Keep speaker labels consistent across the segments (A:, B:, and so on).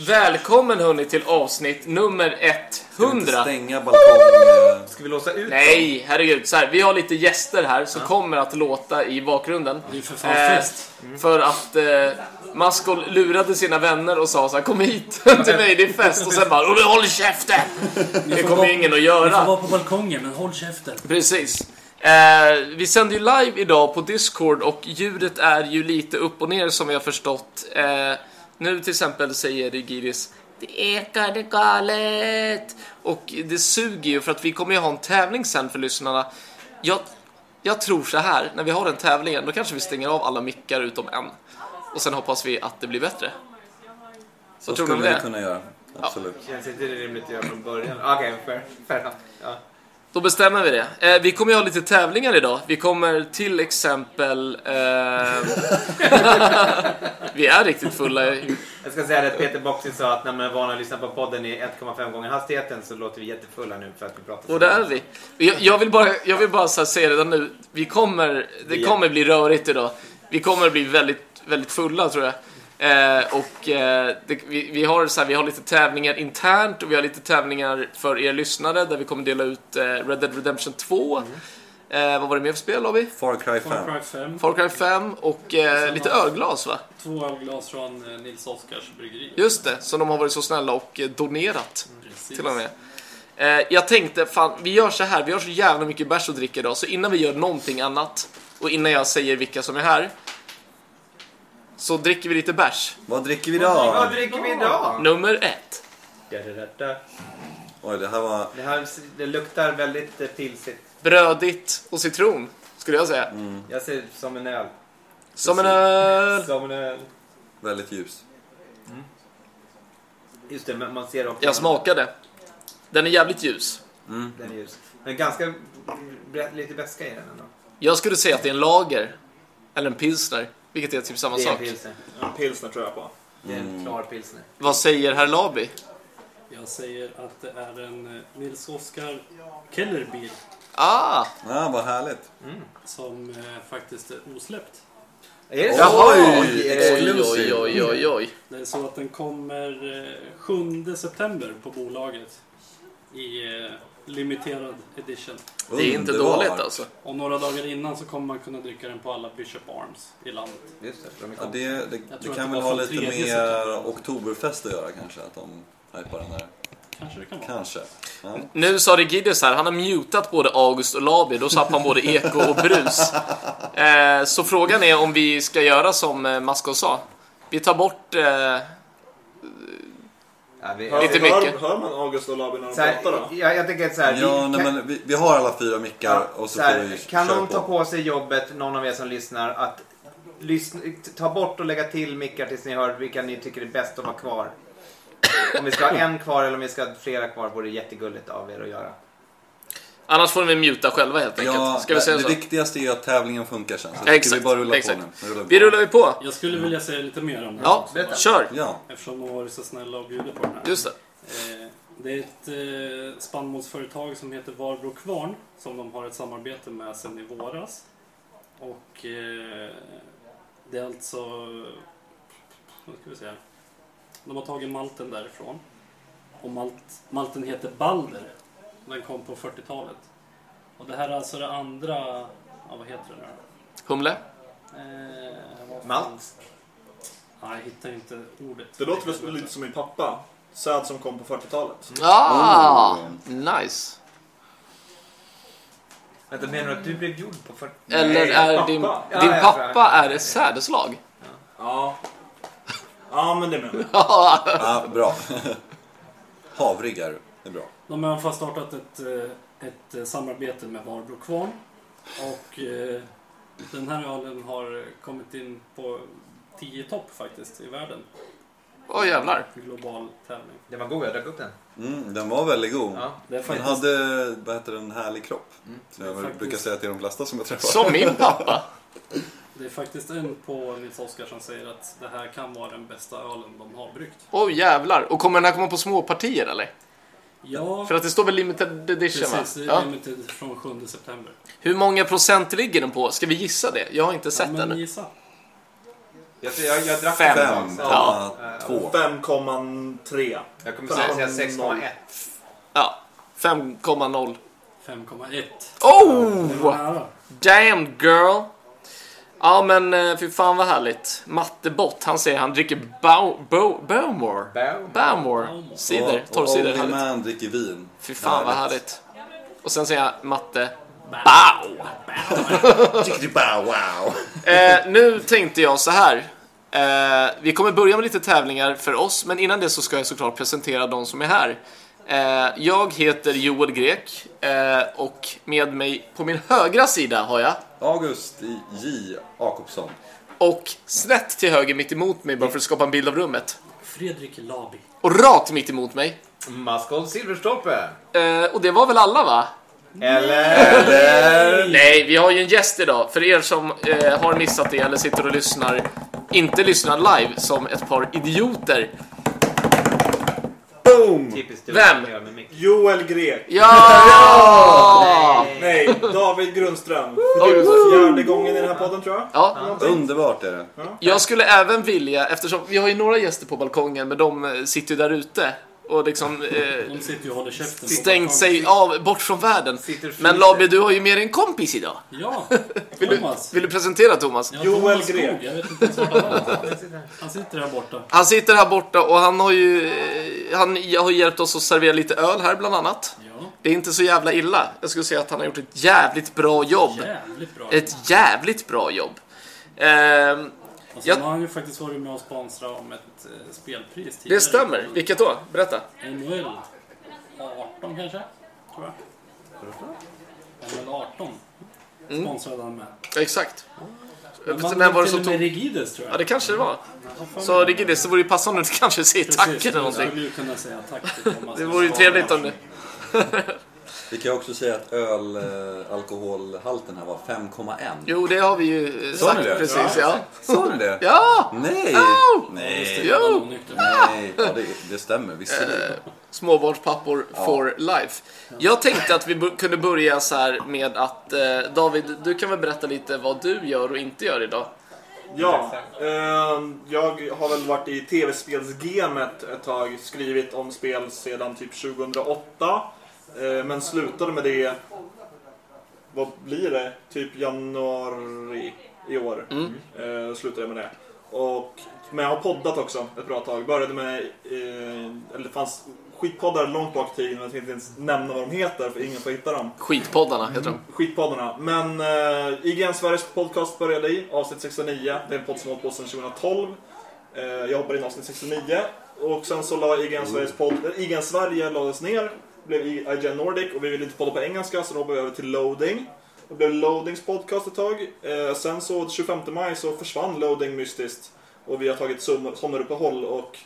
A: Välkommen hörni till avsnitt nummer 100.
B: Stänga balkongen.
C: Ska vi låsa ut
A: Nej, herregud. Så här, vi har lite gäster här som kommer att låta i bakgrunden. Eh,
D: Det är för fan fest. Mm.
A: för att eh, Maskol lurade sina vänner och sa så här, kom hit till mig, det är fest. Och sen bara, "Åh, håll käften! Det kommer ju ingen att
D: Ni får
A: göra.
D: vara på balkongen, men håll käften.
A: Precis. Eh, vi sänder ju live idag på Discord och ljudet är ju lite upp och ner som vi har förstått. Eh, nu till exempel säger Rigiris det ekade galet. Och det suger ju för att vi kommer ju ha en tävling sen för lyssnarna. Jag, jag tror så här, när vi har den tävlingen då kanske vi stänger av alla mickar utom en. Och sen hoppas vi att det blir bättre.
B: Så
A: tror du om
B: skulle vi
A: det?
B: kunna göra. Absolut.
C: Känns inte det rimligt att göra från början? Okej, fair. fair enough. ja.
A: Då bestämmer vi det. Eh, vi kommer ju ha lite tävlingar idag. Vi kommer till exempel... Eh... vi är riktigt fulla. i-
C: Jag ska säga det att Peter Boxing sa att när man är van att lyssna på podden i 1,5 gånger hastigheten så låter vi jättefulla nu för att vi pratar så
A: Och det är
C: mycket.
A: vi. Jag, jag vill bara, jag vill bara så här säga redan nu. Vi kommer, det kommer bli rörigt idag. Vi kommer bli väldigt, väldigt fulla tror jag. Eh, och eh, det, vi, vi, har så här, vi har lite tävlingar internt och vi har lite tävlingar för er lyssnare där vi kommer dela ut eh, Red Dead Redemption 2. Eh, vad var det mer för spel har vi?
B: Far Cry 5.
D: Far Cry 5,
A: Far Cry 5 och eh, lite ölglas va?
D: två ölglas från eh, Nils Oskars bryggeri.
A: Just det, som de har varit så snälla och eh, donerat
C: Mm.
D: Precis.
A: till och med. Eh, jag tänkte, fan, vi gör så här, vi har så jävla mycket bärs att dricka idag, så innan vi gör någonting annat och innan jag säger vilka som är här, så dricker vi lite bärs.
B: Vad dricker vi
C: Vad
B: idag?
C: dricker vi idag?
A: Nummer ett.
C: Da-da-da-da.
B: Oj, det här var...
C: Det här det luktar väldigt eh, pilsigt.
A: Brödigt och citron, skulle jag säga.
C: Jag ser ut som en öl.
A: som en öl.
C: Som en öl.
B: Väldigt ljus.
C: Just det, men man ser också...
A: Jag smakade. Den är jävligt ljus.
C: Den är ljus. Men ganska... bre- Lite vätska i den ändå.
A: Jag skulle säga att det är en lager, eller en pilsner, vilket är typ samma
C: Det är en
A: sak.
C: pilsner.
E: En pilsner tror jag på.
C: Det är en klar pilsner.
A: Vad säger herr Labi?
D: Jag säger att det är en eh, Nils Oskar Kellerbier
A: Ah!
B: Ja, vad härligt.
D: som eh, faktiskt är osläppt.
C: Är det
B: Jaha,
C: Oj, är det-
A: Oj, oj, oj, oj, oj.
D: Det är så att den kommer eh, 7 september på bolaget i eh, limiterad edition.
A: Det är inte
B: Underbart.
A: dåligt alltså.
D: Och några dagar innan så kommer man kunna dricka den på alla Bishop Arms i landet.
C: Just det, för de är
B: Ja,
C: kompisar.
B: det, det,
D: tror
B: det
D: att
B: kan
D: det
B: väl
D: var
B: ha
D: från
B: lite
D: tredje
B: med
D: september.
B: Oktoberfest att göra kanske, att de hypar den där.
D: Kanske det kan vara.
B: Kanske. Ja.
A: Nu sa Rigidus här, han har mutat både August och Labi, då satt han både eko och brus. Eh, så frågan är om vi ska göra som eh, Maskol sa. Vi tar bort... Eh,
C: Ja, vi-
E: Hör,
A: Lite
E: hör,
A: mycket.
E: Hör man August och Labi när de
C: Så här,
E: pratar då?
C: jag, jag tänker så här, vi-
B: Ja, nej,
C: kan-
B: men vi, vi har alla fyra
C: Ja,
B: mickar och så
C: så
B: får
C: här,
B: vi
C: kan
B: köra
C: någon ta på sig jobbet, någon av er som lyssnar, att lyssna, ta bort och lägga till mickar tills ni hör vilka ni tycker är bäst att ha kvar? Om vi ska ha en kvar eller om vi ska ha flera kvar vore jättegulligt av er att göra.
A: annars får vi muta själva helt enkelt.
B: Ja,
A: ska vi säga
B: det
A: så?
B: viktigaste är att tävlingen funkar sen. Så
A: Exakt,
B: ska vi bara rulla
A: exakt.
B: på nu. Rulla
A: Vi rullar ju på.
D: Jag skulle vilja säga lite mer om den.
A: Mm. Ja,
C: Berätta.
A: kör!
B: Ja,
D: Eftersom de har varit så snälla och bjudit på den här.
A: Just det.
D: Eh, Det är ett eh, spannmålsföretag som heter Varbro Kvarn som de har ett samarbete med sedan i våras. Och eh, det är alltså... Vad ska vi säga? De har tagit malten därifrån. Och malt, malten heter Balder. Den kom på 40-talet. Och det här är alltså det andra... Ja, vad heter det nu då?
A: Humle?
D: Eh, vad fan-
C: Malt?
D: Nej, jag hittar inte ordet.
E: Det låter väl som- lite som min pappa. Säd som kom på 40-talet.
A: Ah! Nice.
C: Vänta, menar du att du blev gjord på 40?
A: Eller är din,
E: pappa.
C: Ja,
A: din
C: jag
A: pappa är ett sädeslag?
E: Ja. Ja, men det menar jag.
B: ja bra. Havrig är du. Det är bra.
D: De har i alla fall startat ett, eh, ett eh, samarbete med Varbro Kvarn. Och eh, den här ölen har kommit in på 10 topp faktiskt i världen.
A: Åh jävlar.
D: i Global tävling.
C: Den var god, jag drack upp den.
B: Mm, den var väldigt god.
C: Ja.
D: Det är
B: Den
D: faktiskt,
B: hade, vad heter det, en härlig kropp.
A: Mm.
B: Som jag
D: Faktiskt.
B: brukar säga till de flesta som jag träffar.
A: Som min pappa.
D: det är faktiskt en på Nils Oskar som säger att det här kan vara den bästa ölen de har bryggt.
A: Åh jävlar. Och kommer den här komma på små partier eller?
D: Ja,
A: För att det står väl limited edition
D: precis.
A: va?
D: Det
A: Ja.
D: är limited från 7 september.
A: Hur många procent ligger den på? Ska vi gissa det? Jag har inte sett
D: Ja,
A: den.
D: men gissa.
C: Jag, jag, jag drack
A: Fem.
C: en sak, så-
A: Ja.
B: 5,2.
E: 5,3.
C: Jag kommer säga säga 6,1.
A: Ja, 5,0.
F: 5,1. Det var
A: Oh!
F: nära.
A: Damn girl! Ja men eh, fy fan vad härligt. Mattebott, han säger han dricker Bow- Bow- Bowmore.
C: Bam.
A: Bowmore. Cider, torrcider.
B: Och Only
A: Härligt.
B: Man dricker vin.
A: Fy fan vad härligt. Och sen säger jag matte.
F: Bow!
B: Tickety-bow, wow.
A: Eh, nu tänkte jag så här. Eh, vi kommer börja med lite tävlingar för oss, men innan det så ska jag såklart presentera de som är här. Eh, jag heter Joel Grek eh, och med mig på min högra sida har jag
B: August J. Jakobsson.
A: och snett till höger mitt emot mig bara för att skapa en bild av rummet
F: Fredrik Labi.
A: och rakt mitt emot mig.
C: Maskol Silverstolpe.
A: Eh, och det var väl alla va?
C: Eller?
A: Nej, vi har ju en gäst idag. För er som eh, har missat det eller sitter och lyssnar, inte lyssnar live som ett par idioter.
C: Typiskt du.
A: Vem?
C: gör med mick.
E: Joel Grek.
A: Ja!
E: Nej, David Grundström.
A: Oj,
E: Fjärde gången i den här podden tror jag.
A: Ja,
B: Underbart är det.
A: jag skulle även vilja, eftersom vi har ju några gäster på balkongen, men de eh, sitter ju där ute och liksom eh,
F: De sitter ju och håller käften.
A: stängt sig av, bort från världen.
C: Sitter och
A: Men Labi, du har ju med dig en kompis idag.
F: Ja,
A: Vill du,
F: Thomas.
A: vill du presentera Thomas?
F: Ja,
E: Joel
F: Thomas Skog.
E: Grek.
F: Jag vet inte ens vart han är. Han sitter här borta.
A: Han sitter här borta och han har ju eh, han har hjälpt oss att servera lite öl här bland annat.
F: Ja,
A: Det är inte så jävla illa. Jag skulle säga att han har gjort ett jävligt bra jobb.
F: jävligt bra.
A: Ett jävligt bra jobb. Ehm,
F: Och
A: jag-
F: sen har han ju faktiskt varit med och sponsrat om ett eh, spelpris tidigare.
A: det stämmer. Vilket då? Berätta.
F: NHL 18 kanske? Tror jag. NHL 18 sponsrade han med.
A: Exakt.
F: Men
A: Sen
F: man
A: när Mm. var det
F: till
A: som
F: och med
A: tog...
F: Rigides tror
A: Ja,
F: jag.
A: det kanske det var.
F: Vad fan
A: Så
F: är
A: det, det så vore det passande om du kanske säger tack
F: Precis,
A: eller
F: Jag
A: någonting.
F: skulle ju kunna säga tack till Thomas.
A: Det vore ju trevligt om det...
B: Vi kan också säga att öl, eh, alkoholhalten här var 5,1.
A: Jo, det har vi ju eh,
B: Sa ni
A: sagt
B: det?
A: precis. Ja!
B: Sa ni det?
A: Ja!
B: Nej!
A: Au!
B: Nej!
A: Jo.
F: Jo!
B: Nej, ja, det, det stämmer
A: Eh.
B: visserligen.
A: Småbarnspappor for life. Jag tänkte att vi bo- kunde börja så här med att eh, David, du kan väl berätta lite vad du gör och inte gör idag?
E: Ja, ehm, jag har väl varit i tv-spelsgamet ett tag, skrivit om spel sedan typ 2008. eh, men slutade med det, vad blir det, typ januari i år. Eh, slutade jag med det. Och, men jag har poddat också ett bra tag. Började med, eh, eller det fanns skitpoddar långt bak i tiden, men jag tänkte inte ens nämna vad de heter för ingen får hitta dem.
A: Skitpoddarna heter de.
E: Skitpoddarna. Men eh, IGN Sveriges podcast började i, avsnitt 69. Det är en podd som har hållit på sedan 2012. Eh, jag hoppade in i avsnitt 69. Och sen så la IGN Sveriges podd, eh, IGN Sverige lades ner. Blev I- IGN Nordic och vi ville inte podda på engelska så då hoppade vi över till Loading. Det blev Loadings podcast ett tag. Eh, sen så 25 maj så försvann Loading mystiskt. Och vi har tagit som- sommaruppehåll och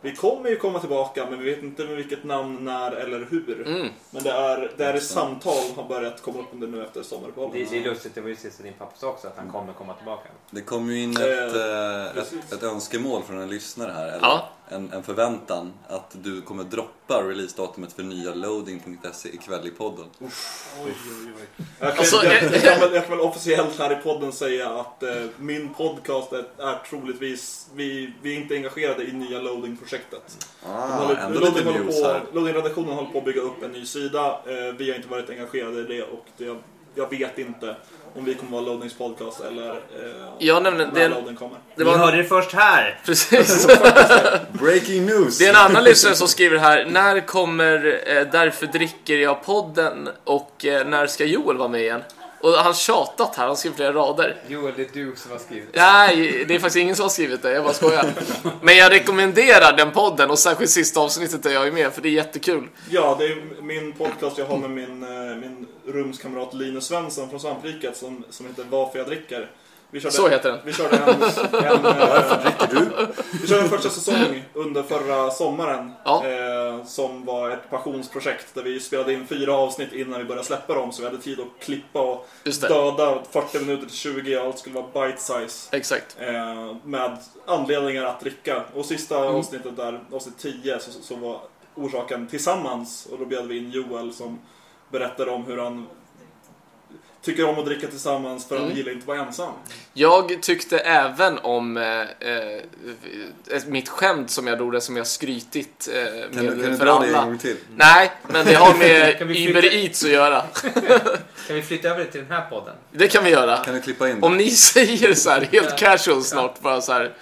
E: vi kommer ju komma tillbaka men vi vet inte med vilket namn, när eller hur.
B: Mm.
A: Mm.
E: Men det är, det är
B: Alltså.
E: samtal har börjat komma upp under nu efter
C: Det,
E: sommaruppehållet.
C: det är lustigt, det var ju sist din pappa sa också, att han kommer komma tillbaka.
B: Det kom ju in ett, eh, ett, ett önskemål från en lyssnare här, eller
A: Ja.
B: en, en förväntan, att du kommer droppa releasedatumet för nya loading.se ikväll i podden.
F: Oj, oj, oj.
E: Jag kan,
A: Alltså,
E: jag,
A: eh,
E: jag, kan väl, jag kan väl officiellt här i podden säga att eh, min podcast är, är troligtvis, vi, vi är inte engagerade i nya Loading-projektet. De
B: Ah,
E: håller-
B: ändå lite
E: håller
B: news här.
E: på- Loading-redaktionen håller på att bygga upp en ny sida. Eh, vi har inte varit engagerade i det och det, jag vet inte om vi kommer vara Loadings podcast eller eh,
A: Ja, nämligen,
E: när
A: det-
E: Loading kommer.
A: Det var
C: det först här!
A: Precis.
B: Breaking news!
A: Det är en annan lyssnare som skriver här. När kommer eh, Därför dricker jag podden och eh, när ska Joel vara med igen? Och han tjatat här, han skriver flera rader.
C: Joel, det är du som har skrivit.
A: Nej, det är faktiskt ingen som har skrivit det, jag bara skojar. Men jag rekommenderar den podden och särskilt sista avsnittet där jag är med för det är jättekul.
E: Ja, det är min podcast jag har med min, eh, min rumskamrat Linus Svensson från Svampriket som, som heter Varför jag dricker. Vi körde,
A: Så heter den.
E: Vi körde en, en, eh,
B: Du?
E: Vi körde en första säsong under förra sommaren.
A: Ja.
E: Eh, som var ett passionsprojekt där vi spelade in fyra avsnitt innan vi började släppa dem. Så vi hade tid att klippa och
A: Just det.
E: döda 40 minuter till 20. Allt skulle vara bite size.
A: Exakt.
E: Eh, med anledningar att dricka. Och sista
A: Mm.
E: avsnittet där, avsnitt 10, så, så var orsaken tillsammans. Och då bjöd vi in Joel som berättade om hur han tycker om att dricka tillsammans för han
A: Mm.
E: gillar inte att vara ensam.
A: Eh, Jag tyckte även om eh, eh, eh, mitt skämt som jag gjorde som jag skrytit eh, med
B: Kan du, kan du
A: för
B: dra det
A: alla.
B: en gång till?
A: Nej, men det har med
C: Kan vi
A: Uber
C: flytta-
A: Eats att göra.
C: Kan vi flytta över det till den här podden?
A: Det kan vi göra.
B: Kan du klippa in det?
A: Om ni säger så här helt casual snart bara så här.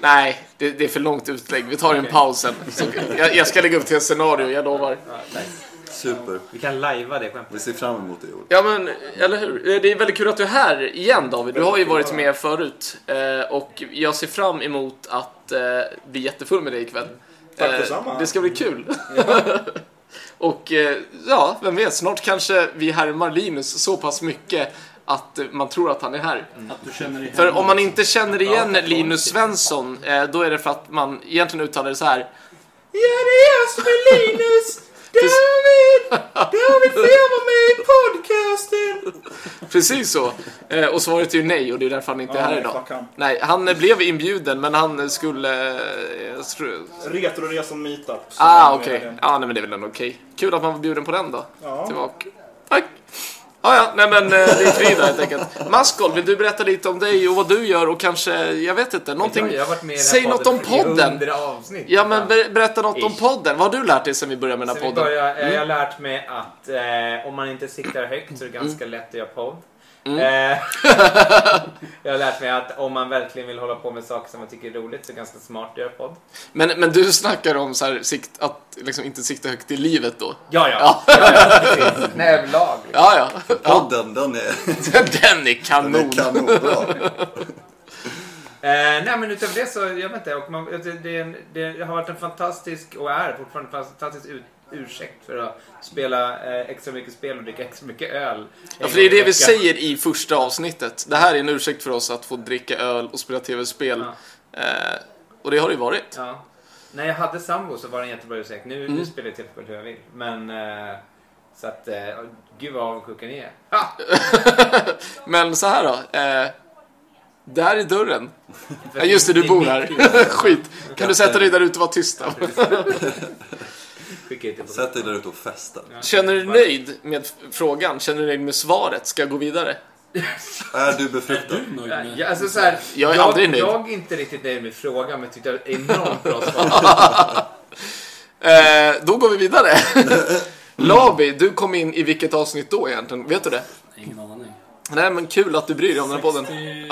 A: Nej, det, det är för långt utlägg. Vi tar en paus sen. Så, jag, jag ska lägga upp till ett scenario, jag lovar.
C: Ja, nej.
B: Super.
C: Vi kan lajva det skämtet.
B: Vi ser fram emot det i år.
A: Ja men, eller hur? Eh, Det är väldigt kul att du är här igen David. Du har ju varit med förut. Eh, Och jag ser fram emot att eh, bli jättefull med dig ikväll.
E: Tack
A: Eh,
E: detsamma.
A: Det ska bli kul. Och eh, ja, vem vet, snart kanske vi härmar Linus så pass mycket att eh, man tror att han är här.
F: Att du känner dig
A: För
F: hemma.
A: om man inte känner igen
C: Ja,
A: Linus Svensson, eh, då är det för att man egentligen uttalar det så här.
E: Ja, det är jag som är Linus! David! David får jag vara med i podcasten!
A: Precis så. Eh, Och svaret är ju nej och det är därför han inte är här idag.
E: Fuck han.
A: Nej, han eh, blev inbjuden men han eh, skulle... eh, jag tror-
E: Retroresan meetup. som
A: Ah,
E: jag
A: okej.
E: menar.
A: Ja, nej men det är väl ändå okej. Kul att man var bjuden på den då.
E: Ja.
A: Tillbaka. Tack! Ah, ja, nej men eh, det är fredag helt enkelt. Maskol, vill du berätta lite om dig och vad du gör och kanske, jag vet inte, någonting...
C: Jag har varit med i den här
A: Säg något om
C: i
A: podden!
C: 100 avsnitt.
A: Ja men ber- berätta något om
C: Ish.
A: podden. Vad har du lärt dig sen vi började med den
C: Sen
A: här
C: vi
A: podden? Mm.
C: började, eh, Jag har lärt mig att eh, om man inte siktar högt så är det
A: Mm.
C: ganska lätt att göra podd. Eh, jag har lärt mig att om man verkligen vill hålla på med saker som man tycker är roligt så är det ganska smart att göra podd.
A: Men, men du snackar om så här, sikt, att liksom inte sikta högt i livet då?
C: Ja, ja. ja. ja, precis. Nej, överlag. liksom.
A: Ja, ja.
B: Podden, den är,
A: Den är
B: den är
A: kanon!
B: kanonbra.
C: Eh, nej men utöver det så, jag vet inte. Och man, det, det, det har varit en fantastisk, och är fortfarande en fantastisk ut, ursäkt för att spela eh, extra mycket spel och dricka extra mycket öl.
A: Ja, för det är det vi
C: Vecka.
A: säger i första avsnittet. Det här är en ursäkt för oss att få dricka öl och spela tv-spel. Eh, och det har det ju varit.
C: Ja. När jag hade sambo så var det en jättebra ursäkt. Nu,
A: Mm.
C: nu spelar jag tv-spel hur jag vill. Men... Eh, så att... Eh, gud vad avundsjuka ni är. Ha!
A: Men så här då. Eh, där är dörren. Ja, just det, du bor här. Skit. Kan du sätta dig där ute och vara tyst då?
C: Skicka hit det på-
B: Sätt dig där ute och festa.
A: Känner du dig nöjd med f- frågan? Känner du dig nöjd med svaret? Ska jag gå vidare?
B: Är du befruktad?
F: Nöjd
C: Ja,
F: med.
C: ja, alltså, så här,
A: Jag är aldrig nöjd.
C: Jag är inte riktigt nöjd med frågan men tyckte det var enormt bra svar.
A: Eh, då går vi vidare. Labi, du kom in i vilket avsnitt då egentligen? Vet du det?
F: Ingen aning.
A: Nej, men kul att du bryr dig om den här podden.
F: 69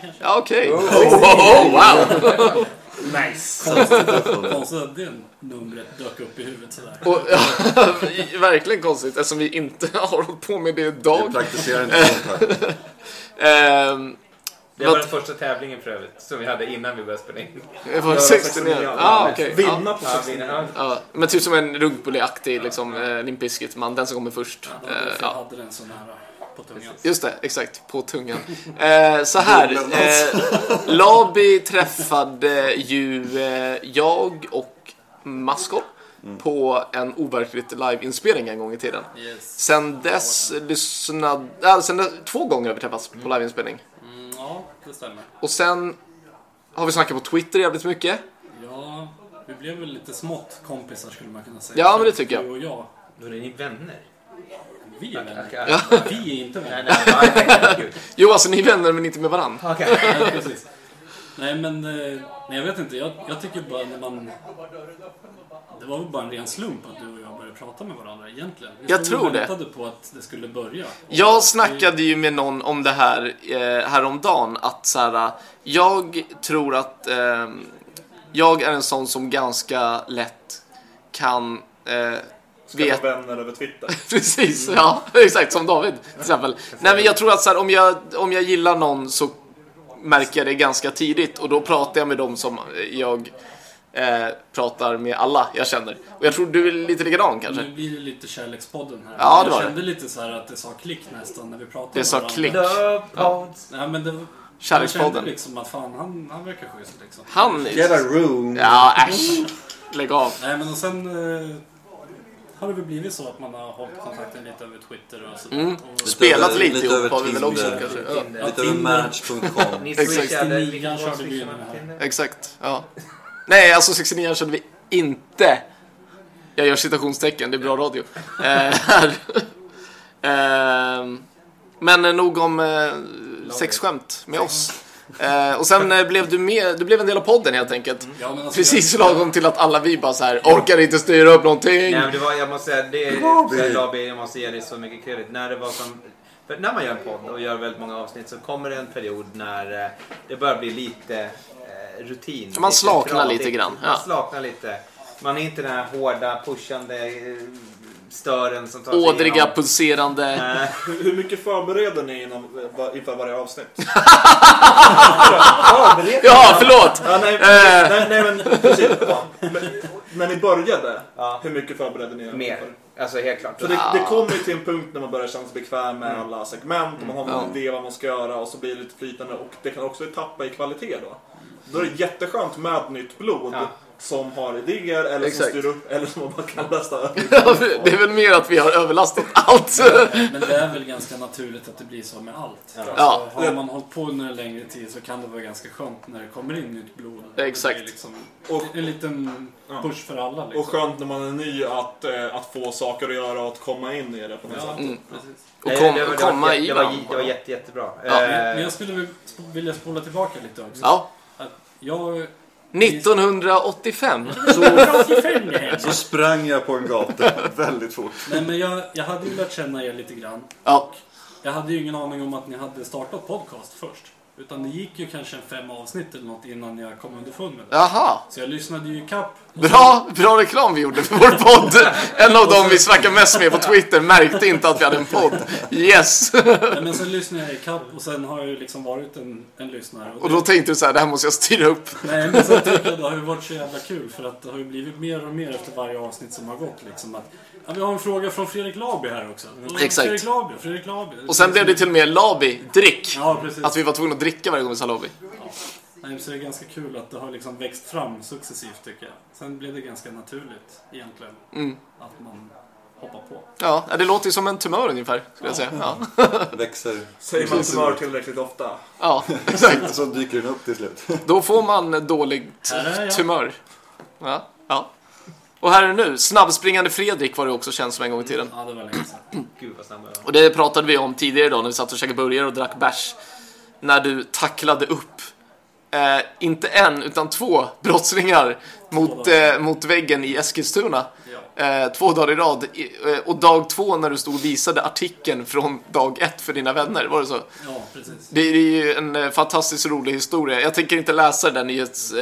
F: kanske?
A: Ja, okej. Oh, oh, wow!
F: Nice! Konstigt- Konstigt att Alltså, det numret dök upp i huvudet sådär.
A: Och, verkligen konstigt eftersom vi inte har hållit på med det
B: Vi
A: idag.
B: praktiserar inte sånt här.
A: Ehm,
C: Det var den första tävlingen för övrigt som vi hade innan vi började spela in.
A: det var 69. Ah, okej. Ja.
E: Vinna på
C: Ja,
E: 69.
C: vi, ja.
A: Ja, men typ som en runkbulleaktig liksom, eh, Limp Bizkit-man, den som kommer först.
F: Det var
A: Eh,
F: därför jag
A: ja.
F: hade den så nära på tungan.
A: Just det, exakt. På tungan. Eh, så här. Eh, Labi träffade ju eh, jag och Maskol på en overkligt liveinspelning en gång i tiden.
F: Yes.
A: Sen dess lyssnade... Äh, sen dess, två gånger har vi träffats på liveinspelning.
F: Mm, ja, det stämmer.
A: Och sen har vi snackat på Twitter jävligt mycket.
F: Ja, vi blev väl lite smått kompisar skulle man kunna säga.
A: Ja, men det tycker jag.
F: Du och jag.
C: Då är ni vänner.
F: Vi är vänner.
C: Okej.
F: Vi är inte
C: Nej,
F: vänner.
C: nej, nej, gud.
A: Jo, alltså ni är vänner men inte med varann.
C: Okej.
F: Nej, precis. Nej, men eh, nej, jag vet inte. Jag, jag tycker bara när man... Det var väl bara en ren slump att du och jag började prata med varandra egentligen. Vi
A: Jag
F: stod och
A: tror det.
F: väntade på att det skulle börja.
A: Jag snackade ju med någon om det här eh, häromdagen. Att så här, jag tror att eh, jag är en sån som ganska lätt kan eh,
E: Skaffa
A: veta
E: vänner över Twitter.
A: Precis, ja. Exakt som David till exempel. Nej men jag tror att så här, om, jag, om jag gillar någon så märker jag det ganska tidigt och då pratar jag med dem som jag eh, pratar med alla jag känner. Och jag tror du är lite likadan kanske.
D: Mm.
F: Nu blir det lite Kärlekspodden här.
A: Ja, det
F: jag
A: var det.
F: kände lite så här att det sa klick nästan när vi pratade
A: Det
F: med
A: sa
F: varandra.
A: klick.
C: Love pods.
F: Nej, men det, Jag
A: Kärlekspodden.
F: kände liksom att fan, han, han verkar schysst liksom.
A: Han
B: Get a
A: är...
B: room.
A: Ja, äsch. Lägg av.
F: Nej, men och sen eh, har det väl blivit så att man har hållit kontakten lite över Twitter och sådär.
A: Mm.
F: Och
A: Spelat
B: över-
A: lite
B: lite
A: ihop
B: över
A: har vi väl också
B: Tinder.
A: kanske. Ja.
C: Tinder.
B: Lite över match.com.
C: Ni
A: Exakt.
C: swishade.
F: 69
C: vilken
F: körde
C: swishade
F: vi ju
C: man
F: den här.
C: Tinder?
A: Exakt, ja. Nej, alltså 69 kände vi inte. Jag gör citationstecken, det är bra radio. Eh, här. Ehm, Men eh, nog om eh, sexskämt med oss. Eh, och sen eh, blev du med, du blev en del av podden helt enkelt.
C: Mm,
D: Ja, men alltså,
A: Precis lagom till att alla vi bara så här orkar inte styra upp någonting.
C: Nej, men det var, jag måste säga, det är, Labi, jag måste ge dig så mycket kredit. När det var som... För när man gör en podd och gör väldigt många avsnitt så kommer det en period när eh, det börjar bli lite eh, rutin.
A: Man slaknar
C: pratigt.
A: lite grann, ja.
C: Man slaknar lite. Man är inte den här hårda, pushande eh, stören som tar sig
A: Ådriga,
C: igenom.
A: pulserande.
C: Eh,
E: Hur, hur mycket förbereder ni innan, inför varje avsnitt?
A: Ja, förlåt!
E: Ja, Ah, nej,
A: Eh.
E: nej, nej, men precis. Ja. Men, när ni började,
C: Ja.
E: hur mycket förberedde ni er
C: Mer.
E: inför?
C: Alltså helt klart.
E: För det, det kommer ju till en punkt när man börjar känna sig bekväm med alla segment och man har en
A: Mm. Ja.
E: idé vad man ska göra och så blir det lite flytande och det kan också tappa i kvalitet då. Då är
A: Mm.
E: det jätteskönt med nytt blod
C: Ja.
E: som har idéer eller
A: Exakt.
E: som styr upp eller som man kan lasta
A: Det är väl mer att vi har överlastat allt.
D: Men det är väl ganska naturligt att det blir så med allt. Alltså,
A: Ja.
D: Har man hållit på under en längre tid så kan det vara ganska skönt när det kommer in nytt blod.
A: Exakt.
D: Det är liksom
E: Och-
D: en liten push för alla
E: Och
D: liksom.
E: skönt när man är ny att, eh, att få saker att göra och att komma in i det på något
D: Ja,
E: sätt.
D: precis.
A: Och
C: Eh,
A: kom,
C: det var- det var
A: komma
C: jätte-
A: i
C: Det var, det var
A: varandra.
C: jätte, jättebra.
A: Ja,
D: Men jag- men
C: Eh,
D: jag skulle väl sp- vilja spola tillbaka lite också.
A: Ja.
D: Att jag...
A: 1985.
B: Så sprang jag på en gata väldigt fort.
D: Nej men jag, jag hade ju lärt känna er lite grann.
A: Ja.
D: Jag hade ju ingen aning om att ni hade startat podcast först. Utan det gick ju kanske en fem avsnitt eller något innan jag kom underfund med det.
A: Jaha.
D: Så jag lyssnade ju i kapp.
A: Bra, bra reklam vi gjorde för vår podd. En av dem vi snackar mest med på Twitter märkte inte att vi hade en podd. Yes!
D: Nej, men sen lyssnade jag i kapp och sen har jag ju liksom varit en, en lyssnare.
A: Och då tänkte du så här, det här måste jag styra upp.
D: Nej, men sen tycker jag det har ju varit så jävla kul för att det har ju blivit mer och mer efter varje avsnitt som har gått liksom att ja, vi har en fråga från Fredrik Laby här också. Och
A: Exakt.
D: Fredrik Laby, Fredrik Laby.
A: Och sen blev det till Alltså, och med Labi, drick.
D: Ja, precis.
A: Att vi var tvungna att dricka varje gång vi sa Labi.
D: Nej, men så det är ganska kul att det har liksom växt fram successivt tycker jag. Sen blev det ganska naturligt egentligen att man hoppar på.
A: Ja, det låter ju som en tumör ungefär, skulle jag säga. Ja,
B: Växer.
E: Säger man smör tillräckligt ofta.
A: ja exakt.
B: Så dyker den upp till slut.
A: Då får man dålig t-
D: Här är jag.
A: tumör. Ja, ja. Och här är nu, snabbspringande Fredrik var det också känns som en gång i tiden.
D: Ja, det var länge sedan.
C: Gud vad snabb jag var.
A: Och det pratade vi om tidigare idag när vi satt och käkade burgare och drack bärs. När du tacklade upp, eh, inte en, utan två brottslingar mot, eh, mot väggen i Eskilstuna.
D: Ja.
A: Eh, två dagar i rad. I, eh, och dag två när du stod och visade artikeln från dag ett för dina vänner, var det så?
D: ja, precis.
A: Det är ju en eh, fantastiskt rolig historia. Jag tänker inte läsa den nyhets... Eh,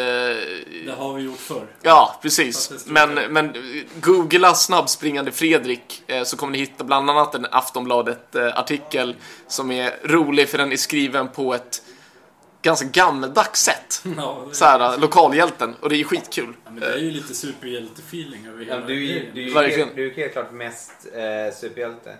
D: Det har vi gjort förr.
A: Ja, precis.
D: Faktiskt.
A: Men, men googla snabbspringande Fredrik eh, så kommer ni hitta bland annat en Aftonbladet-artikel som är rolig för den är skriven på ett ganska gammeldags sätt.
D: Ja, det-
A: Så här, eh, lokalhjälten. Och det är skitkul.
D: Ja, men det är ju lite superhjälte-feeling över
C: Ja,
D: hela
C: men du, är ju-
D: grejen.
C: du, är ju
A: Verkligen.
C: helt- du är ju helt klart mest eh, superhjälte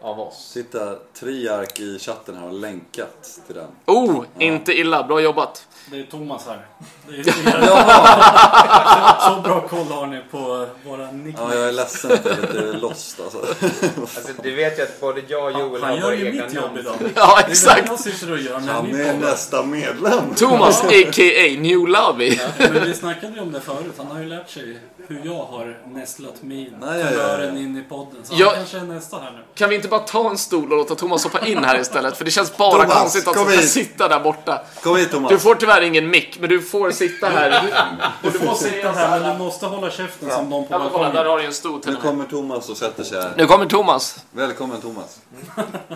C: av oss.
B: Sitta Triark i chatten här och länkat till den.
A: Oh, inte illa. Bra jobbat.
D: Det är Thomas här. Det är så, så bra koll har ni på våra
B: Ja,
D: nicknames.
B: jag är ledsen att jag är lite lost alltså.
C: Alltså, du vet ju att både jag och Joel
D: Han
C: har
D: gör
C: våra
D: ju
C: egna
D: mitt jobb
C: namn.
D: idag.
A: Ja,
D: Det är det
A: exakt.
D: jag sitter och gör när
B: Han
D: ni
B: är
D: poddar.
B: nästa medlem.
A: Thomas, a.k.a. New Lovey.
D: Men vi snackade ju om det förut. Han har ju lärt sig hur jag har nästlat min
B: Nej, ja, ja,
D: tumören
B: ja.
D: in i podden. Så
A: Jag-
D: han kanske är nästa här nu.
A: Kan vi inte bara ta en stol och låta Thomas hoppa in här istället? För det känns bara
B: Thomas,
A: konstigt att
B: kom
A: han ska
B: hit.
A: sitta där borta.
B: Kom hit
A: Du
B: Thomas.
A: får tyvärr ingen mick, men du får sitta här.
D: Och du får sitta här men du måste hålla käften som de på
A: Ja, men kolla, där
D: balkongen.
A: har du en stor till
B: Nu
A: och med.
B: kommer Thomas och sätter sig här.
A: Nu kommer Thomas.
B: Välkommen Thomas.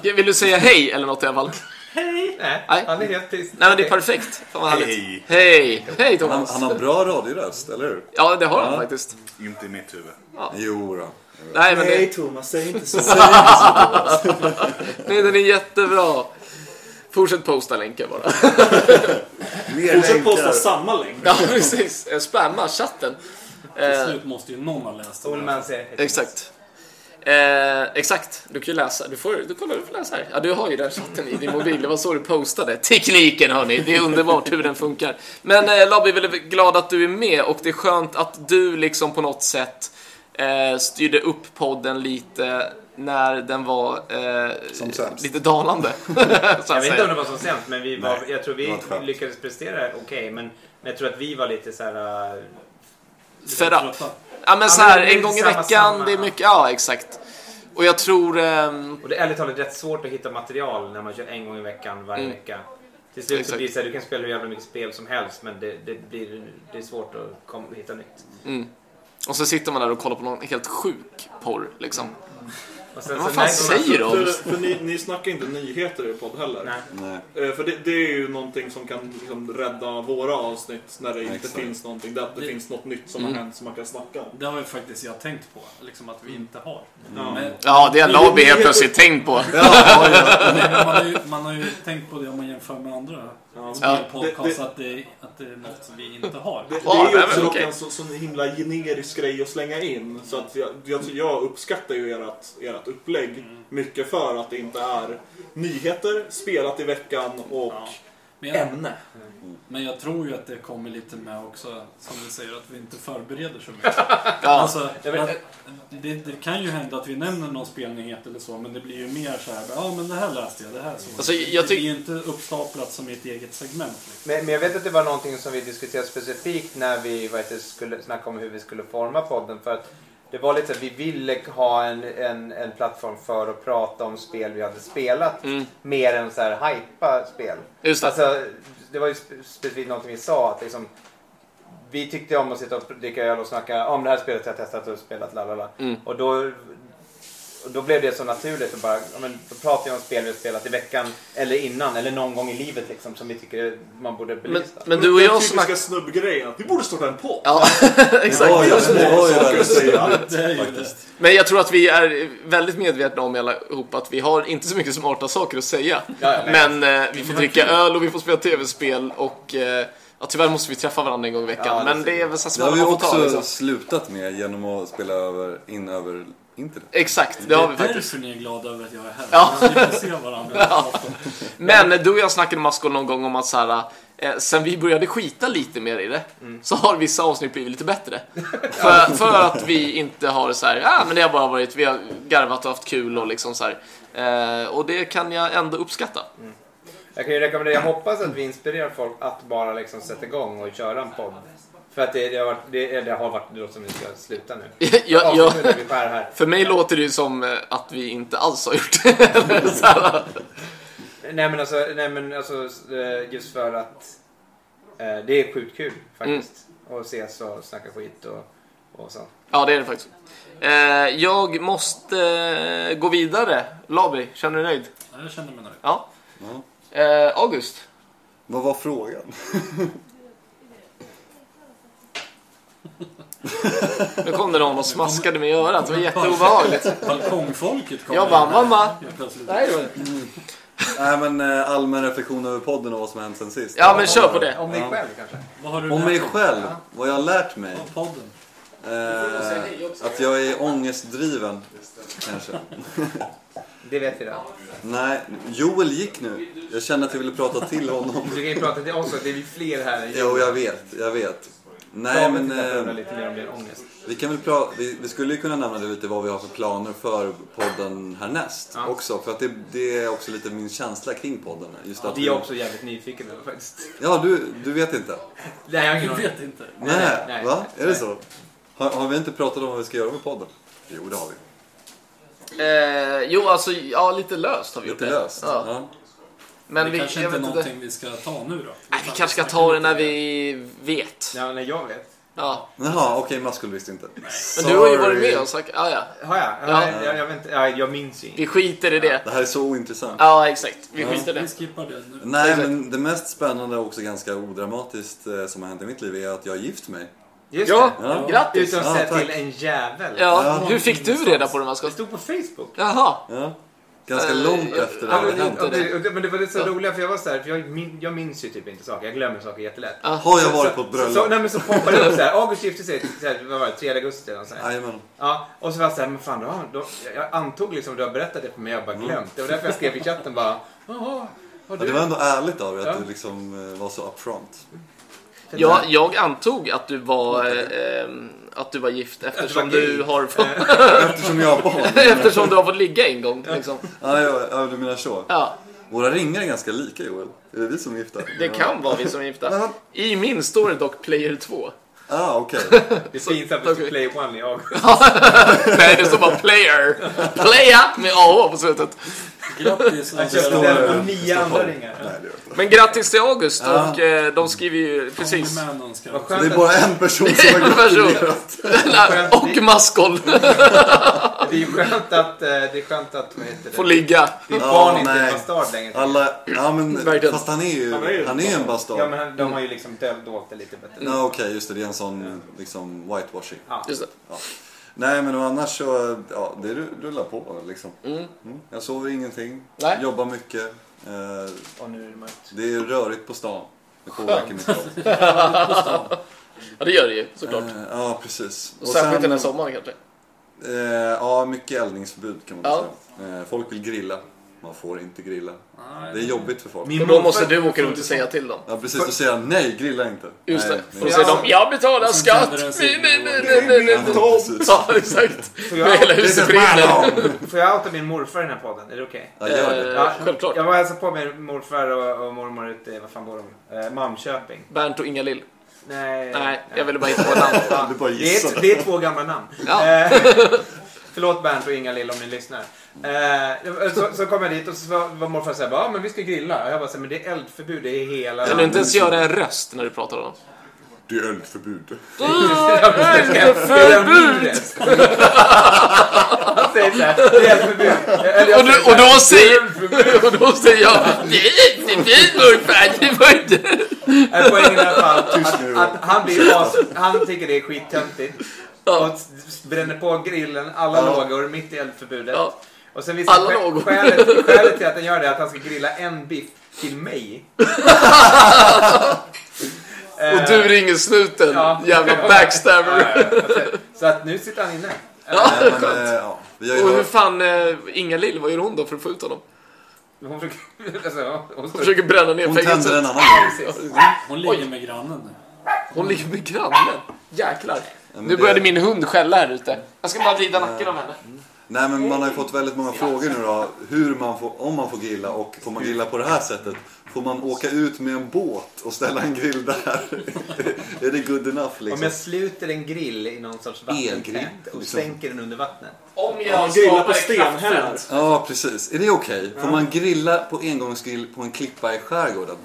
A: Vill du säga hej eller något i alla fall?
C: Nej,
A: Nej.
C: han är helt tyst.
A: Nej men det är perfekt. Fan vad härligt.
G: Hej!
A: Hej! Hej
B: Han,
A: Thomas!
B: han har bra radioröst, eller hur?
A: Ja det har han faktiskt.
G: Inte i mitt huvud.
B: Jo då.
A: Nej men
E: Nej
A: det,
E: Thomas, säg inte så.
A: nej, den är jättebra. Fortsätt posta länken bara.
G: Mer
E: Fortsätt posta
G: länkar.
E: samma länk.
A: Ja precis. Eh, Spamma chatten.
D: Till
A: Eh,
D: slut måste ju någon ha läst det.
C: Solman säger hej.
A: exakt. Eh, exakt. Du kan ju läsa. Du får, du, kolla, du får läsa här. Ja du har ju den chatten i din mobil. Det var så du postade. Tekniken hörni. Det är underbart hur den funkar. Men eh, Lobby, är väldigt glad att du är med och det är skönt att du liksom på något sätt eh, styrde upp podden lite när den var eh,
B: Som sämst.
A: lite dalande. så att
C: Jag vet inte
A: säga.
C: om det var så sämst, men vi var,
B: Nej,
C: jag tror
B: det
C: vi
B: var ett skämt.
C: lyckades prestera okej. men, men jag tror att vi var lite så här... äh,
A: Fed up. Ja men så här,
C: men det är
A: en gång i
C: samma,
A: veckan,
C: samma.
A: det är mycket, ja exakt. Och jag tror... ehm,
C: Och det är ärligt talat rätt svårt att hitta material när man kör en gång i veckan varje
A: Mm.
C: vecka. Till slut så
A: Exakt.
C: blir det så här, du kan spela hur jävla mycket spel som helst men det, det, blir, det är svårt att kom, hitta nytt.
A: Mm. och så sitter man där och kollar på någon helt sjuk porr liksom.
C: Och sen,
A: Men vad fan säger de?
E: För, för ni, ni snackar inte nyheter i podd heller.
C: Nej.
B: Nej.
E: Eh, För det, det är ju någonting som kan liksom rädda våra avsnitt när det inte
B: Exakt.
E: finns någonting. Där att det,
D: Det-
E: finns något nytt som har hänt som man kan snacka om.
D: Det har ju faktiskt jag tänkt på, liksom att vi inte har.
E: Ja.
D: Men,
A: Ja, det har Labi helt plötsligt tänkt på.
D: men man, har ju, man har ju tänkt på det om man jämför med andra
A: Ja.
D: podcasts, att, det, att det är något vi inte har.
E: Det,
A: Ja,
E: det är
A: nej,
E: ju också
A: men
E: dock
A: okej.
E: en så, sån himla generisk grej att slänga in. Så att jag, jag, jag uppskattar ju ert, ert upplägg mycket för att det inte är nyheter, spelat i veckan och
D: Ja. Men jag,
E: ämne.
D: men jag tror ju att det kommer lite med också, som du säger, att vi inte förbereder så mycket.
A: Ja.
D: Alltså, att, det, det kan ju hända att vi nämner någon spelnyhet eller så, men det blir ju mer så här, ja men det här läste jag, det här såg
A: Alltså, jag tyck-
D: Det blir ju inte uppstaplat som i ett eget segment. Liksom.
C: Men, men jag vet att det var någonting som vi diskuterade specifikt när vi vad heter, det, skulle snacka om hur vi skulle forma podden. För att det var lite så att vi ville ha en, en, en plattform för att prata om spel vi hade spelat.
A: Mm.
C: Mer än så här hypa spel.
A: Just det.
C: Alltså, det var ju spe- specifikt någonting vi sa. Att liksom, vi tyckte om att sitta och dricka öl och snacka om det här spelet jag har testat och spelat. Lalala.
A: Mm.
C: Och då och då blev det så naturligt att bara, ja, men, då pratar jag om spel vi har spelat i veckan eller innan eller någon gång i livet liksom som vi tycker man borde
A: Men,
C: belysa.
A: men du och jag
E: Den typiska
A: snackar...
E: snubbgrejen att vi borde starta en podd.
A: Ja, exakt.
B: Oj, oj, oj, oj, oj, oj, oj.
D: Det är ju det.
B: Faktiskt.
A: Men jag tror att vi är väldigt medvetna om allihop att vi har inte så mycket smarta saker att säga.
C: Ja, ja, men-
A: Men eh, vi får dricka öl och vi får spela tv-spel och eh, ja, tyvärr måste vi träffa varandra en gång i veckan.
C: Ja, det
A: men
C: ser
A: det är väl så här
B: Det har
A: som
B: vi
A: man får ta
B: också
A: liksom.
B: slutat med genom att spela över, in över internet.
A: Exakt, det har vi
D: Det är
A: faktiskt.
D: därför ni är glada över att jag är här.
A: Ja.
D: Ni får se varandra. Ja.
A: Men eh, du och jag snackade med Askol någon gång om att så här, eh, sen vi började skita lite mer i det så har vissa avsnitt blivit lite bättre. för, för att vi inte har så här, ah, men det har bara varit, vi har garvat och haft kul och liksom så här. Eh, och det kan jag ändå uppskatta.
C: Jag kan ju rekommendera, jag hoppas att vi inspirerar folk att bara liksom sätta igång och köra en podd. För att det, det, har, varit, det, det har varit, det låter som vi ska sluta nu.
A: jag, jag,
C: Avsluta nu, vi skär här.
A: För mig låter det ju som eh, att vi inte alls har gjort det. Så här.
C: Nej men alltså, nej, men alltså eh, just för att eh, det är sjukt kul faktiskt. Att ses och snacka skit och, och sånt.
A: ja, det är det faktiskt. Eh, Jag måste eh, gå vidare. Labi, känner du dig nöjd?
D: Jag känner mig nöjd.
A: Ja.
B: Ja.
A: Eh, August.
B: Vad var frågan?
A: Nu kom det någon och smaskade mig i örat. Det var jätteobehagligt.
D: Balkongfolket kommer
A: Jag bara,
D: in här.
A: mamma.
D: Helt plötsligt.
A: Nej, det var det.
B: Nej men eh, allmän reflektion över podden och vad som har hänt sen sist.
A: Ja, men kör på det.
C: Eh, Om dig
B: Ja.
C: själv kanske?
D: Vad har du
B: Om
D: lärt
B: mig
D: dig
B: själv, vad jag har lärt mig.
D: av podden?
B: Eh, att jag är ångestdriven, kanske.
C: Det vet vi då.
B: Nej, Joel gick nu. Jag kände att jag ville prata till honom.
C: Du kan ju prata till oss också, det är vi fler här. än
B: Jo, jag vet, jag vet. Nej
C: Damen
B: men...
C: till exempel undrar
B: Eh,
C: lite mer om din ångest.
B: Vi, kan väl pra- vi, vi skulle ju kunna nämna det lite vad vi har för planer för podden härnäst
C: Ja.
B: också. För att det, det är också lite min känsla kring podden. Just att
C: Det är jag också jävligt nyfiken över faktiskt.
B: Ja, du, du vet inte?
C: Nej, jag har ingen
D: Jag
C: aning.
D: vet inte.
B: Nej,
C: nej, nej.
B: va? Är det
C: Nej.
B: så? Har, har vi inte pratat om vad vi ska göra med podden? Jo, det har vi.
A: Eh, jo, alltså, ja, lite löst har vi gjort
B: Lite
A: det.
B: löst.
A: Ja.
B: Ja.
A: Men
D: det
A: vi,
D: kanske
A: jag
D: inte är
A: vet inte.
D: någonting vi ska ta nu då.
A: Nej, Vi kanske ska ta det när vi vet.
C: Ja, nej, jag vet.
A: Ja.
B: Jaha, okej, Maskul visste inte.
A: Men du har ju
B: Sorry.
A: varit med och sagt, ja, ja.
C: Har jag?
A: Ja.
C: Ja. Jag, jag, jag, vet inte. Ja, jag minns ju inte.
A: Vi skiter i det.
B: Det här är så ointressant.
A: Ja, exakt. Vi skiter i det.
D: Vi skippar det nu.
B: Nej, men det mest spännande och också ganska odramatiskt eh, som har hänt i mitt liv är att jag har gift mig.
C: Just
A: Ja,
C: det.
B: Ja.
A: grattis!
C: Utan att
B: Ja,
C: säga
B: tack.
C: till en jävel.
A: Ja, hur fick du reda på det,
C: Det
A: Maskot?
C: stod på Facebook.
A: Jaha.
B: Ja. Ganska
A: Eh,
B: långt
A: jag-
B: efter det
A: jag
B: hade
A: vet
B: hänt.
A: inte. det.
C: Och det- Men det var lite så
A: Ja.
C: roliga för jag var så här, för jag, min, jag minns ju typ inte saker. Jag glömmer saker jättelätt.
B: Har jag varit
C: Så-
B: på ett
C: Så, så,
B: bröllop?
C: nej, men så poppade det upp så här. August gifte sig så här, vad var det, 3 augusti eller nåt sånt här.
B: Jajamän.
C: Ja, och så var jag såhär, men fan, då, har- då, jag antog liksom att du har berättat det för mig, jag har bara glömt det. Och därför jag skrev i chatten bara, jaha, har
B: Mm. Ja, det
C: du?
B: var ändå ärligt av er att
C: Ja.
B: du liksom eh, var så upfront.
A: Jag, jag antog att du var eh, ehm, att du var gift eftersom
C: gay.
A: du har fått,
B: Eftersom jag har barn.
A: eftersom du har fått ligga en gång. Liksom.
B: Ja, ja, ja, du menar så.
A: Ja,
B: Våra ringar är ganska lika Joel. Är det vi som är gifta?
A: det kan vara vi som är gifta. I min står det dock Player 2.
B: Ah, okej.
C: Det är pinsamt att
A: okej.
C: du play one i August.
A: Nej, det står bara player. Playa med AH på slutet.
D: Grattis!
C: Jag
D: Andreas.
C: köpte
B: står-
C: den och
B: det
C: nio
B: står
C: andra
B: tolv.
C: ringar.
G: Nej, det gör det inte.
A: Men grattis till August
B: Ja.
A: och eh, de skriver ju precis.
D: Only Man önskar.
C: Vad
B: Det är
C: skönt att
B: bara en person som
A: En
B: har
A: person.
B: gratulerat.
A: och maskol
C: det är ju skönt att, eh, det är skönt att vad heter
A: får
C: det?
A: ligga.
C: Ditt
B: Ja,
C: barn inte är
B: nej.
C: en bastard längre.
B: Alla, ja men
A: Verkligen.
B: fast han är ju,
E: Han är ju-
B: han är ju en
C: Ja,
B: bastard. Mm.
C: men han- de har ju liksom döv- dolt det lite bättre.
B: Ja okej, just det. Det är en sån liksom whitewashing.
C: Ja.
A: Just det.
B: Nej men och annars så, ja det rullar på liksom. Mm. Jag sover ingenting,
A: Nej.
B: jobbar mycket. Eh,
C: Och nu är det mörkt.
B: det är rörigt på stan. Det påverkar mitt jobb.
A: Ja, det gör det ju såklart.
B: Eh, ja precis.
A: Och särskilt den här sommaren kanske.
B: eh, Ja, mycket eldningsförbud kan man
A: Ja.
B: säga. Eh, folk vill grilla. Man får inte grilla.
D: Nej.
B: Det
G: Mm.
B: är jobbigt för folk.
C: Min
A: Och då måste du åka runt och säga till dem.
B: Ja precis, och säga nej, grilla inte.
A: Just
B: nej,
A: det. Och
B: nej.
A: då säger de jag betalar
D: Och sen
A: skatt.
D: tänder den
A: Nej,
D: sig.
A: nej, nej, nej, nej, nej.
B: Ja, precis.
A: Ja, exakt.
C: Får
A: Med hela
C: jag,
A: huset brinner.
C: får jag outa min morfar i den här podden? Är det okej?
B: Ja, gör det.
A: Eh, Självklart.
C: Jag var och hälsade på min morfar och, och mormor ute i, vad fan bor de? Eh, Malmköping.
A: Bernt och Inga-Lill.
C: Nej.
A: Nej, jag ville bara hitta på namn.
C: Ja,
B: Du bara
C: det,
B: gissade.
C: är, det är två gamla namn.
A: Ja.
C: Eh, förlåt Bernt och Inga-Lill om ni lyssnar. Eh, så, så kom jag dit och så var var morfar såhär, ja men vi ska grilla. Och jag bara, så här, men det är eldförbud i hela
A: Kan du inte ens göra en röst när du pratar om dem?
G: Det är eldförbud.
C: Förbud! Han säger såhär, det är eldförbud. Eller jag
A: Och, du,
C: säger
A: och, då
C: såhär,
A: säger, och då säger jag nej, det är nog fan, det var inte...
C: Nej, Äh, Poängen i alla fall
G: Tyst
C: att,
G: nu.
C: att han, blir as, han tycker det är skittöntigt.
A: Ja.
C: Och s- bränner på grillen alla lågor mitt i eldförbudet.
A: Ja.
C: Och sen visar
A: Alla
C: skä-
A: lågor.
C: skälet, skälet till att han gör det är att han ska grilla en biff till mig. Eh,
A: Och du ringer snuten,
C: Ja.
A: jävla backstabber.
C: Alltså, Så att nu sitter han inne.
A: Ja,
B: Nej, men, eh, ja. Vi har ju
A: Och hur
B: hört,
A: fan, eh, Inga-Lill, vad gör hon då för att få ut honom?
C: Hon försöker... Alltså,
A: Hon
C: hon
A: försöker bränna ner
B: hon tänder en
A: fängelset.
B: annan
C: precis.
D: Hon ligger med grannen nu.
A: Hon ligger med grannen. Jäklar.
B: men
A: Nu
B: det-
A: började min hund skälla här ute. Jag ska bara vrida nacken av henne.
B: Nej men man har ju fått väldigt många frågor nu då. Hur man får, om man får grilla och får man grilla på det här sättet? Får man åka ut med en båt och ställa en grill där? är det good enough
C: Om
B: liksom?
C: jag sluter en grill i någon sorts
B: Elgrill,
C: vattentäkt och
B: liksom.
C: sänker den under vattnet.
A: Om
E: Man
A: jag
E: grillar
A: skapar
E: på
A: ett kraftfält.
E: stenhällar.
B: Ja precis, är det okej? Får man grilla på engångsgrill på en klippa i skärgården?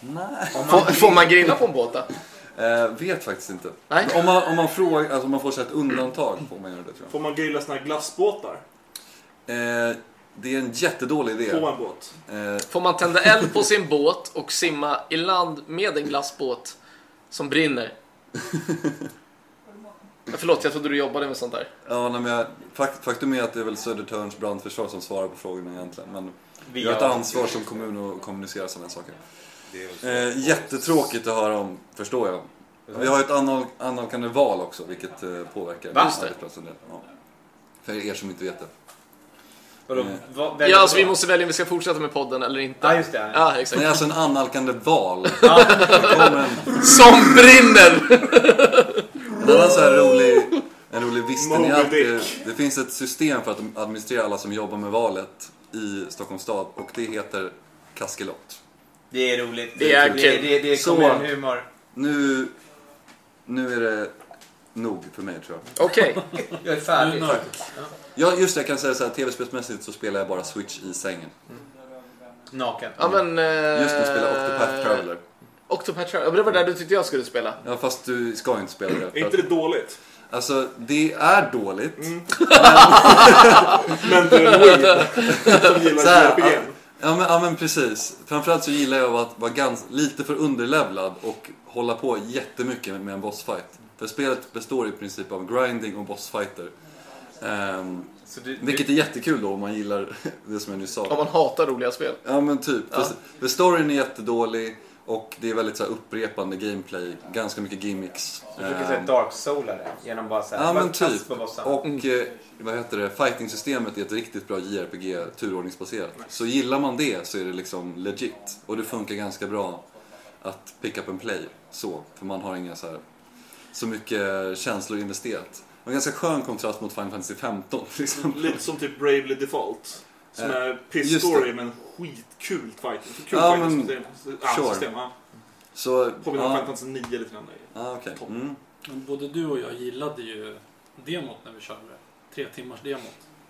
B: Nej.
A: Får, får man grilla på en båt då?
B: Eh, vet faktiskt inte.
A: Nej.
B: Men Om, man, om man frågar, alltså om man får så här ett undantag får man göra det tror jag.
E: Får man grilla såna här glassbåtar
B: Eh, det är en jättedålig idé.
E: på en båt?
B: Eh,
A: Får man tända eld på sin båt och simma i land med en glassbåt som brinner? Ja, Förlåt, jag trodde du jobbade med sånt där.
B: ja, nej, men jag, fakt, faktum är att det är väl Södertörns brandförsvar som svarar på frågorna egentligen. Men vi har ett ansvar som kommun att kommunicera sådana här saker.
G: Det är väl så.
B: Eh, jättetråkigt att höra om, förstår jag. Vi har ju ett annal- annalkande val också, vilket eh, påverkar
A: Va? Just det.
B: arbetsplatsen. en del. Ja. För er som inte vet det.
C: Vadå,
B: Mm.
C: vad- väljer
A: Ja, alltså
C: du
A: vi
C: då?
A: måste välja om vi ska fortsätta med podden eller inte.
C: Ja, just det.
A: Ja,
B: Nej,
A: exakt.
B: alltså en annalkande val. Det kommer en
A: Som brinner!
B: En annan så här rolig, en rolig visste ni
E: Moby
B: att det,
E: Dick.
B: det finns ett system för att administrera alla som jobbar med valet i Stockholms stad och det heter Kaskelot.
C: Det är roligt.
A: Det är
C: det,
A: kul.
C: det, det är
B: Så.
C: kommunhumor.
B: Nu, nu är det nog för mig tror jag.
A: Okej.
C: Jag är
D: Nu
C: färdig.
D: nörd.
B: Ja just det, jag kan säga så här, tv-spelsmässigt så spelar jag bara Switch i sängen.
C: Naken.
A: Ja, men... Eh,
B: Just nu spelar jag Octopath Traveler.
A: Octopath Traveler. Ja, men det var där du tyckte jag skulle spela.
B: Ja fast du ska ju inte spela det.
E: Är
B: för
E: inte
B: att-
E: det dåligt?
B: Alltså det är dåligt.
E: Men du är nöjd som gillar
B: Så här,
E: JRPG.
B: Ja men, ja men precis. Framförallt så gillar jag att vara gans, lite för underlevlad och hålla på jättemycket med en bossfight. För spelet består i princip av grinding och bossfighter. Ehm,
C: Så du,
B: vilket är jättekul då om man gillar det som jag nyss
A: Om
B: sa.
A: man hatar roliga spel.
B: Ja men typ. För, för storyn är jättedålig och det är väldigt så här, upprepande gameplay. Ganska mycket gimmicks.
C: Du brukar
B: Ehm,
C: säga dark soulare genom bara såhär,
B: Ja
C: bara
B: men
C: kast
B: typ.
C: på bossarna.
B: Och eh, vad heter det, fighting-systemet är ett riktigt bra JRPG, turordningsbaserat. Så gillar man det så är det liksom legit. Och det funkar ganska bra att pick up and play så. För man har inga så här, så mycket känslor investerat. Och en ganska skön kontrast mot Final Fantasy liksom. 15 till exempel.
E: Lite som typ Bravely Default. Som
B: Eh,
E: är
B: just
E: piss-story men skitkul fighting. Kul
B: Ja,
E: fighting
B: men,
E: system. Ja,
B: sure.
E: system ja.
B: Så,
E: Påminner om Final
B: ja,
E: Fantasy 9 lite grann.
B: ah, okej. Mm.
F: Men både du och jag gillade ju demot när vi körde. Tre timmars demot.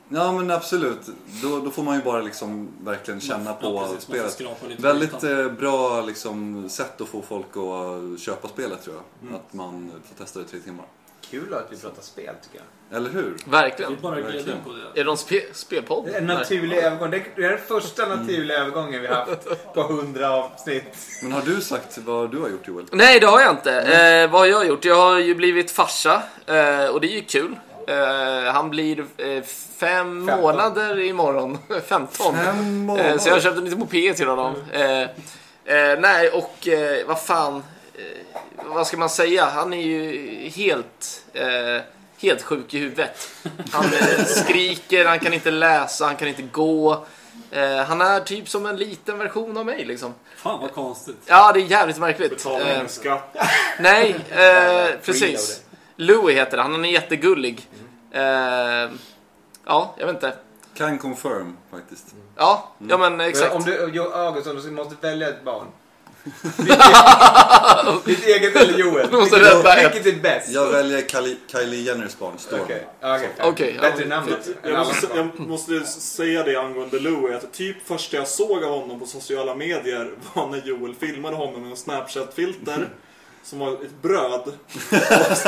B: Ja men absolut, då, då får man ju bara liksom verkligen känna på
F: ja, precis, man får
B: spelet.
F: skrapa lite på
B: Väldigt
F: ytan.
B: eh, bra liksom, sätt att få folk att köpa spelet tror jag. Att man får testa det i tre timmar.
C: Kul att vi pratar spel tycker jag.
B: Eller hur?
F: Vi
A: Verkligen.
F: bara gled in
B: verkligen.
F: på det.
A: Är de spe- spelpodd?
B: Eh,
C: En
A: Nej. Mm.
C: naturlig övergång. Det är det är den första naturliga övergången vi har haft på 100 avsnitt.
B: Men har du sagt vad du har gjort Joel?
A: Nej, det har jag inte. Eh, vad har jag gjort? Jag har ju blivit farsa eh, och det är ju kul. Eh, han blir eh, fem månader imorgon. 15.
B: Fem
A: Eh, så jag har
B: månader? Mm.
A: köpt en liten moped till honom. Eh, eh, nej, och eh, vad fan. Eh, vad ska man säga? Han är ju helt, eh, helt sjuk i huvudet. Han eh, skriker, han kan inte läsa, han kan inte gå. Eh, han är typ som en liten version av mig liksom.
F: Fan vad konstigt.
A: Ja, det är jävligt märkligt.
E: Betala
A: Eh,
E: ingen skatt.
A: Nej, eh, precis. Louis heter han, han är jättegullig. Eh, ja, jag vet inte.
B: Can confirm faktiskt.
A: Ja, ja men exakt.
C: Om du, Jo- August, om du måste välja ett barn. Ditt eget eller Joel?
A: Du måste
C: Vilket-
A: rädda ett.
C: Vilket är bäst?
B: Jag väljer Kylie, Kylie Jenners barn, Storm.
C: Okej, okej.
A: Okej, ja.
C: Bättre namn också.
E: Jag måste, jag måste säga det angående Louie, att typ första jag såg av honom på sociala medier var när Joel filmade honom med en Snapchat-filter som var ett bröd.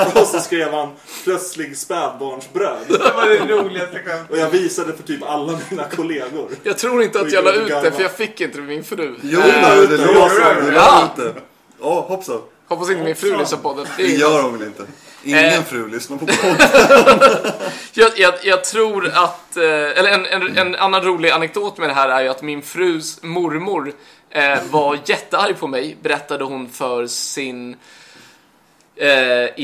E: Och, och så skrev han plötslig spädbarnsbröd.
C: Det var det roligaste skämtet.
E: Och jag visade för typ alla mina kollegor.
A: Jag tror inte att jag la ut det för jag fick inte det med min fru.
B: Jo,
A: Eh,
B: det låter
E: gör
B: som
E: det.
B: det.
A: Ja.
B: låter inte. Åh, hoppsan.
A: hoppas inte min fru lyssnar på det. det.
B: Det
A: är-
B: gör hon väl inte? Ingen
A: Eh.
B: fru lyssnar på podden.
A: Jag, jag, jag tror att, eh, eller en, en, en annan rolig anekdot med det här är ju att min frus mormor eh, var jättearg på mig, berättade hon för sin eh,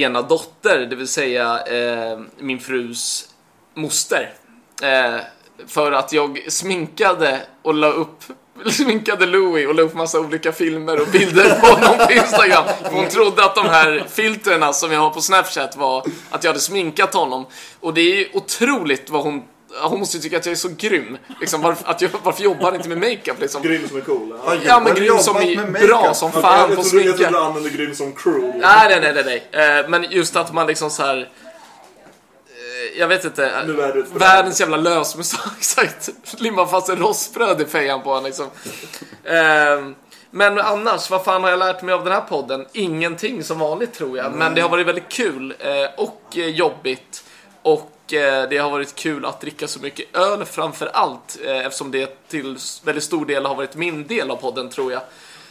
A: ena dotter, det vill säga eh, min frus moster. Eh, för att jag sminkade och la upp sminkade Louis och la upp massa olika filmer och bilder på honom på Instagram. För Hon trodde att de här filterna som jag har på Snapchat var att jag hade sminkat honom. Och det är ju otroligt vad hon... Hon måste ju tycka att jag är så grym. Liksom, varför, att jag, varför jobbar han inte med makeup liksom?
E: Grym som är cool. Ja.
A: Ja men
B: du
A: grym som
B: jobbat
A: är
B: med makeup?
A: bra som fan på
E: jag trodde, jag
A: sminka.
E: trodde du använde grym som crew.
A: Nej, nej, nej, nej, nej. Eh, Men just att man liksom så här. eh, Jag vet inte. eh,
E: Nu är du ett förlag.
A: Världens jävla lösmustasch. Exakt. Limmar fast ett rostbröd i fejan på honom liksom. Eh, Men annars, vad fan har jag lärt mig av den här podden? Ingenting som vanligt tror jag. Men det har varit väldigt kul eh, och eh, jobbigt. Och eh, det har varit kul att dricka så mycket öl framför allt. eh, Eftersom det till s- väldigt stor del har varit min del av podden tror jag.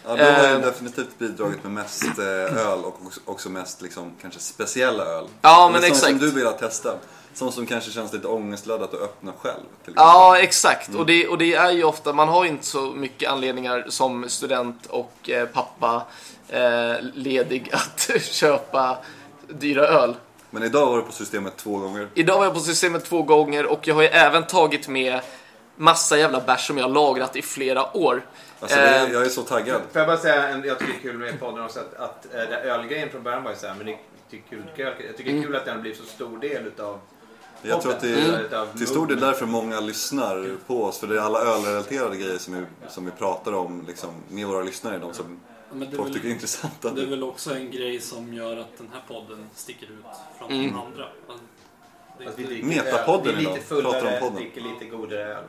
B: Ja, du har ju
A: Eh.
B: definitivt bidragit med mest eh, öl och också- också mest liksom, kanske speciella öl.
A: Ja,
B: Eller
A: men
B: sånt
A: exakt.
B: som du vill att testa. Sånt som kanske känns lite ångestladdat att öppna själv. Till
A: Ja, exakt. Och, det, och det är ju ofta, man har ju inte så mycket anledningar som student och eh, pappa eh, ledig att köpa dyra öl.
B: Men idag var du på systemet två gånger.
A: Idag var jag på systemet två gånger och jag har ju även tagit med massa jävla bärs som jag har lagrat i flera år.
B: Alltså, det,
A: Eh,
B: jag är så taggad.
C: Får jag bara säga en, jag tycker det är kul med podden också att, att eh, den här ölgrejen från början var ju så här, men det, jag tycker kul, jag
A: Mm.
C: tycker det är kul att den har blivit så stor del utav
B: Jag tror att det
C: podden,
A: Mm.
B: är
C: utav
B: till stor del därför många lyssnar på oss. För det är alla ölrelaterade grejer som vi, som vi pratar om liksom, med våra lyssnare. De som
F: Men det är,
B: folk tycker är
F: väl,
B: intressanta.
F: det är väl också en grej som gör att den här podden sticker ut från
A: Mm.
F: de andra. Att det är
C: att
F: inte-
C: vi dricker
B: Metapodden
C: öl. Vi är
B: idag.
C: lite fullare,
B: Pratar om podden.
C: dricker lite godare öl.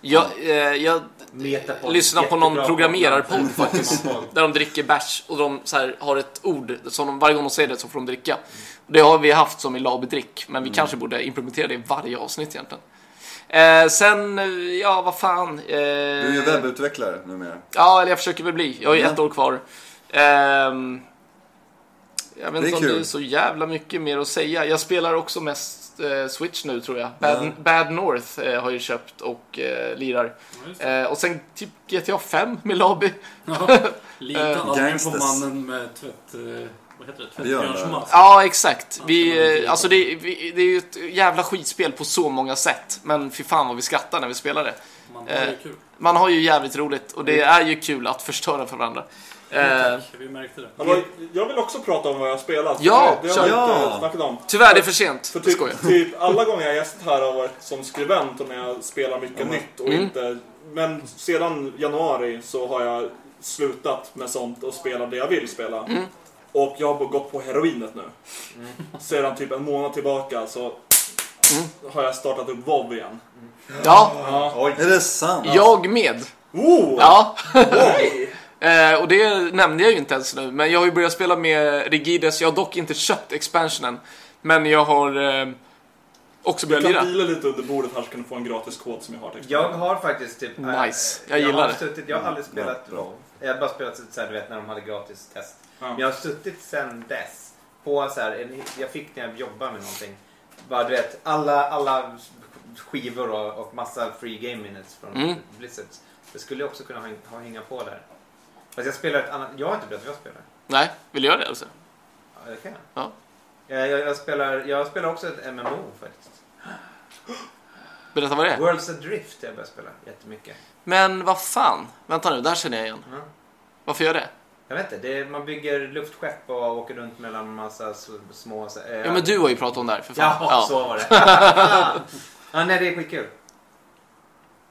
A: jag eh, jag
C: Metapodden.
A: lyssnar på någon
C: jättebra
A: programmerarpodd
C: podd.
A: faktiskt.
C: Podd.
A: Där de dricker bärs och de så här, har ett ord som de, varje gång de säger det så får de dricka. Och det har vi haft som i labedrick, men vi
B: Mm.
A: kanske borde implementera det i varje avsnitt egentligen. Eh, sen, eh, ja vad fan. Eh,
B: Du är ju webbutvecklare numera.
A: Ja, eller jag försöker väl bli. Jag har ju
B: Mm.
A: ett år kvar. Ehm, jag vet
B: Det är
A: inte om det
B: kul.
A: är så jävla mycket mer att säga. Jag spelar också mest eh, Switch nu tror jag. Bad,
B: Mm.
A: Bad North eh, har jag ju köpt och eh, lirar. Eh, och sen typ GTA 5 med Laby.
F: Ja, Lita
A: Eh,
F: aldrig på
B: gangsters.
F: mannen med tvätt... eh, Vad heter det?
B: Björn,
F: Tvättbjörnsmask.
A: Ja, exakt. Vi,
F: Mm.
A: eh, alltså det, vi, det är ju ett jävla skitspel på så många sätt. Men fy fan vad vi skrattar när vi spelar det.
F: Man har ju
A: Eh,
F: kul.
A: Man har ju jävligt roligt och det är ju kul att förstöra för varandra. Eh,
F: Tack, vi märkte det.
E: Hallå, jag vill också prata om vad jag har spelat.
A: Ja,
E: det har
B: kör.
E: jag inte
B: Ja.
E: snackat om.
A: tyvärr, det är för sent.
E: För
A: Jag skojar.
E: typ, typ alla gånger jag gästat här har varit som skribent och när jag spelar mycket nytt och inte... Men sedan januari så har jag slutat med sånt och spelar det jag vill spela. Och jag har gått på heroinet nu. Sedan typ en månad tillbaka så har jag startat upp WoW igen.
A: Ja,
B: Är det sant?
A: jag med.
E: Oh!
A: Ja.
E: Oj!
A: Eh, och det nämnde jag ju inte ens nu, men jag har ju börjat spela med Rigides. Jag har dock inte köpt expansionen, men jag har eh, också
E: Du
A: börjat
E: kan
A: lira.
E: vila lite under bordet här så kan du få en gratis kod som jag har. Text.
C: Jag har faktiskt typ...
A: Nice. Jag
C: har
A: gillar det.
C: Suttit, jag har aldrig spelat...
B: Bra.
C: Jag har bara spelat så här, du vet, när de hade gratis test.
E: Ja.
C: Men jag har suttit sen dess på så här, en, jag fick när jag jobbade med någonting. Bara du vet, alla, alla skivor och, och massa free game minutes från
A: Mm.
C: Blizzard. Det skulle jag också kunna ha, ha hänga på där. Fast jag spelar ett annat, jag har inte berättat vad jag spelar.
A: Nej, vill du göra det alltså?
C: Ja, det kan jag.
A: Ja.
C: Jag, jag, jag, spelar, jag spelar också ett MMO faktiskt.
A: Berätta vad det är.
C: Worlds Adrift har jag börjat spela jättemycket.
A: Men vad fan, vänta nu, där känner jag igen.
C: Ja.
A: Varför gör jag det?
C: Jag vet inte, det är, man bygger luftskepp och åker runt mellan massa s- små... så- eh,
A: Ja men du har ju pratat om det här för fan.
C: Ja, så var det. ja, nej, det är skitkul.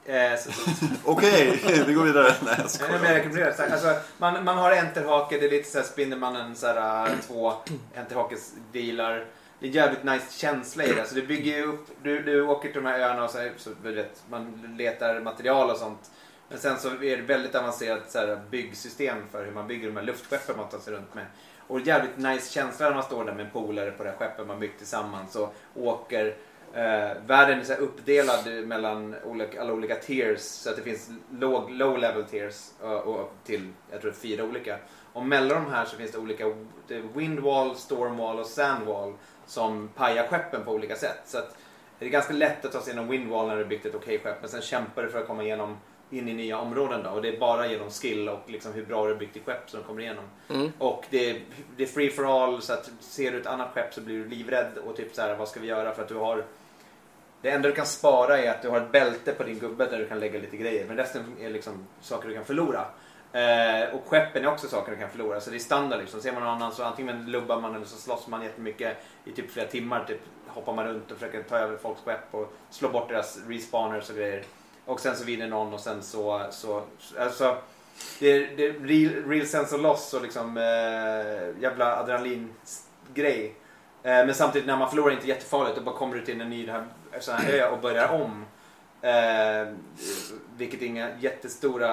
C: Eh, så, så,
B: Okej, vi går vidare. Nej, jag
C: nej, men jag
B: skojar.
C: rekommenderar det. Så här, Alltså, man, man har enterhake, det är lite såhär Spindelmannen, så här, äh, två enterhakes-dealar. Det är jävligt nice känsla i det. Så du bygger ju upp, du, du åker till de här öarna och så, här, så du vet, man letar material och sånt. Men sen så är det väldigt avancerat så här, byggsystem för hur man bygger de här luftskeppen man tar sig runt med. Och jävligt nice känsla när man står där med en polare på det här skeppet man byggt tillsammans och åker. Eh, världen är så här uppdelad mellan olika, alla olika tiers så att det finns låg, low level tiers eh, och upp till jag tror fyra olika. Och mellan de här så finns det olika det är windwall, stormwall och sandwall som pajar skeppen på olika sätt. Så att det är ganska lätt att ta sig igenom windwall när du byggt ett okej skepp men sen kämpar du för att komma igenom in i nya områden då och det är bara genom skill och liksom hur bra du har byggt ditt skepp som du kommer igenom.
A: Mm.
C: Och det är, det är free for all så att ser du ett annat skepp så blir du livrädd och typ så här vad ska vi göra för att du har det enda du kan spara är att du har ett bälte på din gubbe där du kan lägga lite grejer men resten är liksom saker du kan förlora. Eh, och skeppen är också saker du kan förlora så det är standard liksom. Ser man någon annan så antingen lubbar man eller så slåss man jättemycket i typ flera timmar. Typ hoppar man runt och försöker ta över folks skepp och slå bort deras respawners och grejer. Och sen så vinner någon och sen så... så alltså, det är, det är real, real sense of loss och liksom eh, jävla adrenalin-grej. Eh, men samtidigt när man förlorar är det inte jättefarligt. Då bara kommer du till en ny här, sån här ö och börjar om. Eh, vilket är inga jättestora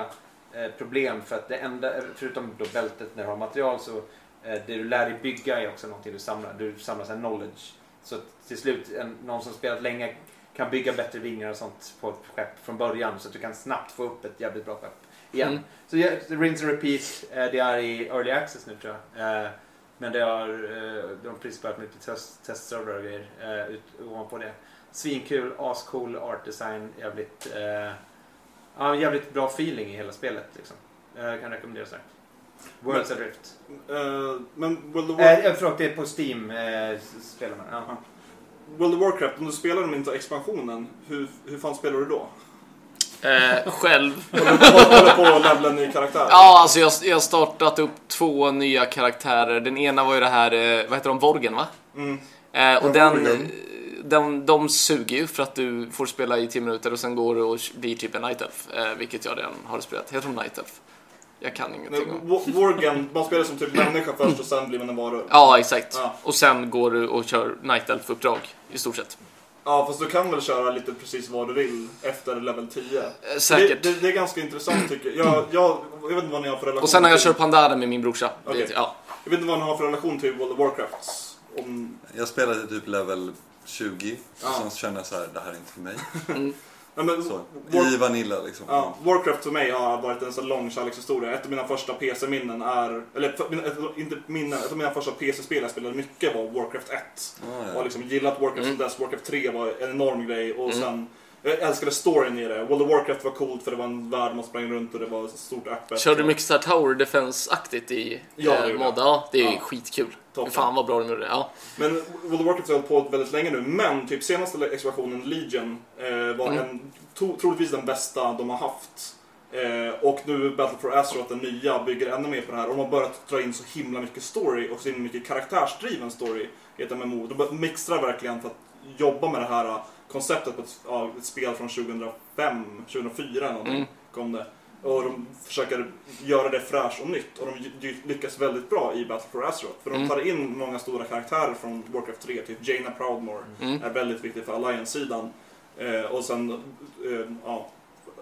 C: eh, problem för att det enda, förutom då bältet när du har material så eh, det du lär dig bygga är också någonting du samlar. Du samlar sån här knowledge. Så att till slut, en, någon som spelat länge kan bygga bättre vingar och sånt på ett skepp från början så att du kan snabbt få upp ett jävligt bra skepp igen.
A: Mm.
C: Så ja, rinse and repeat, eh, det är i early access nu tror jag. Eh, Men det har, eh, de har precis börjat med lite test- testservrar och grejer eh, ut- ovanpå det. Svinkul, ascool art design, jävligt, eh, ja, jävligt bra feeling i hela spelet. Liksom. Eh, Jag kan rekommendera det. Worlds Adrift.
E: Eh, men World of, War-
C: Eh, eh, förlåt, det är på Steam eh, s- spelar man. Ja.
E: World of Warcraft, om du spelar dem inte expansionen, hur, hur fan spelar du då?
A: Eh, själv.
E: Håller på att levla en ny karaktär?
A: Ja, alltså jag jag har startat upp två nya karaktärer. Den ena var ju det här, eh, vad heter de, Vorgen va?
E: Mm.
A: Eh, och
G: Ja,
A: den,
G: Vorgen.
A: den, de suger ju för att du får spela i 10 minuter och sen går du och blir typ en Night Elf, eh, vilket jag redan har spelat. Heter de Night Elf? Jag kan ingenting om.
E: Men Wa- Worgen, man spelar som typ människa först och sen blir man en varulv.
A: Ja, exakt.
E: Ja.
A: Och sen går du och kör Night Elf-uppdrag i stort sett.
E: Ja, fast du kan väl köra lite precis vad du vill efter level 10?
A: Eh, säkert.
E: Det, det, det är ganska intressant tycker jag. Jag, jag. jag vet inte vad ni har för relation
A: Och sen har jag
E: till,
A: kört Pandaren med min brorsa. Det-
E: Okej.
A: Ja.
E: Jag vet inte vad ni har för relation till World of Warcraft. Om,
B: Jag spelade typ level 20,
E: Ja.
B: och sen så kände jag så här, det här är inte för mig.
E: nej, men,
B: Så,
E: War,
B: I Vanilla liksom.
E: ja, Warcraft för mig har varit en så lång kärlekshistoria. Ett av mina första PC-minnen är... Eller för, mina- ett, inte minnen, ett av mina första PC-spel jag spelade mycket var Warcraft 1.
B: Ah,
E: Och
B: ja.
E: liksom gillat Warcraft
A: Mm.
E: som dess. Warcraft 3 var en enorm grej. Och sen, jag älskade storyn i det. World of Warcraft var coolt för det var en värld man sprang runt och det var stort öppet.
A: Körde du mycket så här Tower Defense-aktigt i
E: Ja, det
A: eh,
E: gjorde
A: Modda? Ja, det är ju
E: Ja.
A: skitkul.
E: Toppen.
A: Fan vad bra de gjorde det. Ja.
E: Men World of Warcraft har hållit på väldigt länge nu. Men typ senaste expansionen Legion eh, var
A: Mm.
E: en, to, troligtvis den bästa de har haft. Eh, och nu Battle for Azeroth, den nya, bygger ännu mer på det här. Och de har börjat dra in så himla mycket story och så himla mycket karaktärsdriven story i ett MMO. De bör- mixtrar verkligen för att jobba med det här eh, konceptet på ett, ja, ett spel från 2005, 2004 någonting
A: Mm.
E: kom det. Och Och de försöker göra det fräscht och nytt. Och de ly- lyckas väldigt bra i Battle for Azeroth. För de
A: Mm.
E: tar in många stora karaktärer från Warcraft 3. Typ Jaina Proudmore
A: Mm.
E: är väldigt viktig för Alliance-sidan. Eh, och sen eh, ja,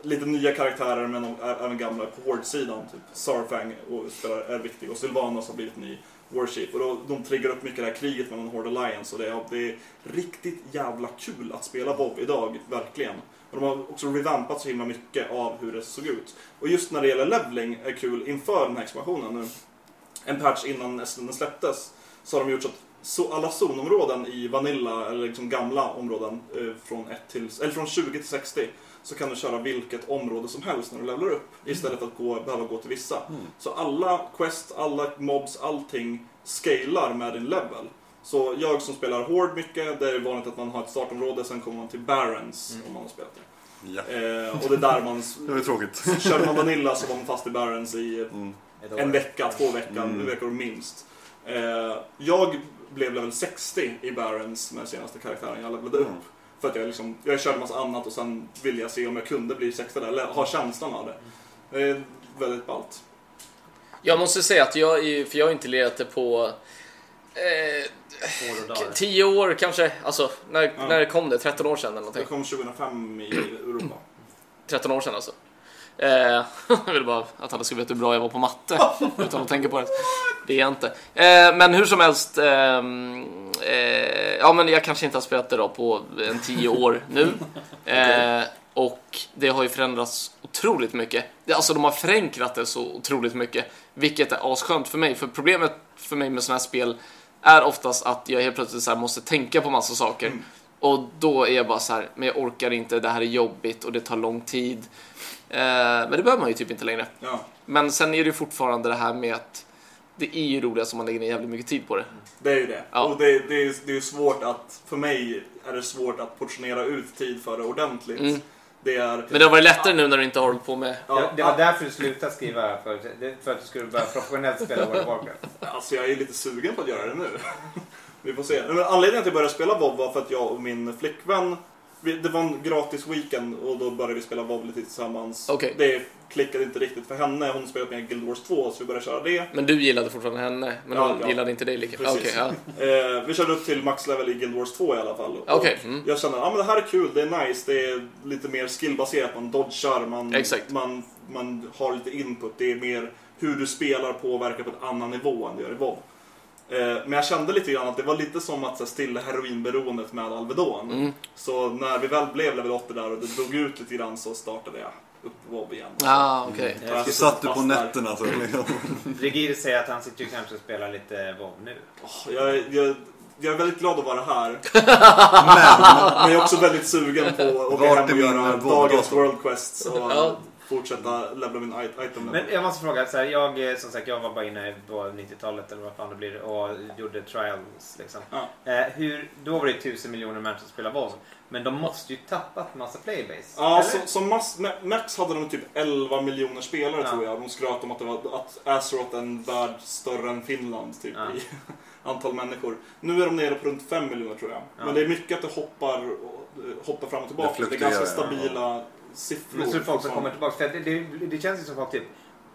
E: lite nya karaktärer men de är även gamla på Horde-sidan. Typ Sarfang och spelar, är viktig och Sylvanas har blivit ny Warship. Och då, de triggar upp mycket det här kriget mellan Horde och Alliance och det, är- det är riktigt jävla kul att spela WoW idag, verkligen. Och de har också revampat så himla mycket av hur det såg ut. Och just när det gäller leveling är kul inför den här expansionen nu. En patch innan den släpptes så har de gjort så att så alla zonområden i Vanilla, eller liksom gamla områden, eh, från, 1 till, eller från 20 till 60 så kan du köra vilket område som helst när du levlar upp istället för att gå, behöva gå till vissa.
B: Mm.
E: Så alla quest, alla mobs, allting scalar med din level. Så jag som spelar hård mycket, det är vanligt att man har ett startområde, sen kommer man till Barons om man har spelat det.
B: Ja.
E: Eh, och det är där man...
B: Det var ju tråkigt.
E: Körde man Vanilla så var man fast i Barons i
C: Ett
E: en
C: år.
E: vecka, två veckor,
B: Mm.
E: veckor minst. Eh, jag blev level 60 i Barons med senaste karaktären jag levlade upp.
B: Mm.
E: För att jag, liksom, jag körde massa annat och sen ville jag se om jag kunde bli 60 där, eller ha känslan av det. Det är väldigt ballt.
A: Jag måste säga att jag, är, ju- för jag har inte lirat det på eh,
C: År och dagar.
A: tio år kanske, alltså när,
E: Ja.
A: när det kom det? 13 år sedan eller
E: Det
A: någonting.
E: kom 2005 i
A: Mm.
E: Europa.
A: 13 år sedan alltså. Eh, jag ville bara att alla skulle veta hur bra jag var på matte utan att tänka på det. Det är jag inte. Eh, men hur som helst. ehm, eh, ja, men jag kanske inte har spelat det då på en 10 år nu. Eh, och det har ju förändrats otroligt mycket. Det- Alltså de har förenklat det så otroligt mycket. Vilket är asskönt för mig. För problemet för mig med sådana här spel är oftast att jag helt plötsligt så här måste tänka på massa saker. Och då är jag bara så här, men jag orkar inte, det här är jobbigt och det tar lång tid. Eh, men det behöver man ju typ inte längre.
E: Ja.
A: Men sen är det ju fortfarande det här med att det är ju roligast om man lägger ner jävligt mycket tid på det.
E: Det är ju det.
A: Ja.
E: Och det, det, är, det är svårt att, för mig är det svårt att portionera ut tid för det ordentligt.
A: Mm.
E: Det är...
A: Men det har varit lättare nu när du inte har hållit på med...
E: Ja,
C: Ja, det var därför du slutade skriva förut. Det- För att du skulle börja professionellt spela World of Warcraft.
E: Alltså jag är lite sugen på att göra det nu. Vi får se. Men anledningen till att jag började spela WoW var för att jag och min flickvän, vi, det var en gratis weekend och då började vi spela WoW lite tillsammans.
A: Okej.
E: Det klickade inte riktigt för henne, hon spelade med Guild Wars 2 så vi började köra det.
A: Men du gillade fortfarande henne, men
E: Ja,
A: hon
E: ja.
A: gillade inte dig lika
E: Precis.
A: Okej, ja.
E: Eh, vi körde upp till maxlevel i Guild Wars 2 i alla fall. Och
A: Okej, mm.
E: Jag kände att ah, men det här är kul, det är nice, det är lite mer skillbaserat, man dodgar, man,
A: Exakt.
E: man, man har lite input. Det är mer hur du spelar påverkar på en annan nivå än det gör i WoW. Eh, men jag kände lite grann att det var lite som att så här, stilla heroinberoendet med Alvedon.
A: Mm.
E: Så när vi väl blev level 80 där och det dog ut lite grann så startade jag upp WoW igen.
A: Ah, okej.
E: Och jag
B: Så satt du på
E: fastnar.
B: nätterna så. Liksom.
C: Brigid säger att han sitter ju kanske och spelar lite WoW nu.
E: Åh, Jag, jag, jag är väldigt glad att vara här.
B: Men
E: Men jag är också väldigt sugen på att åka
B: Vart
E: hem
B: är min
E: och göra
B: båda
E: dagens
B: dator?
E: World Quests och
A: Ja.
E: fortsätta levla min it- item
C: Men
E: level.
C: jag måste fråga, så här, jag, eh, som sagt, jag var bara inne på 90-talet eller vad fan det blir och gjorde trials. Liksom.
E: Ja.
C: Eh, hur, då var det tusen miljoner människor som spelade WoW. Men de måste ju tappat massa playbase.
E: Ja,
C: eller?
E: som, som mass, ma- max hade de typ 11 miljoner spelare
C: Ja.
E: tror jag. De skröt om att, det var, att Azeroth är en värld större än Finland typ
C: Ja.
E: i antal människor. Nu är de nere på runt 5 miljoner tror jag.
C: Ja.
E: Men det är mycket att det hoppar, och- eh, hoppar fram och tillbaka. Det, är
B: fluktuerar,
E: ganska
B: ja.
E: stabila siffror.
C: Men så är det folk som kommer tillbaka. För att det, det, det känns ju som folk typ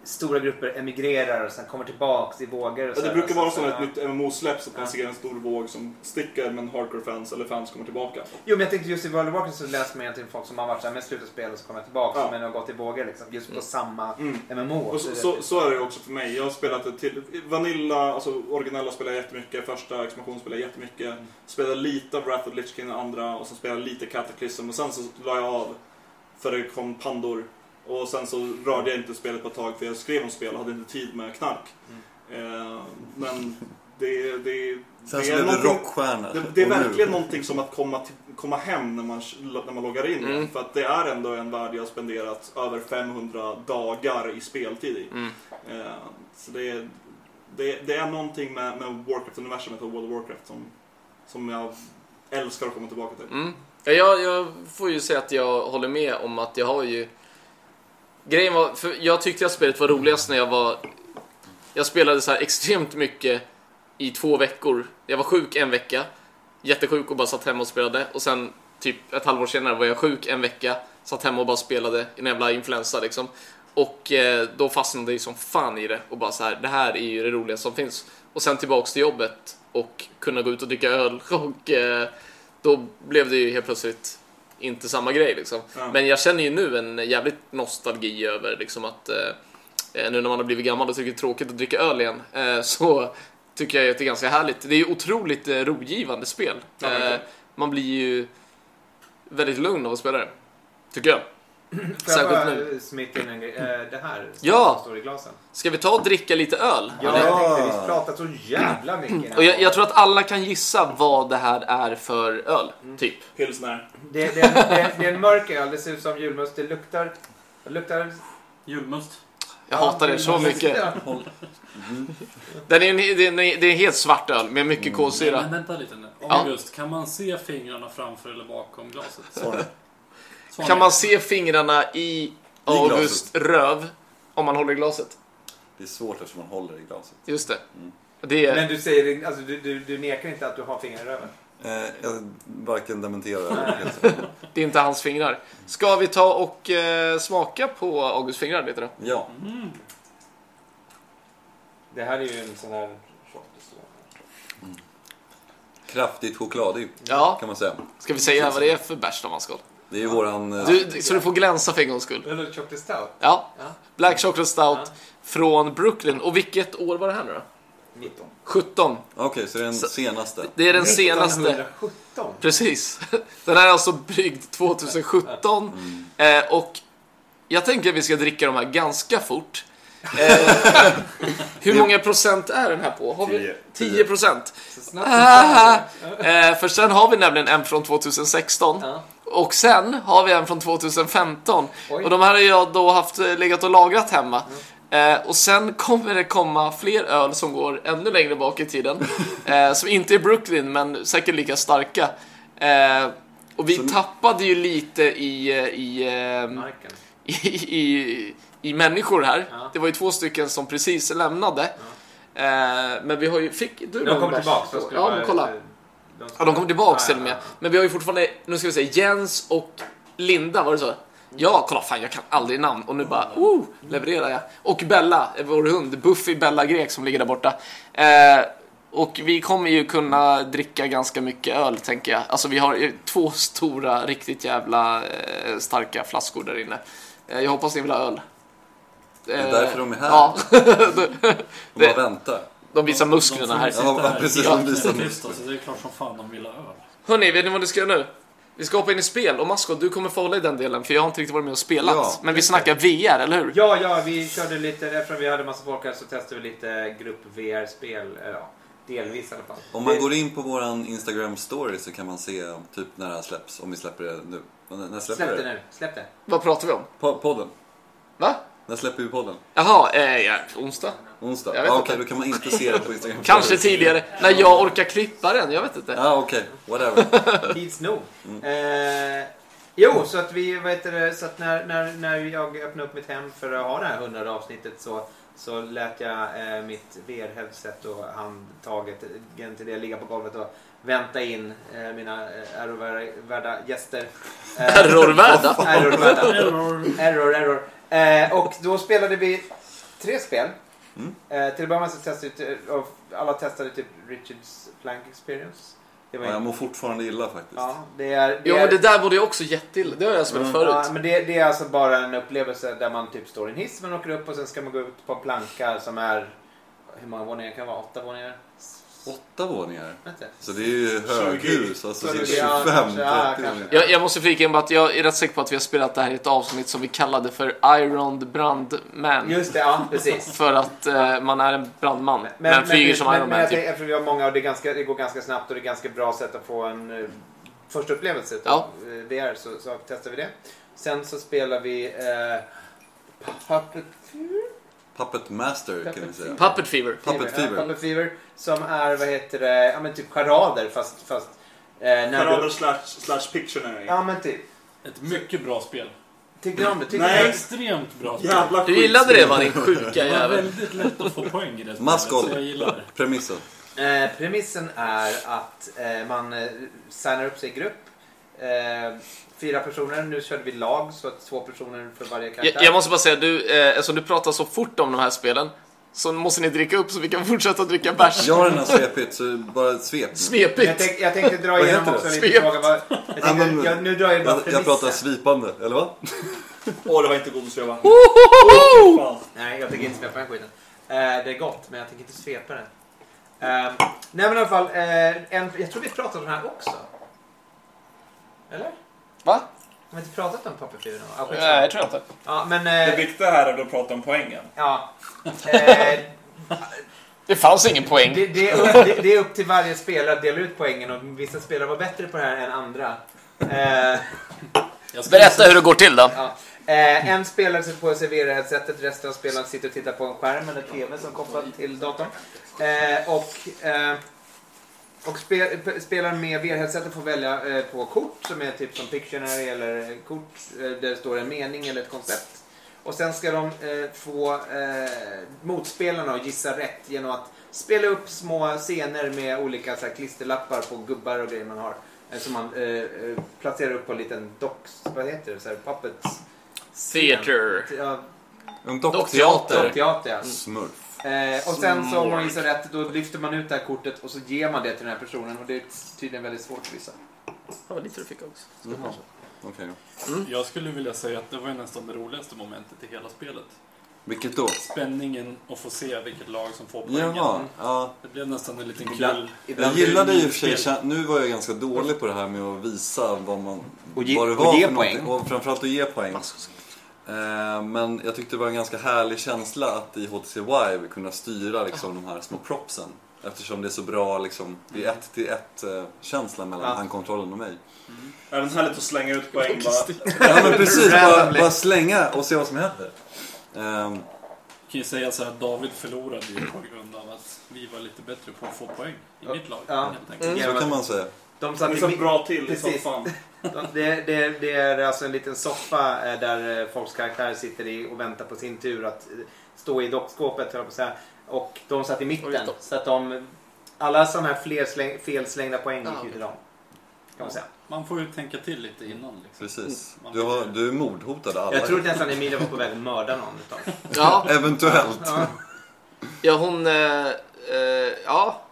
C: stora grupper emigrerar och sen kommer tillbaks i vågor. Och
E: Ja,
C: så
E: det
C: här.
E: brukar vara
C: Alltså,
E: så när
C: ja.
E: ett nytt MMO släpps att man
C: Ja.
E: ser en stor våg som sticker men hardcore fans eller fans kommer tillbaka.
C: Jo men jag tänkte just i World of Warcraft så läser man egentligen folk som har varit såhär, men sluta spela och så kommer jag tillbaka.
E: Ja.
C: Men har gått i vågor liksom. Just på samma
E: Mm.
C: MMO.
E: Och så, så, så är det ju också för mig. Jag har spelat det till Vanilla, alltså originella spelar jag jättemycket, första expansionen spelar jag jättemycket. Spelade lite av Wrath of Lich King och andra och sen spelade jag lite Cataclysm och sen så la jag av för det kom pandor. Och sen så rörde jag inte spelet på ett tag för jag skrev om spel och hade inte tid med knark. Eh, men det, det,
B: Sen
E: det
B: så
E: är
B: blev du
E: någonting-
B: rockstjärna.
E: det, det är
B: Och nu-
E: verkligen någonting som att komma, till, komma hem när man, när man loggar in. igen.
A: Mm.
E: För att det är ändå en värld jag har spenderat över 500 dagar i speltid i.
A: Mm.
E: Eh, så det, är- det, är- det är någonting med, med Warcraft-universumet och World of Warcraft som, som jag älskar att komma tillbaka till.
A: Mm. Ja, jag, jag får ju säga att jag håller med om att jag har ju... Grejen var, för jag tyckte att spelet var roligast när jag var... Jag spelade så här extremt mycket i två veckor. Jag var sjuk en vecka, jättesjuk och bara satt hemma och spelade. Och sen typ ett halvår senare var jag sjuk en vecka, satt hemma och bara spelade i en jävla influensa liksom. Och eh, då fastnade jag ju som fan i det och bara så här, det här är ju det roligaste som finns. Och sen tillbaks till jobbet och kunna gå ut och dricka öl och eh, då blev det ju helt plötsligt inte samma grej liksom.
E: Ja.
A: Men jag känner ju nu en jävligt nostalgi över liksom att eh, nu när man har blivit gammal och tycker det är tråkigt att dricka öl igen eh, så tycker jag ju att det är ganska härligt. Det är ju otroligt eh, rogivande spel.
E: Ja, verkligen.
A: Eh, man blir ju väldigt lugn av att spela det. Tycker jag.
C: Får jag
A: Särskilt
C: bara
A: nu.
C: eh, smita in en grej? Eh, Det här som
A: Ja.
C: står i glasen.
A: Ska vi ta och dricka lite öl?
C: Ja, jag tänkte vi pratat så jävla mycket. innan.
A: Och jag, jag tror att alla kan gissa vad det här är för öl, typ.
E: Pilsner.
C: det, det, det, det är en mörk öl. Det ser ut som julmust. Det luktar... Det luktar...
D: Julmust.
A: Jag hatar det
E: Mm.
A: så mycket.
C: Ja.
A: Den är, en, det, är en, det är en helt svart öl med mycket kolsyra.
D: Men vänta lite nu.
A: Ja.
D: August, kan man se fingrarna framför eller bakom glaset?
B: Svar.
D: Svar
A: Kan
D: nej.
A: man se fingrarna i
B: glaset.
A: August röv om man håller i glaset?
B: Det är svårt eftersom man håller i glaset.
A: Just det. Det är...
C: Men du säger... Alltså, du, du, du nekar inte att du har fingrar i röven?
B: Eh, jag varken dementerar eller helt.
A: Det är inte hans fingrar. Ska vi ta och eh, smaka på Augusts fingrar lite då?
B: Ja,
C: Det här är ju en sån här...
B: kraftigt chokladig
A: Ja.
B: kan man säga.
A: Ska vi säga vad det är för bärs om man ska?
B: Det är ju våran... eh,
A: Du, så du får glänsa för en gångs skull.
C: Eller chocolate stout.
A: Ja.
C: Ja.
A: Black Chocolate Stout
C: Ja.
A: från Brooklyn. Och vilket år var det här nu då?
C: 19.
A: 17.
B: Okej, så det är den
A: Så-
B: senaste.
A: Det är den senaste.
C: 1917.
A: Precis. Den här är alltså bryggd 2017. Eh, och jag tänker att vi ska dricka de här ganska fort. Eh, hur många procent är den här på? Har vi
G: Tio.
A: 10 procent?
C: Så snabbt.
A: Ah, eh, för sen har vi nämligen en från 2016
C: Ja.
A: och sen har vi en från 2015
C: Oj.
A: och de här har jag då haft eh, legat och lagrat hemma. Eh, och sen kommer det komma fler öl som går ännu längre bak i tiden eh, som inte är Brooklyn men säkert lika starka. Eh, och vi
B: Så-
A: tappade ju lite i, eh, i, eh,
C: Marken.
A: i, i, i människor här.
C: Ja.
A: Det var ju två stycken som precis lämnade. Eh, men vi har ju... Fick du
C: De
A: någon
C: kommer
A: bärs?
C: tillbaka. så skulle
A: Ja, men
C: jag bara-
A: kolla.
C: skulle-
A: Ja, de kommer tillbaks
C: Ja,
A: till och
C: ja,
A: med.
C: ja.
A: Men vi har ju fortfarande, nu ska vi säga Jens och Linda, var det så? Ja, kolla fan jag kan aldrig namn och nu bara, oh, levererar jag. Och Bella, vår hund, Buffy Bella Grek som ligger där borta. Eh, och vi kommer ju kunna dricka ganska mycket öl tänker jag. Alltså vi har ju två stora, riktigt jävla eh, starka flaskor där inne. Eh, jag hoppas ni vill ha öl.
B: Det är därför de är här.
A: Ja,
B: De bara
A: det-
B: väntar.
A: de visar
D: De får
A: musklerna här.
D: sitta
B: Ja, precis, de visar
D: tyst, alltså, Det är klart som fan de vill ha öl.
A: Hörni, vet ni vad ni ska göra nu? Vi ska hoppa in i spel och Masko, du kommer få hålla i den delen för jag har inte riktigt varit med och spelat.
B: Ja,
A: men vi snackar VR, eller hur?
C: Ja, ja, vi körde lite, eftersom vi hade massa folk här så testade vi lite grupp VR-spel. eh, Ja, delvis i alla fall.
B: Om man går in på våran Instagram story så kan man se typ när det här släpps. Om vi släpper det nu. Men När släpper
C: Släpp
B: vi
C: det
B: det?
C: nu, släpp det.
A: Vad pratar vi om?
B: Po- podden.
A: Va?
B: När släpper vi podden?
A: Jaha, eh, ja, onsdag?
B: Onsdag?
A: Jag vet
B: Ja,
A: inte.
B: Okej, då kan man inte se det på Instagram.
A: Kanske tidigare, när jag orkar klippa den, jag vet inte.
B: Ja, okej. Whatever.
C: Tids nog.
B: Mm.
C: Eh, jo, så att vi, vad heter det, så att när, när, när jag öppnade upp mitt hem för att ha det här hundrade avsnittet så, så lät jag eh, mitt VR-headset och handtaget gen till det ligga på golvet och vänta in eh, mina eh, errorvärda gäster. Eh,
A: Errorvärda?
C: errorvärda.
D: Error.
C: Error, error. Eh, och då spelade vi tre spel.
B: Mm.
C: Eh, till att börja med så testade vi, ty- och alla testade typ Richards Plank Experience. Det
B: Ja,
C: var
B: jag
C: ju,
B: mår fortfarande illa faktiskt.
C: ja, det är, det
A: Jo,
C: är,
A: men det där borde jag också gett till. Det har jag
B: Mm.
A: spelat
C: ja,
A: förut.
C: men det, det är alltså bara en upplevelse där man typ står i en hiss, man åker upp och sen ska man gå ut på en planka som är, hur många våningar kan det vara? Åtta våningar?
B: Åtta våningar.
C: Vänta.
B: Så det är ju höghus. Alltså så det är 25.
C: 20, ja, kanske, ja,
B: 30
C: kanske.
A: Jag, jag måste flika in bara att jag är rätt säker på att vi har spelat det här i ett avsnitt som vi kallade för Iron Brandman.
C: Just det, ja precis.
A: För att eh, man är en brandman, men, flyger som
C: men,
A: Iron
C: men
A: Man.
C: jag
A: typ.
C: tänker, eftersom vi har många och det, är ganska, det går ganska snabbt och det är ganska bra sätt att få en eh, första upplevelse utav eh, VR så, så testar vi det. Sen så spelar vi eh, Puppet
B: Puppet Master kan vi
C: Puppet
B: säga.
A: Puppet Fever.
B: Puppet
C: Fever. Ja,
B: Fever.
C: Puppet Fever som är vad heter det, ja men typ charader fast, fast eh, när
E: Parader
C: du...
E: slash, slash Pictionary.
C: Ja men typ.
D: Ett mycket bra spel.
C: Tyckte du om det? Tyckte
E: Nej.
C: du om det?
D: Extremt bra spel.
E: Jävla
A: Du gillade det va, din sjuka
D: Det var
A: jävel?
D: väldigt lätt att få poäng i det spelet.
B: Maskol.
D: så Jag gillar det.
B: Premissen.
C: Eh, premissen är att eh, man eh, signar upp sig i grupp. eh, fyra personer. Nu körde vi lag, så att två personer för varje karaktär.
A: Jag, jag måste bara säga, du, eh, eftersom du pratar så fort om de här spelen så måste ni dricka upp så vi kan fortsätta dricka bärs.
B: Jag har den här svepigt, så bara ett svep.
C: jag,
A: Svepigt!
C: tänk, jag tänkte dra
B: Vad
C: igenom
B: heter
C: också
B: det?
C: lite
A: Svep.
C: fråga. Vad, jag
B: Ja, men-
C: tänkte, jag, nu drar jag bara
B: Jag, jag pratar
C: premissen.
B: svipande, eller vad?
E: Åh, det var inte god att sveva. Fan.
A: Oh!
C: Nej, jag tänker inte svepa den skiten. Eh, det är gott, men jag tänker inte svepa den. Eh, nej, men i alla fall. Eh, en, jag tror vi pratade om den här också. Eller?
A: Va?
C: Har vi inte pratat om papperflugorna? Ja,
A: Nej,
C: Ah, skitsamma.
A: jag tror inte.
C: ja, men...
E: Det
C: Eh,
E: viktiga här är att prata om poängen.
C: ja. Eh,
A: Det fanns ingen poäng.
C: det, det, är upp, det, det är upp till varje spelare att dela ut poängen och vissa spelare var bättre på det här än andra. Eh,
D: Jag skulle
A: Berätta hur det går till då.
C: Ja. Eh, en spelare sitter på servera-headsetet, resten av spelarna sitter och tittar på en skärm eller TV som kopplar till datorn. Eh, och eh, och spe, p- spelaren med VR-headsetet får välja eh, på kort som är typ som Pictionary eller kort eh, där det står en mening eller ett koncept. Och sen ska de eh, få eh, motspelarna att gissa rätt genom att spela upp små scener med olika så här, klisterlappar på gubbar och grejer man har. eh, Som man eh, eh, placerar upp på en liten dox, vad heter det, så här, puppets...
A: Theater.
C: Ja,
B: En
A: Dockteater.
B: dockteater.
C: teater. ja.
B: Smurf.
C: Eh, och sen så om man gissar rätt då lyfter man ut det här kortet och så ger man det till den här personen och det är tydligen väldigt svårt för vissa.
A: Det var lite du fick också.
B: Jaha. Okej då.
D: Jag skulle vilja säga att det var ju nästan det roligaste momentet i hela spelet.
B: Vilket då?
D: Spänningen att få se vilket lag som får poängen.
B: Jaha, ja.
D: Det blev nästan en liten
B: Ibland-
D: kul...
B: Jag gillade i och för sig, kä- nu var jag ganska dålig på det här med att visa vad, man,
C: Och ge-
B: vad det
C: och
B: var
C: ge
B: för någonting.
C: poäng. Alltså,
B: Och framförallt att ge poäng. Eh, Men jag tyckte det var en ganska härlig känsla att i HTC Vive kunna styra liksom de här små propsen. Eftersom det är så bra, liksom, det är ett till ett eh, känsla mellan
C: Ja.
B: handkontrollen och mig.
D: Mm.
E: Även härligt att slänga ut poäng bara.
B: Ja men precis, bara,
C: Randomly.
B: bara slänga och se vad som händer. Ehm,
D: Jag kan ju säga så här, David förlorade ju på grund av att vi var lite bättre på att få poäng i mitt lag.
C: Ja.
D: Helt enkelt.
B: Så kan man säga.
C: De
E: Ni
C: satt i,
E: satt
C: mi-
E: bra till som
C: Precis.
E: fan.
C: de, det, det, det är alltså en liten soffa eh, där eh, folks karaktärer sitter i och väntar på sin tur att eh, stå i dockskåpet höll jag på att säga. Och de satt i
A: Oj,
C: mitten.
A: stopp.
C: Så att de, alla sådana här fler släng, felslängda poäng
A: Ah,
C: gick ju
A: okej.
C: till dem. Kan man säga.
D: Man får ju tänka till lite innan liksom.
B: Precis. Du, har, du är mordhotad alla.
C: Jag trodde nästan Emilia var på väg att mörda någon ett tag.
A: Ja,
B: Eventuellt.
C: Ja.
A: ja hon... Eh, eh, ja,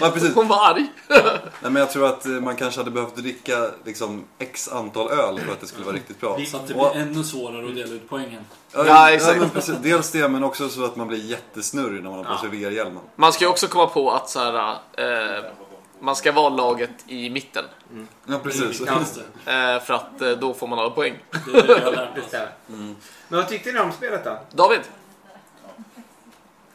B: Ja, precis.
A: hon var arg.
B: Nej, men jag tror att eh, man kanske hade behövt dricka liksom, x antal öl för att det skulle
E: Mm.
B: vara riktigt bra.
D: Så att det
B: Och-
D: blir ännu svårare att dela ut poängen.
B: Ja,
A: Ja, exakt.
B: men precis. Dels det, men också så att man blir jättesnurrig när man har på sig VR-hjälmen.
A: Man ska ju också komma på att så här, eh, man ska vara laget i mitten.
B: Ja, precis.
C: Ja.
D: det.
A: Eh, för att eh, då får man alla poäng.
D: Det är det jag lärt
C: Det
D: mig.
C: stämmer. Men vad tyckte ni om spelet då?
A: David?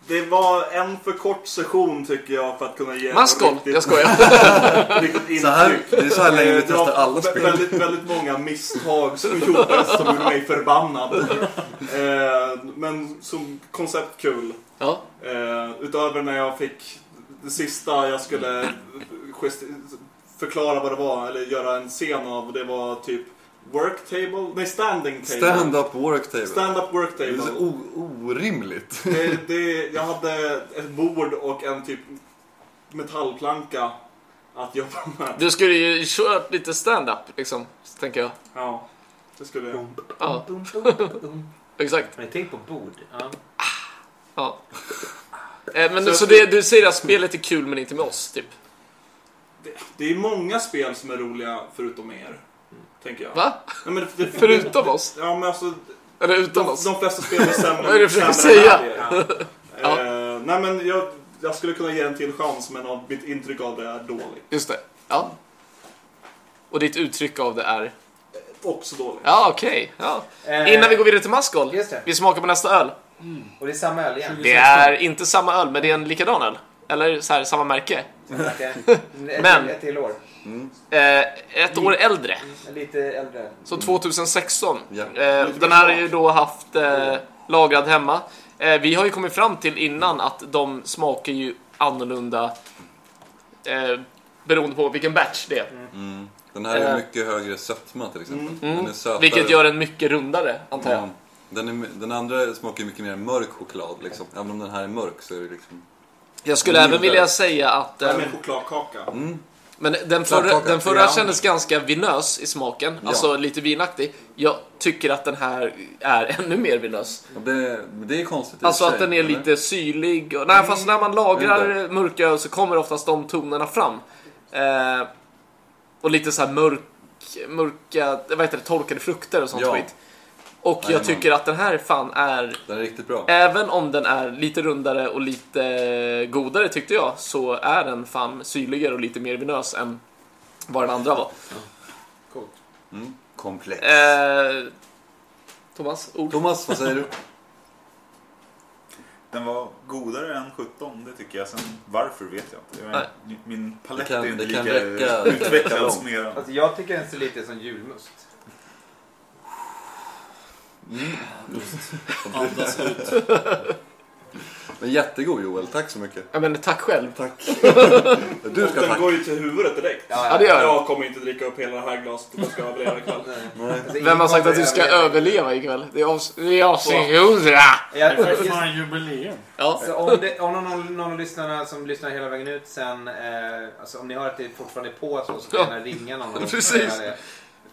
E: Det var en för kort session tycker jag för att kunna ge
A: Maskol?
E: riktigt-
A: Jag skojar.
E: riktigt
B: Så här,
E: intryck.
B: det är så här länge vi
E: Det var
B: testar alla
E: vä-
B: spel.
E: Väldigt, väldigt många misstag som gjordes som gjorde mig förbannad. Eh, Men som koncept kul.
A: Ja.
E: Eh, Utöver när jag fick det sista jag skulle gest- förklara vad det var eller göra en scen av. Det var typ work table, nej standing table.
B: Stand-up work table.
E: Stand up work
B: Det är så
E: table.
B: o- orimligt.
E: Det, det, jag hade ett bord och en typ metallplanka att jobba med.
A: Du skulle ju kört lite stand-up, liksom, tänker jag.
E: Ja, det skulle jag.
A: Ja,
C: Dum, dum, dum.
A: exakt.
C: Men tänk på bord. Ja.
A: Ja. Eh, Men, så
E: Så-
A: det, du säger att spelet är kul men inte med oss, typ?
E: Det, det är många spel som är roliga förutom er. Tänker jag.
A: Va?
E: Nej, men det, det,
A: Förutom oss?
E: Ja, men alltså,
A: Eller
E: de,
A: utan oss?
E: de flesta spel är sämre
A: Vad är det du försöker
E: sämre än
A: säga?
E: här.
A: Ja.
E: Eh, nej, men jag, jag skulle kunna ge en till chans, men av, mitt intryck av det är dåligt.
A: Just det. Ja. Och ditt uttryck av det är?
E: Också dåligt.
A: Ja, okej. Ja.
C: Eh,
A: Innan vi går vidare till Maskol.
C: Just det.
A: Vi smakar på nästa öl.
C: Och det är samma öl igen.
A: Det är inte samma öl, men det är en likadan öl. Eller så här, samma märke. Men-
C: Men. Ett till år.
B: Mm,
A: Eh, ett år äldre,
C: Lite äldre.
A: så 2016.
B: Ja.
A: Eh, den här har ju då haft eh, lagrad hemma. Eh, vi har ju kommit fram till innan att de smakar ju annorlunda eh, beroende på vilken batch det är.
B: Mm. Den här är
A: Eh.
B: mycket högre sötma till
E: Mm.
B: exempel. Den är sötare.
A: Mm. Vilket gör den mycket rundare, antar jag.
B: Ja. den, är, den andra smakar ju mycket mer mörk choklad liksom. Även om den här är mörk så är det liksom...
A: Jag skulle
B: Mm,
A: även
B: det är
A: vilja
B: det.
A: säga att...
E: Det
A: Eh,
E: är en chokladkaka.
B: Mm.
A: Men den förra,
B: Kladdkaka.
A: den förra
B: Ja.
A: kändes ganska vinös i smaken,
B: Ja.
A: alltså lite vinaktig. Jag tycker att den här är ännu mer vinös.
B: Och Det, men det är konstigt i och
A: Alltså
B: för
A: att
B: sig,
A: den är
B: eller?
A: lite syrlig. Och, nej, fast när man lagrar
B: Inte.
A: mörka öl så kommer oftast de tonerna fram. Eh, och lite så här mörk, mörka, vad heter det, torkade frukter och sånt
B: Ja.
A: skit. Och jag
B: Jajamän.
A: tycker att den här fan är
B: Den är riktigt bra.
A: Även om den är lite rundare och lite godare tyckte jag så är den fan syrligare och lite mer vinös än vad den andra var.
B: Mm. Komplex.
A: Eh, Thomas, ord?
B: Thomas, vad säger du?
G: Den var godare än 17, det tycker jag. Sen varför vet jag inte. Jag,
A: Nej.
G: min palett
B: Det kan-
G: är inte
B: det kan
G: lika
B: räcka- räcka
G: utvecklad
B: långt.
G: som era.
C: Alltså, jag tycker den ser lite ut som julmust.
D: Andas ut.
B: Men jättegod Joel, tack så mycket.
A: Ja, men tack själv.
B: Du
E: och
B: ska
E: den
B: tacka.
E: går ju till huvudet direkt.
A: Ja, det gör den.
E: Jag kommer inte dricka upp hela det här glaset om jag ska överleva ikväll.
C: Alltså,
A: Vem har sagt att
C: ingen
A: du ska
C: överleva.
A: överleva ikväll? Det är avs- det är alltså- avsnitt 100!
D: Det
C: Jag,
D: är för
C: just,
D: fan jubileum.
A: Ja.
C: så Alltså, om, det, om någon, av- någon av lyssnarna som lyssnar hela vägen ut sen, eh, alltså om ni hör att det fortfarande är på så, så kan
A: Ja.
C: gärna ringa någon. av oss.
A: Precis.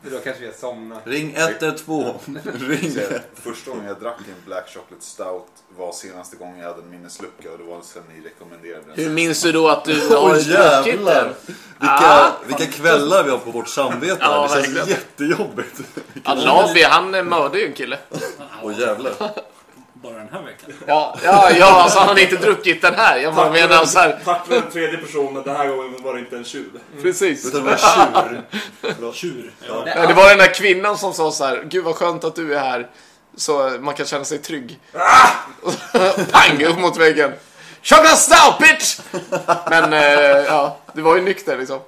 C: För då kanske vi har somnat.
B: Ring 112. Ring.
G: Så jag- Första gången jag drack en Black Chocolate Stout var senaste gången jag hade en minneslucka och det var sen ni rekommenderade den.
A: Hur minns du då att du
B: Åh
A: har druckit
B: jävlar!
A: den?
B: Vilka,
A: Ah.
B: vilka kvällar vi har på vårt samvete.
A: Ja,
B: här. det känns
A: verkligen.
B: jättejobbigt.
A: Ja, Lavi, han eh, mördade ju en kille.
B: Åh jävlar.
D: Bara den här veckan.
A: Ja, ja, ja alltså han har inte druckit den här. Jag bara
E: Tack
A: menar så här.
E: för- Tack för den tredje personen, den här gången var det inte en tjuv.
A: Mm. Precis.
B: Utan det var tjur.
D: Tjur.
A: Ja, det var den där kvinnan som sa så här, gud vad skönt att du är här, så man kan känna sig trygg. Pang, upp mot väggen. Shut stop bitch! Men eh, ja, du var ju nykter liksom.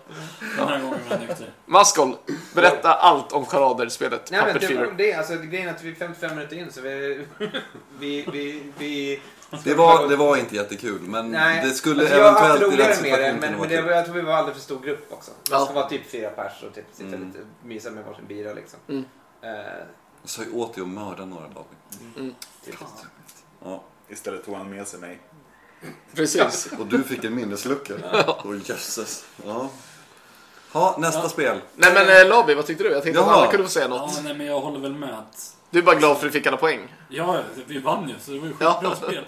D: Den här gången var jag nykter.
A: Maskol, berätta allt om charader-spelet
C: Nej, men
A: Puppet
C: det,
A: Fever.
C: det, är alltså, grejen är att vi är 55 minuter in så vi... vi, vi, vi
B: Det var, det var inte jättekul, men
C: Nej,
B: det skulle
C: alltså, jag har haft
B: eventuellt i rätt
C: roligare med det,
B: situation
C: men,
B: kunna vara
C: men det,
B: kul.
C: jag tror vi var alldeles för stor grupp också. Man
A: typ- Ja.
C: ska vara typ fyra pers och typ sitta lite mysa med varsin bira liksom.
A: Mm.
C: Eh,
B: Jag sa ju åt dig att mörda några dagar.
C: typ.
B: Ja.
G: Istället tog han med sig mig.
A: Precis.
B: Och du fick en minneslucka. Åh jösses. Ja. Ha, nästa spel.
A: Nej men eh, Labi, vad tyckte du? Jag tänkte att
B: Jaha.
A: alla kunde få säga
D: Ja,
A: något.
D: nej, men jag håller väl med att...
A: Du är bara glad för att du fick alla poäng.
D: Ja, vi vann ju, så det var ju
A: Ja.
D: skitbra spel.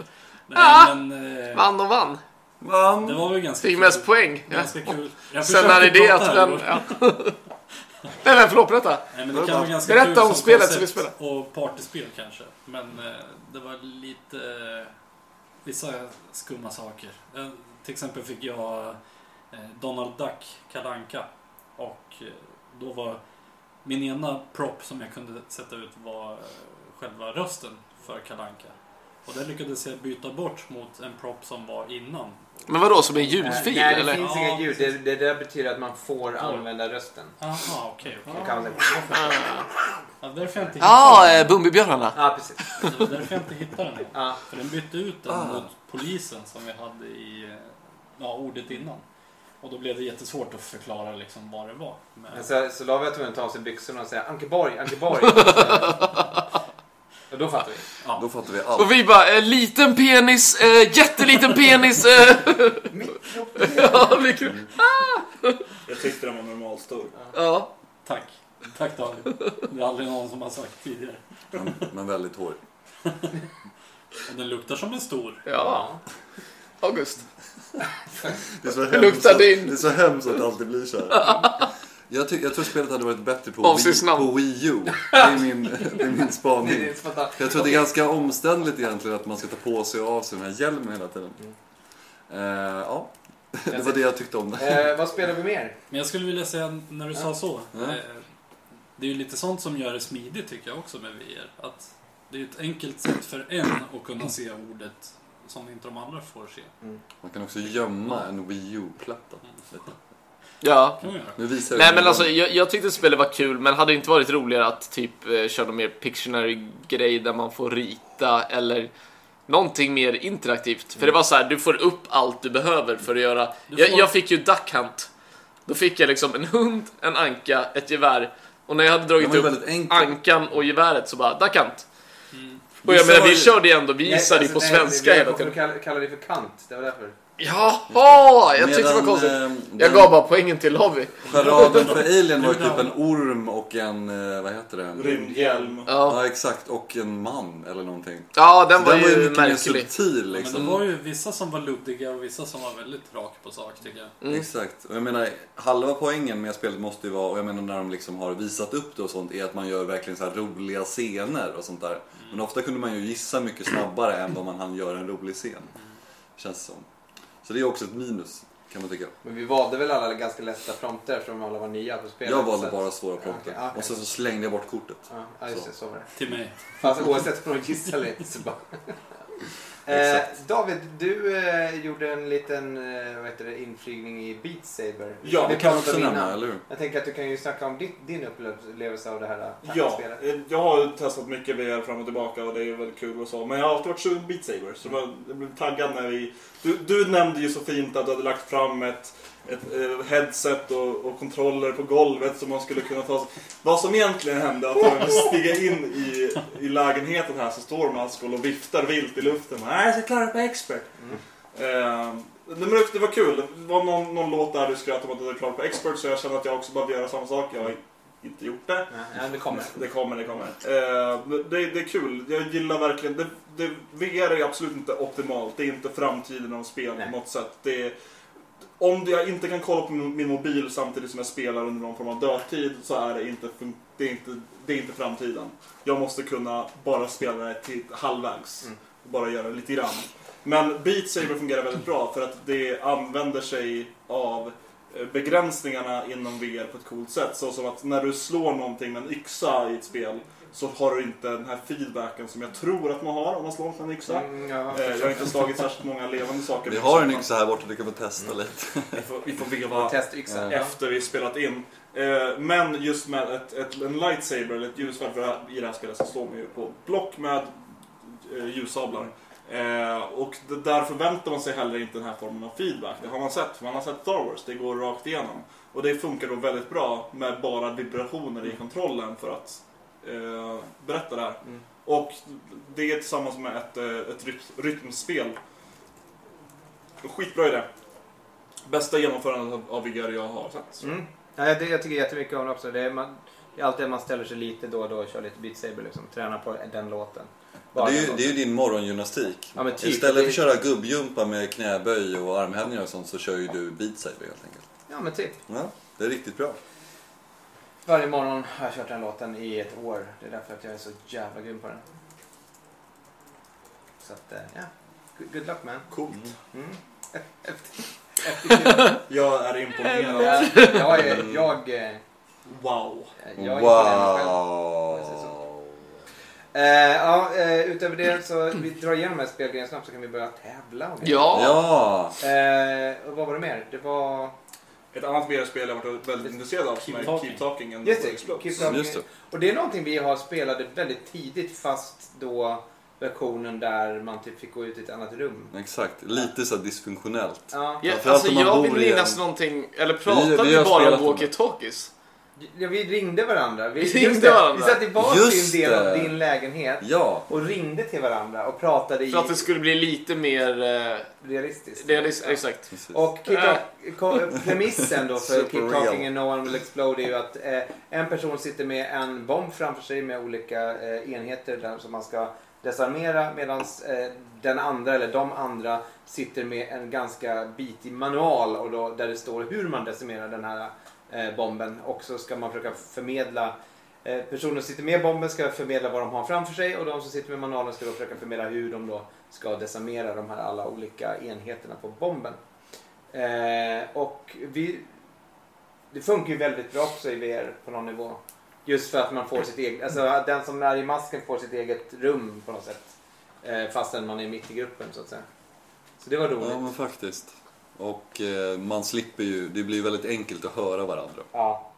D: Nej,
A: Ja.
D: men... Eh,
A: Vann och vann.
D: det
B: Vann.
D: var väl ganska
A: Fick mest poäng. Ja.
D: Ganska kul. Jag
A: Sen
D: försökte
A: är det det
D: prata
A: att
D: här
A: den...
D: igår.
A: Ja. Nej men förlåt, berätta.
D: Nej, men det kan vara ganska
A: Berätta
D: kul
A: om
D: som
A: spelet
D: koncept
A: som vi spelar.
D: Och partyspel kanske. Men eh, det var lite... Eh, vissa skumma saker. Eh, till exempel fick jag eh, Donald Duck Kalanka Och eh, då var min ena prop som jag kunde sätta ut var eh, själva rösten för Kalanka. Och det lyckades jag byta bort mot en prop som var innan.
A: Men vadå, som en
C: Eh,
A: ljudfil
C: Nej, det
A: eller?
C: finns
D: Ja,
C: inga ljud. Det, det där betyder att man får använda rösten.
D: Jaha, okej. okej.
C: Då kan man säga,
D: Ja, därför jag inte
A: Ja,
D: hittade
A: eh, Bumbibjörnarna.
C: ja, precis.
D: den. Det var därför jag inte hittade den.
C: Ja.
D: För den bytte ut den
B: Ah.
D: mot polisen som vi hade i eh, ja, ordet innan. Och då blev det jättesvårt att förklara liksom vad det var. Men,
C: Men Så, så la vi att hon tar av sig byxorna och säger Ankeborg, Ankeborg. och då fattar vi.
B: Då fattar vi allt.
A: Och vi bara, eh, liten penis, eh, jätteliten penis. Eh. ja, mycket.
E: Jag tyckte den var normalstor.
A: Ja.
D: tack. Tack Daniel. Det är aldrig någon som har sagt tidigare.
B: Men, men väldigt hård.
D: Och den luktar som en stor.
A: ja, August.
B: Det är så
A: luktar
B: att-
A: din.
B: Det är så hemskt att det alltid blir så här. Jag, ty- jag tror spelet hade varit bättre på, Wii,
A: Avsnittsnamn.
B: på Wii U. Det är min, det är min spaning.
C: Det är fantastiskt.
B: Jag tror att det är ganska omständligt egentligen att man ska ta på sig och av sig den här hjälmen hela tiden.
A: Mm.
B: Eh, ja, det var det jag tyckte om. det.
C: Eh, vad spelar vi mer?
D: Men jag skulle vilja säga när du sa så. eh, Det är ju lite sånt som gör det smidigt tycker jag också med VR. Att det är ett enkelt sätt för en att kunna se ordet som inte de andra får se.
B: Man kan också gömma en Wii U-platta.
A: Ja.
D: Kan man göra.
B: Nu visar jag
A: Nej
B: hur
A: men
B: man-
A: alltså jag, jag tyckte spelet var kul men hade det inte varit roligare att typ eh, köra någon mer Pictionary-grej där man får rita eller någonting mer interaktivt. För det var så här, du får upp allt du behöver för att göra.
D: Du
A: Jag,
D: får-
A: jag fick ju Duck Hunt. Då fick jag liksom en hund, en anka, ett gevär. Och när jag hade
B: Den
A: dragit
B: var ju
A: upp
B: väldigt enkel.
A: ankan och geväret så bara, där kant. Och
B: Vissa
D: Mm.
A: jag menar,
B: var
A: vi
B: ju-
A: körde ju ändå, vi gissade ju på
C: Nej, alltså, nej,
A: svenska
C: vi-
A: hela
C: varför
A: tiden.
C: Kallar kallar det för kant, det var därför.
A: Jaha! Jag tyckte det var konstigt. Jag gav bara poängen till Lobby.
B: Charaden eh, för Alien var ju typ en orm och en, eh, vad heter det?
E: Rymdhjälm.
A: Ja,
B: Ja, exakt. Och en man eller någonting.
A: ja den var
B: Den var ju
A: ju
B: mycket mer
A: märklig.
B: subtil
D: Men
B: liksom.
D: det var ju vissa som var luddiga och vissa som var väldigt rakt på sak tycker jag.
A: Mm.
B: Exakt. Och jag menar, halva poängen med spelet måste ju vara, och jag menar när de liksom har visat upp det och sånt, är att man gör verkligen så här roliga scener och sånt där. Men ofta kunde man ju gissa mycket snabbare än vad man hann göra en rolig scen. Känns som. Så det är också ett minus, kan man tycka.
C: Men vi valde väl alla ganska lätta prompter eftersom alla var nya på spelet.
B: Jag valde
C: så att-
B: bara svåra prompter.
C: Okej, okej.
B: Och sen så slängde jag bort kortet.
C: Ja, Ja, just det. Så var det.
D: Till mig.
C: Fast oavsett om de gissar lite så bara... eh,
B: Exakt.
C: David, du eh, gjorde en liten eh, vad heter det, inflygning i Beat Saber.
E: Ja,
C: Vi
B: Det kan man
C: pratade
B: också
C: om
B: nämna,
C: innan.
B: eller hur?
C: Jag tänker att du kan ju snacka om ditt, din upplevelse av det här eh,
E: Ja,
C: tacospelet.
E: eh, jag har ju testat mycket VR fram och tillbaka och det är väldigt kul och så. Men jag har alltid varit sugen på Beat Saber. Så det var- jag blev taggad när vi... Du, du nämnde ju så fint att du hade lagt fram ett, ett eh, headset och, och kontroller på golvet som man skulle kunna ta sig... Vad som egentligen hände att när vi stiga in i, i lägenheten här så står Maskol och viftar vilt i luften. Nej, jag ska klara det på expert. Eh, det- men det var kul. Det var någon, någon låt där du skrattade om att du hade klarat på expert så jag känner att jag också behöver göra samma sak. Jag har inte gjort det.
C: Ja, ja, det kommer.
E: Det kommer, det kommer. Eh, men det, det är kul. Jag gillar verkligen... Det, det, VR är absolut inte optimalt. Det är inte framtiden av spel
C: Nej.
E: på något sätt. Det är, om jag inte kan kolla på min, min mobil samtidigt som jag spelar under någon form av dödtid så är det inte, fun- det är inte, det är inte framtiden. Jag måste kunna bara spela det till halvvägs.
C: Mm.
E: Bara göra lite grann. Men Beat Saber fungerar väldigt bra för att det använder sig av eh, begränsningarna inom VR på ett coolt sätt. Så som att när du slår någonting med en yxa i ett spel så har du inte den här feedbacken som jag tror att man har om man slår med en yxa.
C: Mm, ja.
E: Eh, Jag har inte slagit särskilt många levande saker.
B: Vi
E: med
B: har en
E: yxan.
B: yxa här borta, du kan få testa lite.
E: Vi får, vi får veva
C: Testyxa. Ja.
E: efter vi spelat in. Eh, Men just med ett, ett, en lightsaber, eller ett ljussvärd, för det här- i det här spelet så slår man ju på block med eh, ljussablar. Eh, Och det, där förväntar man sig heller inte den här formen av feedback. Det har man sett, för man har sett Star Wars, det går rakt igenom. Och det funkar då väldigt bra med bara vibrationer i kontrollen för att eh, berätta det här.
C: Mm.
E: Och det är tillsammans med ett, eh, ett ryt- rytmspel. Skitbra idé. Bästa genomförandet av- av VR jag har sett.
C: Mm. Ja, jag, jag tycker jättemycket om det också. Det är, man, det är alltid man ställer sig lite då och då och kör lite Beat Saber liksom. Tränar på den låten.
B: Det
C: Bara
B: är ju,
C: den
B: det är ju din morgongymnastik.
C: Ja, men typ.
B: Istället för
C: Det-
B: att köra gubbjumpa med knäböj och armhävningar och sånt så kör ju du Beat Saber helt enkelt.
C: låten. Ja, men typ.
B: Ja, det är riktigt bra.
C: Varje morgon har jag kört den låten i ett år. Det är därför att jag är så jävla grym på den. Så att, eh, ja. Good, good luck man.
E: Coolt.
C: Mm. Efter, efter kul.
E: Jag är imponerad.
C: jag, jag, är- jag, eh,
E: Wow.
C: jag är imponerad själv.
B: wow!
C: jag säger Eh, ja, eh, utöver det så vi drar igenom de här spelgrejerna snabbt så kan vi börja tävla. om det.
A: Ja,
B: Ja!
C: Eh, och vad var det mer? Det var...
E: Ett annat VR-spel jag varit väldigt intresserad av som
D: Keep
E: är
D: Talking.
E: Keep Talking. en
C: Just det,
E: Explodes.
C: Keep Talking.
B: Just det.
C: Och det är någonting vi har spelade väldigt tidigt fast då versionen där man typ fick gå ut i ett annat rum.
B: Exakt, lite så här dysfunktionellt.
C: Ja.
A: ja
B: Framförallt
A: alltså
B: om man
A: jag
B: bor
A: vill
B: i en-
A: minnas någonting, eller pratade
B: vi
A: vi,
B: har
A: bara
B: spelat
A: om
B: dem där.
A: walkie-talkies?
C: Ja, vi ringde varandra. Vi,
A: Vi
C: just
A: ringde
C: det,
A: varandra.
C: Vi satt i
B: Just
C: varsin del av
B: det.
C: din lägenhet
B: Ja,
C: och ringde till varandra och pratade i
A: För att det skulle bli lite mer... eh,
C: realistiskt.
A: Det är liksom, exakt.
B: precis.
C: Och Keep Talk- ko- premissen då för
B: Super
C: Keep
B: real.
C: Talking and No One Will Explode är ju att eh, en person sitter med en bomb framför sig med olika eh, enheter där, som man ska desarmera medan eh, den andra eller de andra sitter med en ganska bitig manual och då, där det står hur man decimerar den här eh, bomben och så ska man försöka förmedla eh, Personer som sitter med bomben ska förmedla vad de har framför sig och de som sitter med manualen ska då försöka förmedla hur de då ska desarmera de här alla olika enheterna på bomben. Eh, och vi, det funkar ju väldigt bra också i VR på någon nivå. Just för att man får sitt eget, alltså att den som är i masken får sitt eget rum på något sätt. Eh, fastän man är mitt i gruppen så att säga. Så det var roligt.
B: Ja men faktiskt. Och eh, man slipper ju, det blir väldigt enkelt att höra varandra.
C: Ja.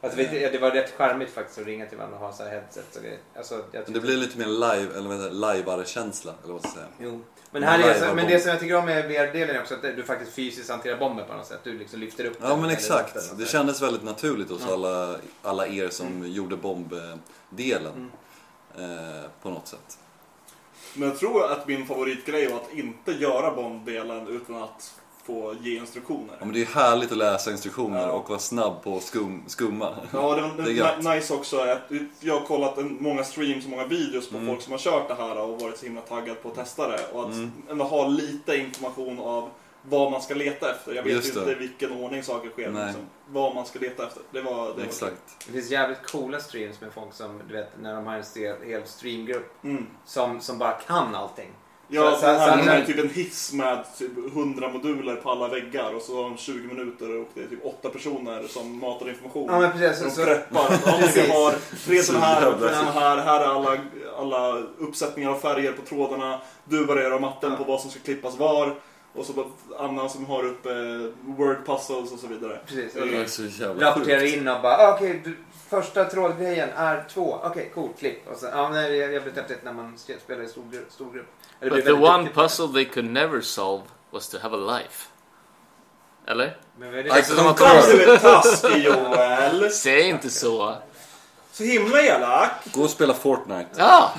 C: Alltså, vet, du, det var rätt charmigt faktiskt att ringa till varandra och ha så här headset och grejer. Alltså, jag tyckte-
B: Men det blir lite mer live, eller vad heter det, lajvare-känsla, eller vad ska jag säga.
C: Jo. Men, här är
B: Live
C: så, men
B: bomb.
C: det som jag tycker om med VR-delen är också att du faktiskt fysiskt hanterar bomben på något sätt. Du liksom lyfter upp
B: Ja
C: den
B: men
C: eller lyfter
B: exakt,
C: den.
B: det kändes väldigt naturligt hos
C: Ja.
B: alla, alla er som gjorde bombdelen. Eh, på något sätt.
E: Men jag tror att min favoritgrej var att inte göra Bond-delen utan att få ge
B: Ja,
E: instruktioner.
B: men det är härligt att läsa instruktioner
E: Ja.
B: och vara snabb på att skum, skumma.
E: Ja,
B: Det
E: det,
B: är
E: det,
B: gött.
E: ni- nice också är att jag har kollat en, många streams och många videos på
B: Mm.
E: folk som har kört det här och varit så himla taggad på att testa det. Och att
B: Mm.
E: ändå ha lite information av vad man ska leta efter. Jag vet
B: Just
E: inte
B: det.
E: i vilken ordning saker sker.
B: Nej.
E: Liksom, vad man ska leta efter. Det var det. Var,
B: Exakt.
C: Det finns jävligt coola streams med folk som, du vet, när de har en stel- hel streamgrupp
E: mm.
C: som, som bara kan allting.
E: Ja,
C: Så- så-
E: så, här,
C: så-
E: det här är typ en hiss med typ 100 moduler på alla väggar och så har de 20 minuter och det är typ 8 personer som matar information.
C: Ja, men precis. Så,
E: de
C: så,
E: preppar. att, Ja, men vi
C: Precis.
E: har tre sådana här,
B: jävla
E: tre sådana här, här är alla, alla uppsättningar av färger på trådarna. Du varierar matten på vad som ska klippas var. Och så bara Anna som har upp eh, word puzzles och så vidare.
C: precis.
E: Det
B: Det
E: är
B: är så jävla
C: Rapporterar
B: sjukt.
C: in och bara, ah, okej, du- första trådgrejen är två. Okej, cool, klipp. Och så, ja, men det är jävligt häftigt när man sk- spelar i stor, gru- stor grupp. Eller
A: But
C: blir
A: the
C: väldigt
A: one
C: duktig på det.
A: puzzle they could never solve was to have a life. Eller?
C: Men vad är
A: Alltså,
C: det?
A: de har
E: Fram
A: kvar-
E: till ett taskig Joel!
A: Säg inte så.
E: Så himla elak!
B: Gå och spela Fortnite.
A: Ja!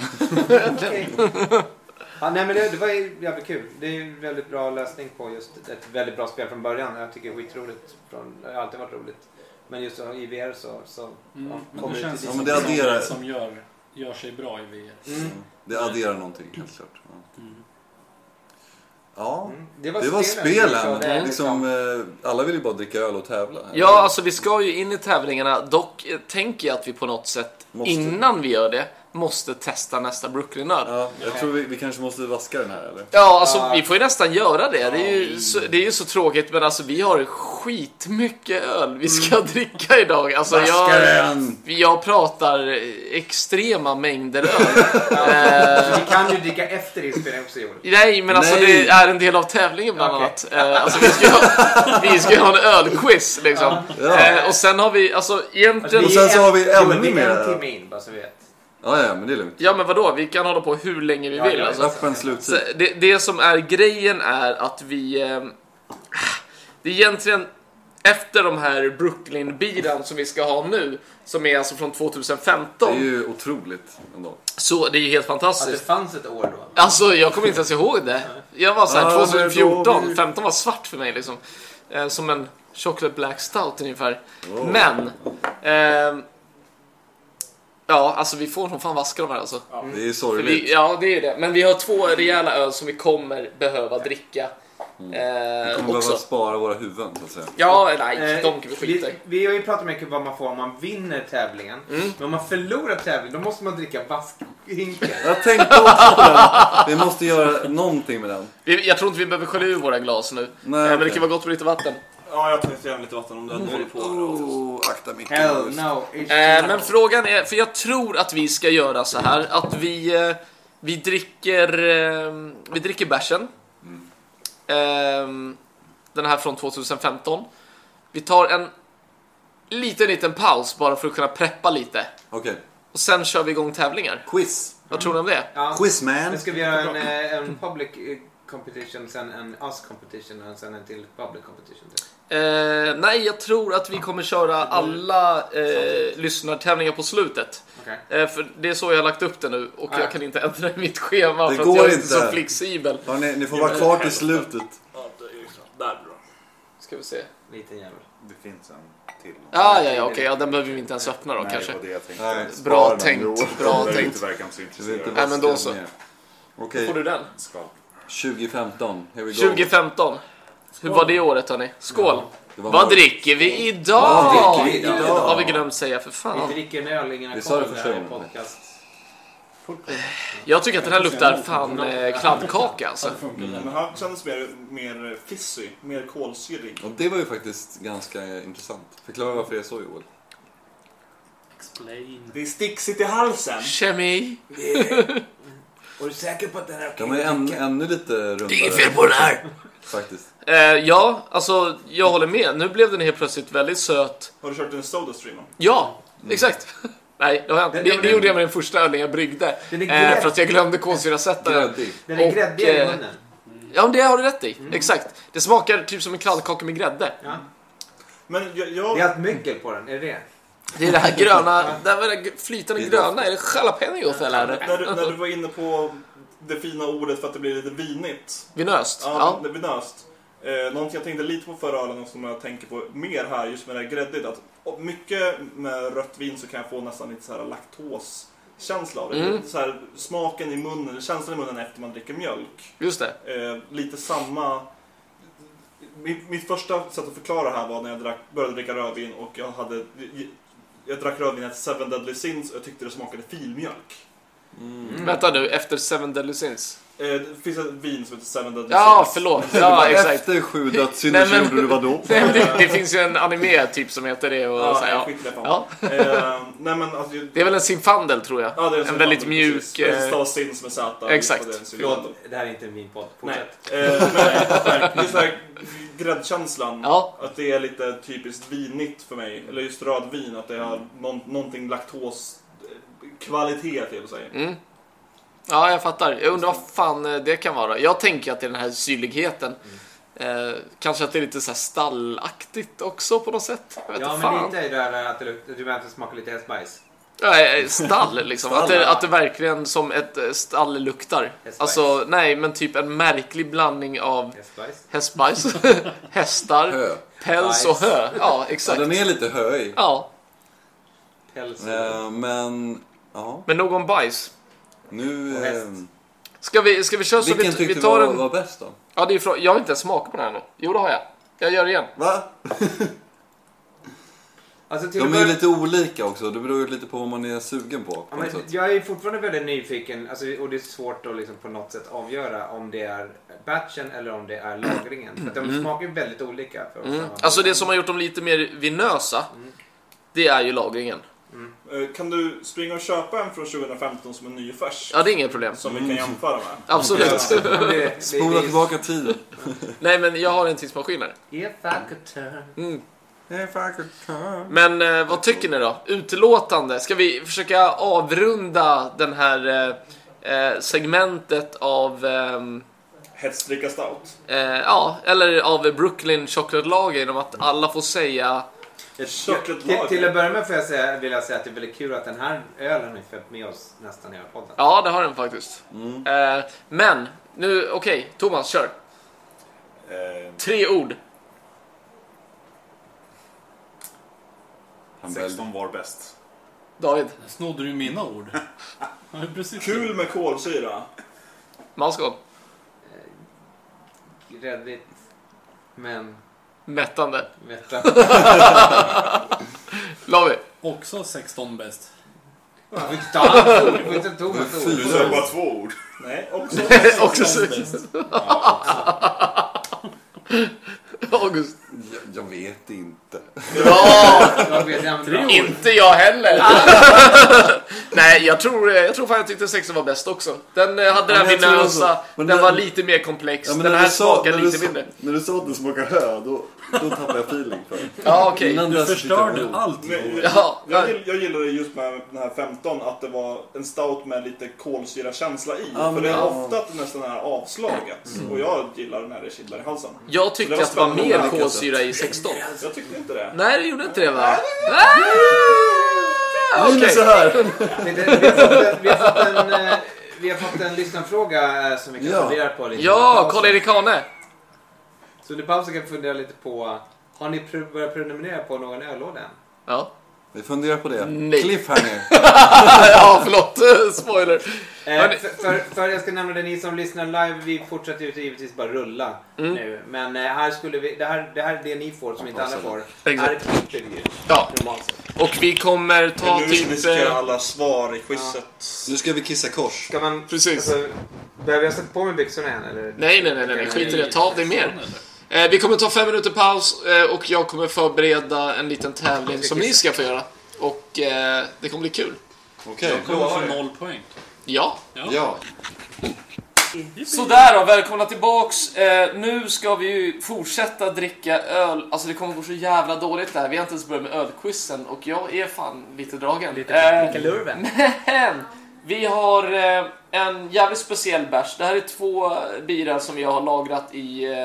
C: Ja, nej, men det, det var ju jävligt kul. Det är ju en väldigt bra lösning på just ett väldigt bra spel från början. Jag tycker det är skitroligt. Från, det har alltid varit roligt. Men just i VR så, så
D: Mm,
C: ja,
D: men
C: kommer
D: det
C: det
D: känns
C: till
B: Ja,
D: ju
B: men
D: som
B: det
D: det
B: adderar-
D: som, som gör, gör sig bra i Mm. VR.
C: Mm.
B: Det adderar någonting helt klart. Ja. Ja,
C: Mm. Det
B: det var
C: Så det är
B: spelen.
C: liksom-
B: Liksom, eh, alla vill ju bara dricka öl och tävla.
A: Ja, alltså vi ska ju in i tävlingarna. Dock eh, tänker jag att vi på något sätt,
B: Måste.
A: innan vi gör det, måste testa nästa Brooklyn-öl.
B: Ja, jag tror vi, vi kanske måste vaska den här eller?
A: Ja, alltså
C: Ja.
A: vi får ju nästan göra det. Det är, ju så, det är ju så tråkigt, men alltså vi har skitmycket öl vi ska dricka idag. Alltså jag,
B: den!
A: jag pratar extrema mängder öl. eh,
C: Vi kan ju dricka efter inspelningen också Joel.
A: nej, men alltså
B: Nej.
A: det är en del av tävlingen bland
C: Okej.
A: annat. Eh, alltså vi ska, ha- vi ska ha en ölquiz liksom.
B: Ja.
A: Eh, och sen har vi, alltså egentligen...
B: Och sen så har vi
C: Joel,
B: ännu
C: vi är
B: mer.
C: en timme in bara så vi vet.
B: Ja, ja, men det är lugnt.
A: Ja men vadå, vi kan hålla på hur länge vi
C: Ja,
A: vill
C: ja,
A: alltså.
B: Öppen
A: Så
B: sluttid.
A: det, det som är grejen är att vi... Eh, det är egentligen efter de här Brooklyn-biran som vi ska ha nu, som är alltså från
B: Det är
A: 2015,
B: ju otroligt ändå.
A: så det är ju helt
C: Att det
A: fantastiskt.
C: fanns ett år då.
A: Alltså jag kommer inte ens ihåg det. Jag var såhär
B: Ja, men då var
A: 2014,
B: vi-
A: 15 var svart för mig liksom. Eh, som en chocolate black stout ungefär. Men... ehm, ja, alltså vi får nog fan vaska de här alltså.
B: Det är ju
A: För
B: sorgligt.
A: vi, ja, det är ju det. Men vi har två rejäla öl som vi kommer behöva dricka.
B: Mm. Vi
A: Eh,
B: kommer behöva
A: också.
B: spara våra huvuden så att säga.
A: Ja, nej,
C: Eh,
A: de kan vi skita i. Mm.
C: vi har ju pratat mycket om vad man får om man vinner tävlingen. Men om man förlorar tävlingen då måste man dricka vaskhinkar.
B: Jag tänkte också på den. Vi måste göra någonting med den.
A: Vi- Jag tror inte vi behöver skölja ur våra glas nu.
B: Nej,
A: eh, men det
B: okej.
A: kan vara gott med lite vatten.
E: Ja, jag tänkte gärna lite vatten om du
B: Mm.
E: hade hållit på.
B: Oh, akta micken.
C: Hell no. it's-
A: Eh, men frågan är, för jag tror att vi ska göra så här att vi, eh, vi dricker, eh, vi dricker bärsen.
B: Mm.
A: Ehm, den här från 2015. Vi tar en liten, liten paus bara för att kunna preppa lite.
B: Okej,
A: Och sen kör vi igång tävlingar.
B: quiz.
A: Vad tror ni om det?
C: Ja.
B: Quiz man.
C: Men ska vi göra en, eh, en public eh, competition, sen en us competition och sen en till public competition? typ?
A: Eh, nej, jag tror att vi kommer köra alla eh, lyssnartävlingar på slutet.
C: Okej.
A: Eh, för det är så jag har lagt upp det nu och
C: Ah.
A: jag kan inte ändra mitt schema
B: Det
A: för att
B: går
A: jag är inte
B: inte.
A: så flexibel.
B: Hörrni, ni får vara kvar till slutet.
E: Ja, det är liksom- Där blir det bra.
A: Ska vi se.
C: Liten jävel.
G: Det finns en till.
A: Ah, ja, ja, okej, ja, den behöver vi inte ens öppna då
G: Nej,
A: kanske.
G: det var det jag tänkte.
B: Nej, spara
A: Bra
B: den.
A: tänkt,
B: Jo,
A: bra
G: det
A: tänkt.
G: inte verkar han så
B: jag vet inte
G: intresserad.
A: Nej, men då
B: vad
A: så.
B: ska jag med. Okej,
A: Får du den?
G: Skal.
B: 2015. Here we go.
A: 2015. Hur var det året hörni? Skål!
B: Det var
A: Vad
B: varmt.
A: dricker vi idag?
B: Vad dricker vi idag?
A: har vi glömt säga för
C: Vi
A: fan.
C: dricker en öl, ingen
B: Vi sa det
C: alkohol
B: första
C: där i
B: gången.
C: podcast.
A: Jag tycker att den här luktar fan eh, kladdkaka alltså.
E: Mm.
B: Mm.
E: Men han kändes mer, mer fissig, mer kolsyrig.
B: Och det var ju faktiskt ganska eh, intressant. Förklara varför det är så Joel.
F: Explain.
E: Det är sticksigt i halsen.
A: Kemi.
C: Och du är säker på att den är okej?
B: De är än, ännu lite rundare.
A: Det är fel på den här!
B: Faktiskt.
A: Eh, ja, alltså jag håller med. Nu blev den helt plötsligt väldigt söt.
E: Har du kört en Sodastream?
A: Ja, exakt. Nej, det har jag inte.
C: Den-
A: Det,
C: den-
A: det gjorde jag med den första ölen jag bryggde.
C: Den är
A: Eh,
C: gräddig.
A: för att jag glömde kolsyrasättaren.
B: Gräddig.
C: Den är
A: Och,
C: gräddigare i
A: eh,
C: munnen.
D: Mm.
A: Ja, men det har du rätt i. Exakt. Det smakar typ som en kladdkaka med grädde.
C: Ja.
E: Men jag...
C: Det
E: jag
C: är allt mögel på den, är det det
A: Det är det här gröna, det här var det flytande
B: Det är
A: gröna. Är det jalapenos eller?
E: när, du, när du var inne på det fina ordet för att det blir lite vinigt.
A: Vinöst?
E: Ja,
A: Ja.
E: det blir nöst. Eh, någonting jag tänkte lite på förra ölen och som jag tänker på mer här just med det här gräddigt. Att och mycket med rött vin så kan jag få nästan lite så här laktoskänsla av det.
A: Mm.
E: Lite så här, smaken i munnen, eller känslan i munnen efter man dricker mjölk.
A: Just det.
E: Eh, lite samma... Mitt, mitt första sätt att förklara det här var när jag drack, började dricka rödvin och jag hade... Jag drack rödvin efter Seven Deadly Sins och jag tyckte det smakade filmjölk.
B: Mm.
A: Vänta nu, efter Seven Deadly Sins.
E: Eh, det finns ett vin som heter Seven Deadly
A: Ja,
E: Sins.
A: förlåt. Ja, exakt.
B: Efter sju dödssynder
A: Nej, men-
B: så gjorde du vadå?
A: Nej, men det, det finns ju en anime typ som heter det. Och så här,
E: Ja,
A: ja.
E: skit i det fan.
A: Ja.
E: Eh, nej men alltså, ju-
A: Det är väl en simfandel tror jag.
E: ja, det är
A: en väldigt
E: precis.
A: mjuk,
E: Det
A: eh,
E: stavas Sins med Z.
A: exakt.
E: Det är en syrian.
C: Förlåt, det här är inte min podd.
E: Nej.
C: Fortsätt.
E: Eh, men just den här gräddkänslan.
A: Ja.
E: Att det är lite typiskt vinigt för mig. Eller just rödvin. Att det
B: Mm.
E: har någon, någonting laktos kvalitet till sig.
A: Mm. Ja, jag fattar. Jag undrar vad fan eh, det kan vara. Jag tänker att det är den här syrligheten. Eh, kanske att det är lite så här stallaktigt också på något sätt. Jag vet
C: Ja,
A: inte
C: men
A: fan.
C: inte det där att det luktar- du menar att det smakar lite hästbajs?
A: Ja, eh, stall liksom.
B: Stall,
A: att, det,
B: ja.
A: att det verkligen som ett eh, stall luktar.
C: Hästbajs.
A: Alltså, nej, men typ en märklig blandning av
C: Hästbajs?
A: hästbajs, hästar,
B: Hö.
A: päls och hö. Ja,
B: Ja,
A: exakt.
B: den är lite höig.
A: Ja,
C: Päls?
B: Eh, Men, ja.
A: men nog om bajs.
B: Nu...
C: Och
B: eh,
C: häst.
A: Ska vi, ska vi köra så
B: Vilken
A: vi,
B: tyckte
A: vi
B: du
A: tar
B: var,
A: en...
B: var bäst då?
A: Ja, det är från... Jag har inte ens smakat på den här nu. Jo, det har jag. Jag gör det igen.
B: Va?
C: Alltså till
B: De
C: och
B: är ju
C: med...
B: lite olika också. Det beror ju lite på vad man är sugen på.
C: Ja,
B: på
C: men
B: något sätt.
C: jag är fortfarande väldigt nyfiken alltså, och det är svårt att liksom på något sätt avgöra om det är batchen eller om det är lagringen. För att de smakar ju väldigt olika. För
A: Mm.
C: samma-
A: Alltså det som har gjort dem lite mer vinösa, det är ju lagringen.
E: Eh, Kan du springa och köpa en från 2015 som är ny och färsk?
A: Ja, det är inget problem.
E: Som
B: Mm.
E: vi kan jämföra med.
A: Absolut.
C: Det- det-
B: Spola
C: det-
B: tillbaka tiden.
A: Nej, men jag har en tidsmaskin här. Mm.
C: If I could turn.
A: Men eh, vad tycker ni då? Utlåtande. Ska vi försöka avrunda den här eh, eh, segmentet av, ehm,
E: Hetsdricka stout.
A: eh, ja, eller av Brooklyn Chocolate Lager genom att alla får säga
E: Chocolate
C: Till, till att
E: lager.
C: börja med får jag säga, vill jag säga att det är väldigt kul att den här ölen har följt med oss nästan hela podden.
A: Ja, det har den faktiskt.
B: Mm,
A: Eh, men, nu, okej, Thomas, kör.
G: Eh,
A: Tre ord.
B: Han väl-
G: 16 var bäst.
A: David,
D: Snodde du mina ord? Ja, det är precis
E: Kul med kolsyra.
A: Malsgård,
C: Gräddigt, men
A: mättande.
C: mättat.
A: Lavi,
D: Också 16 bäst.
C: Du får inte ta hans ord, du får inte ta Thomas
B: Fy.
C: ord.
G: Du sa bara två ord.
E: Nej, också.
A: Också
E: Sexton
A: så-
E: bäst.
A: August.
B: Jag, jag vet inte.
A: Ja,
C: Jag vet, jag
A: inte jag heller. Nej, jag tror, eh, jag tror fan jag tyckte sexen var bäst också. Den eh, hade den
B: Ja,
A: här
B: men jag tror
A: vinösa,
B: också. Men
A: den
B: den-
A: var lite mer komplex,
B: Ja, men
A: den
B: när
A: här
B: du sa-
A: smakar
B: när du
A: lite
B: sa-
A: mindre.
B: När du sa att den smakar hö, då, då tappade jag feeling för den.
A: Ja, okej.
B: Innan
D: Du
B: dess tyckte jag
D: förstörde
B: var-
D: allt.
E: Men-
D: Joel.
A: Ja,
E: Jag, gill, jag gillade just med den här 15 att det var en stout med lite kolsyrakänsla i.
B: Ja,
E: för
B: men
E: det är
B: ja. Mm.
E: ofta att det nästan är avslaget. Och jag gillar när det kittlar i halsen.
A: jag
E: Det
A: tyckte
E: var
A: att det var
E: spännande
A: mer
E: på olika
A: kolsyra i 16.
E: Jag tyckte inte det.
A: Nej, det gjorde inte det va? Nej! Okej.
B: Linus är här!
C: Vi, vi, har fått en, vi, har fått en, eh, vi har fått en lyssnarfråga eh, som vi kan
B: Ja.
C: fundera på lite.
A: Ja, Karl-Erik Hane.
C: Så under pausen kan vi fundera lite på, har ni pr- börjat prenumerera på någon öllåda än?
A: Ja.
B: Vi funderar på det.
A: Nej.
B: Cliffhanger.
A: ja, förlåt. Spoiler. Har ni-
C: Eh, för, för, för jag ska nämna det, ni som lyssnar live, vi fortsätter ju givetvis bara rulla
A: Mm.
C: nu. Men eh, här skulle vi, det här, det här är det ni får som inte alla får. Här är
A: Exakt.
C: klippet ju.
A: Ja,
C: normalt sett.
A: och vi kommer
E: Men
A: ta
E: nu
A: typ...
E: riskerar
A: eh,
E: alla svar i quizet.
B: Nu ska vi kissa kors.
C: Ska man,
A: Precis.
C: Alltså, behöver jag sätta på mig byxorna än eller?
A: Nej, nej, nej, nej, nej, skit i det. Ta av dig mer. Eh, vi kommer ta fem minuter paus eh, och jag kommer förbereda en liten tävling som ni ska få göra. Och eh, det kommer bli kul.
B: Okej.
D: Kommer få noll poäng.
A: Ja.
B: Ja.
A: Sådär då, välkomna tillbaks. Eh, nu ska vi ju fortsätta dricka öl. Alltså det kommer gå så jävla dåligt där. Vi har inte ens börjat med ölquizen och jag är fan lite dragen. Eh,
C: lurven.
A: Men vi har eh, en jävligt speciell bärs. Det här är två birar som jag har lagrat i eh,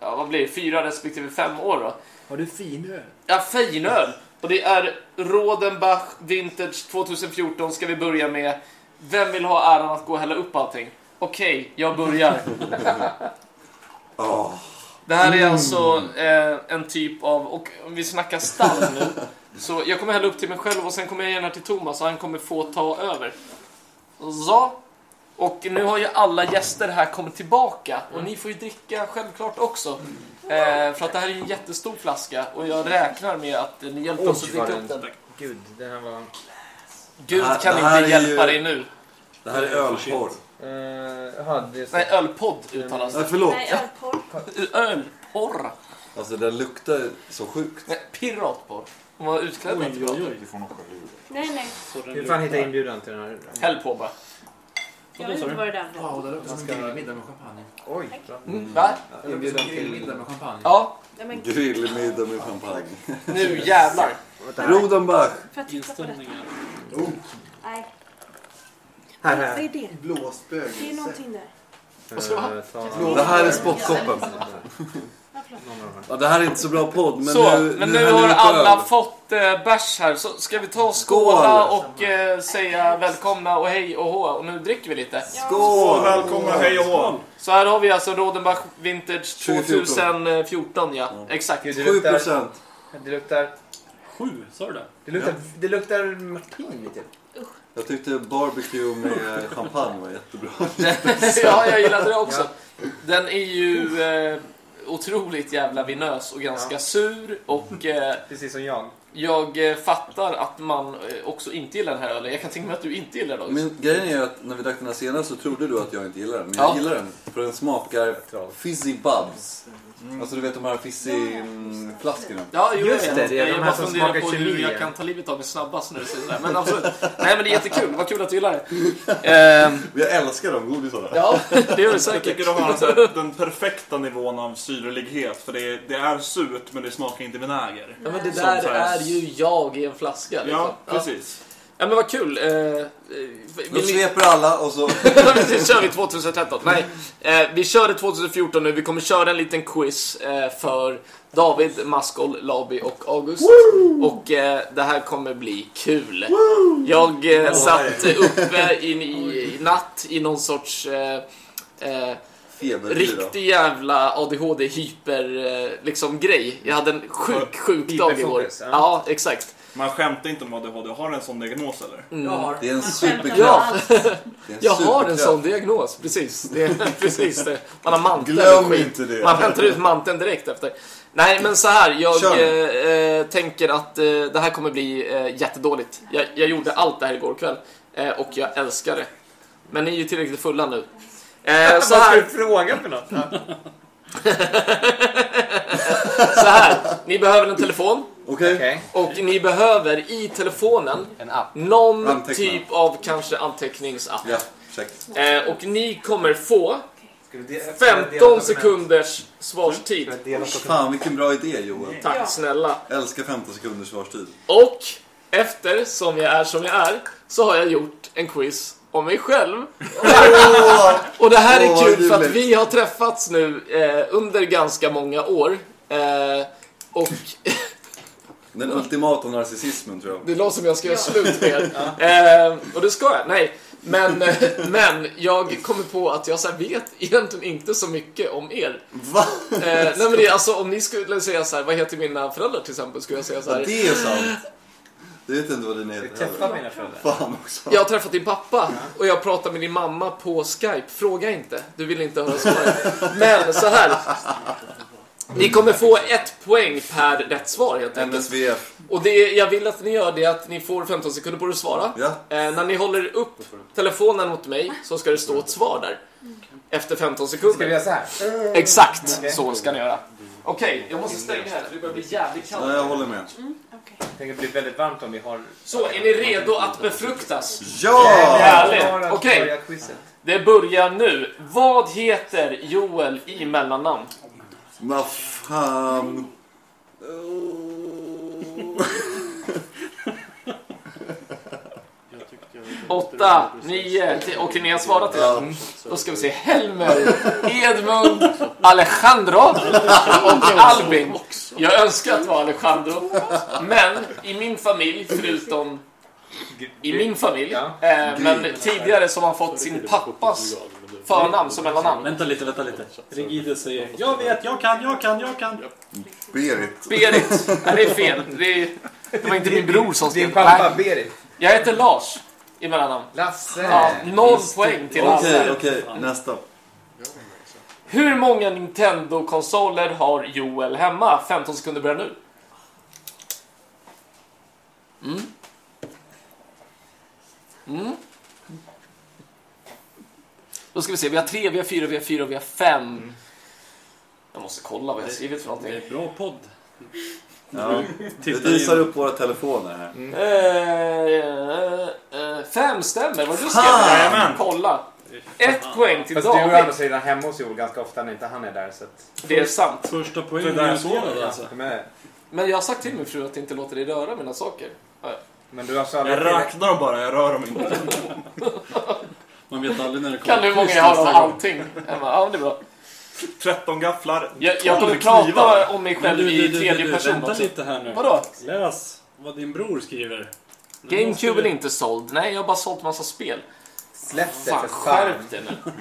A: ja, vad blir det, fyra respektive fem år. Då.
F: Har du finöl?
A: Ja, finöl! Och det är Rodenbach Vintage 2014 ska vi börja med. Vem vill ha äran att gå och hälla upp allting? Okej, jag börjar.
B: Åh,
A: Det här är alltså eh, en typ av, och om vi snackar stall nu. Så jag kommer hälla upp till mig själv och sen kommer jag ge den här till Thomas och han kommer få ta över. Så. Och nu har ju alla gäster här kommit tillbaka och ni får ju dricka självklart också. Eh, för att det här är ju en jättestor flaska och jag räknar med att eh, ni hjälper oss att dricka upp den.
C: Gud, det här var...
A: Gud
B: Det här-
A: kan
B: det här
A: inte
B: är ju-
A: hjälpa dig nu.
B: det här är ölporr.
C: Eh, Jaha, det är så.
A: Nej, ölpodd uttalas
B: Nej,
A: det.
B: förlåt.
H: Nej, ölporr.
A: Ölporr.
B: Alltså den luktar så sjukt.
A: Nej, piratporr. De var utklädda
F: Oj,
A: till
F: oj,
A: pirater.
F: oj.
G: Du får nog skälla ut.
H: Nej, nej.
F: Så den
C: Hur fan hittar jag
F: luktar.
C: inbjudan till den här?
A: Häll på bara.
H: Jag vet inte vad det där var.
I: Wow, det luktar som en grillmiddag med champagne.
C: Oj.
A: Mm. Va?
I: Det luktar som en grillmiddag med champagne.
A: Ja,
H: Nej, men gud.
B: Grillmiddag med champagne.
A: nu jävlar.
B: Rodenbach!
H: Får jag titta på detta?
F: Inställningen.
H: Nej.
C: Här,
H: Vad är
C: här.
H: det?
I: Blåsbög.
H: Det är någonting där.
C: Eh, ta någon
B: Det här är spottkoppen.
H: Ja, förlåt.
C: av dem.
B: Ja, det här är inte så bra podd, men
A: så,
B: nu,
A: men nu
B: häller
A: har
B: vi upp
A: alla
B: öl.
A: fått eh, bärs här. Så ska vi ta och
B: Skål!
A: skåla och eh, säga välkomna och hej och hå. Och nu dricker vi lite.
E: Så
B: Skål!
E: välkomna, hej och hå!
A: Så här har vi alltså Rodenbach Vintage
B: 2014.
A: 2014 ja. Exakt.
C: Gud, det
B: 7
C: luktar...
B: procent.
C: Det luktar...
F: Sju, sa du det?
C: Det luktar, det luktar martini typ.
B: Jag tyckte barbecue med eh, champagne var jättebra.
A: ja, jag gillade det också. Den är ju eh, otroligt jävla vinös och ganska
C: Ja.
A: sur. Och eh,
C: Precis som jag.
A: jag eh, fattar att man eh, också inte gillar den här ölen. Jag kan tänka mig att du inte gillar den.
B: Men grejen är ju att när vi drack den här senast så trodde du att jag inte gillade den. Men
A: Ja.
B: jag gillar den. För den smakar fizzy bubs. Alltså du vet de här fizzy mm, flaskorna.
A: Ja, jo,
C: Just
A: jag
C: det,
A: vet.
C: det är de
A: jag
C: här
A: bara
C: som
A: funderar
C: smakar
A: på hur
C: kemi.
A: jag kan ta livet av mig snabbast när du säger sådär. Men absolut. Nej men det är jättekul, vad kul att du gillar det. Ehm,
B: Jag älskar de godisarna.
A: ja, det gör du
E: Jag tycker
A: säkert.
E: de har så här, den perfekta nivån av syrlighet. För det är, det är surt, men det smakar inte vinäger.
A: Ja, men det
E: Som
A: där
E: så här-
A: är ju jag i en flaska liksom.
E: Ja,
A: ja.
E: precis.
A: ja men vad kul. Eh, eh,
B: Nu
A: vill ni-
B: sveper alla och så...
A: Nu kör vi 2013. Nej, eh, vi körde 2014 nu. Vi kommer köra en liten quiz eh, för David, Maskol, Labi och August. Och eh, det här kommer bli kul. Jag eh, satt uppe i, i, i natt i någon sorts eh, eh,
B: Feberdyra.
A: riktig jävla ADHD hyper eh, liksom grej. Jag hade en sjuk, sjuk dag igår.
C: Hyperfokus, ja.
A: Ja, exakt.
E: Man skämtar inte om ADHD. Har du en sån diagnos eller?
I: Jag har.
B: Det är en
A: Ja.
B: superkraft. Det är en
A: Mm. Jag har en
B: superkraft.
A: sån diagnos, precis. Det är, precis det. Man har mantel och
B: Glöm
A: skit.
B: inte det.
A: Man hämtar ut manteln direkt efter. Nej, men så här. Jag
B: Kör nu.
A: eh, eh, tänker att eh, det här kommer bli eh, jättedåligt. Jag, jag gjorde allt det här igår kväll eh, och jag älskar det. Men ni är ju tillräckligt fulla nu. Eh, så
C: Vad ska du
A: här.
C: fråga för något? Ja.
A: Så här. Ni behöver en telefon
B: Okej?
C: Okej.
A: och ni behöver i telefonen
I: En app.
A: någon
B: Anteckna.
A: typ av kanske anteckningsapp.
B: Ja, check.
A: Eh, och ni kommer få
C: Ska vi dela- ska vi dela
A: 15
C: dokument?
A: sekunders svarstid.
C: Ska vi dela dokument?
B: Fan vilken bra idé Joel.
A: Tack
H: Ja.
A: snälla.
B: Älskar 15 sekunders svarstid.
A: Och efter som jag är som jag är så har jag gjort en quiz om mig själv. Och det här
B: Åh,
A: är
B: vad
A: kul för att
B: gulligt.
A: vi har träffats nu eh, under ganska många år. Eh, och
B: Den ultimata narcissismen tror jag.
A: det låter som jag ska göra slut med er. eh, Och det ska jag, nej. Men, eh, men jag kommer på att jag så här, vet egentligen inte så mycket om er.
B: Va?
A: Eh, nej men det är alltså om ni skulle säga så här, vad heter mina föräldrar till exempel? Skulle jag säga så
B: Ja,
A: här.
B: det är sant. Du vet inte vad den
C: Ska vi
B: heter
C: träffa
B: heller.
C: mina föräldrar?
B: Fan också.
A: Jag har träffat din pappa och jag pratar med din mamma på Skype. Fråga inte. Du vill inte höra svaret. Men så här. Ni kommer få ett poäng per rätt svar helt enkelt.
B: NSVF.
A: Och det jag vill att ni gör det är att ni får 15 sekunder på er att svara.
B: Ja.
A: Eh, när ni håller upp telefonen mot mig så ska det stå ett svar där. Efter 15 sekunder.
C: Ska vi göra så här?
A: Exakt
C: Okej.
A: så ska ni göra. Okej, jag måste stänga här för det börjar bli jävligt
B: Ja, jag
A: kallt.
B: håller med.
C: Jag tänker bli väldigt varmt om vi har...
A: Så, är ni redo att befruktas?
B: Ja!
A: Härligt.
C: Bara att
A: Okej.
C: börja quizet.
A: Det börjar nu. Vad heter Joel i mellannamn?
B: Vad fan.
F: Jag tyckte jag var-
A: 8, 9, 10. Okej, ni har svarat
B: Ja.
A: redan. Då ska vi se. Helmer, Edmund, Alejandro och Albin. Jag önskar att det var Alejandro. Men i min familj, förutom i min familj.
C: Ja.
A: Eh, men tidigare så har man fått sin pappas förnamn som mellannamn.
F: Vänta lite, vänta lite. Rigide säger jag vet, jag kan, jag kan, jag kan.
G: Berit.
A: Berit. Nej, det är fel. Det, är, det var inte min bror som
C: Din
A: skrev.
C: pappa
A: Nej.
C: Berit.
A: Jag heter Lars i mellannamn.
C: Lasse.
A: Ja, noll poäng till Lasse.
B: Okej, okej, nästa.
A: Hur många Nintendo-konsoler har Joel hemma? 15 sekunder börjar nu. Mm. Mm. Då ska vi se, vi har 3, vi har 4, vi har 4 och vi har 5. Jag måste kolla vad jag har skrivit för
F: Det
A: någonting.
F: är bra podd.
B: Ja.
A: Mm.
B: Vi
F: Titta
B: visar
F: in.
B: upp våra telefoner här.
A: Eh, eh, eh, Fem stämmer, var det du skrev?
B: Fan!
A: Kolla! Ett poäng till
C: Fast du är å andra
A: David.
C: sidan hemma hos Joel ganska ofta när inte han är där. Så att,
A: Det är sant.
F: Första
E: Det
F: poängen
E: där
F: är
E: är så,
F: noterad alltså.
C: Kom med.
A: Men jag har sagt till min fru att inte låta dig röra mina saker. Ja, ja.
C: Men du har så aldrig
E: Jag räknar dem bara, jag rör dem inte.
D: Man vet aldrig när det kommer
A: Kan hur många
D: quiz
A: jag har av
D: nästa gång.
A: allting. Jag bara, ja, men det är bra.
E: 13 gafflar,
A: Jag, jag
E: 12
A: kommer
E: knivar.
A: prata om mig
F: Men
A: själv
F: du, du,
A: i
F: du, du,
A: tredje
F: du,
A: person
F: vänta
A: också.
F: lite här nu.
A: Vadå?
F: Läs vad din bror skriver. Nu måste
A: GameCube
F: vi-
A: är inte såld. Nej, jag har bara sålt massa spel.
C: Släpp det för
A: Fan,
C: fan.
A: skärp dig nu.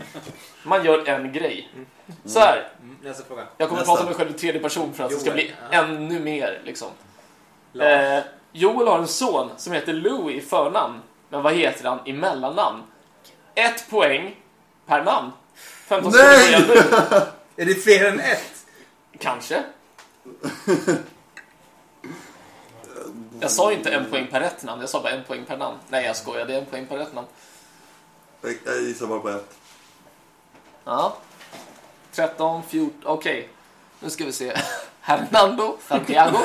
A: Man gör en grej.
F: Mm.
A: Så här,
C: Nästa fråga.
A: jag kommer
B: Nästa.
A: prata om mig själv i tredje person för att det ska
C: Joel.
A: bli ännu mer liksom.
C: Lars.
A: Eh, Joel har en son som heter Louis i förnamn. Men vad heter han i mellannamn? Ett poäng per namn. 15
B: Nej!
A: sekunder börjar nu.
C: Är det fler än ett?
A: Kanske. Jag sa inte en poäng per rätt namn, jag sa bara en poäng per namn. Nej, jag skojar, det är en poäng per rätt namn.
B: Jag, jag gissar bara på ett.
A: Ja. 13, 14, okej. Nu ska vi se. Hernando, Santiago,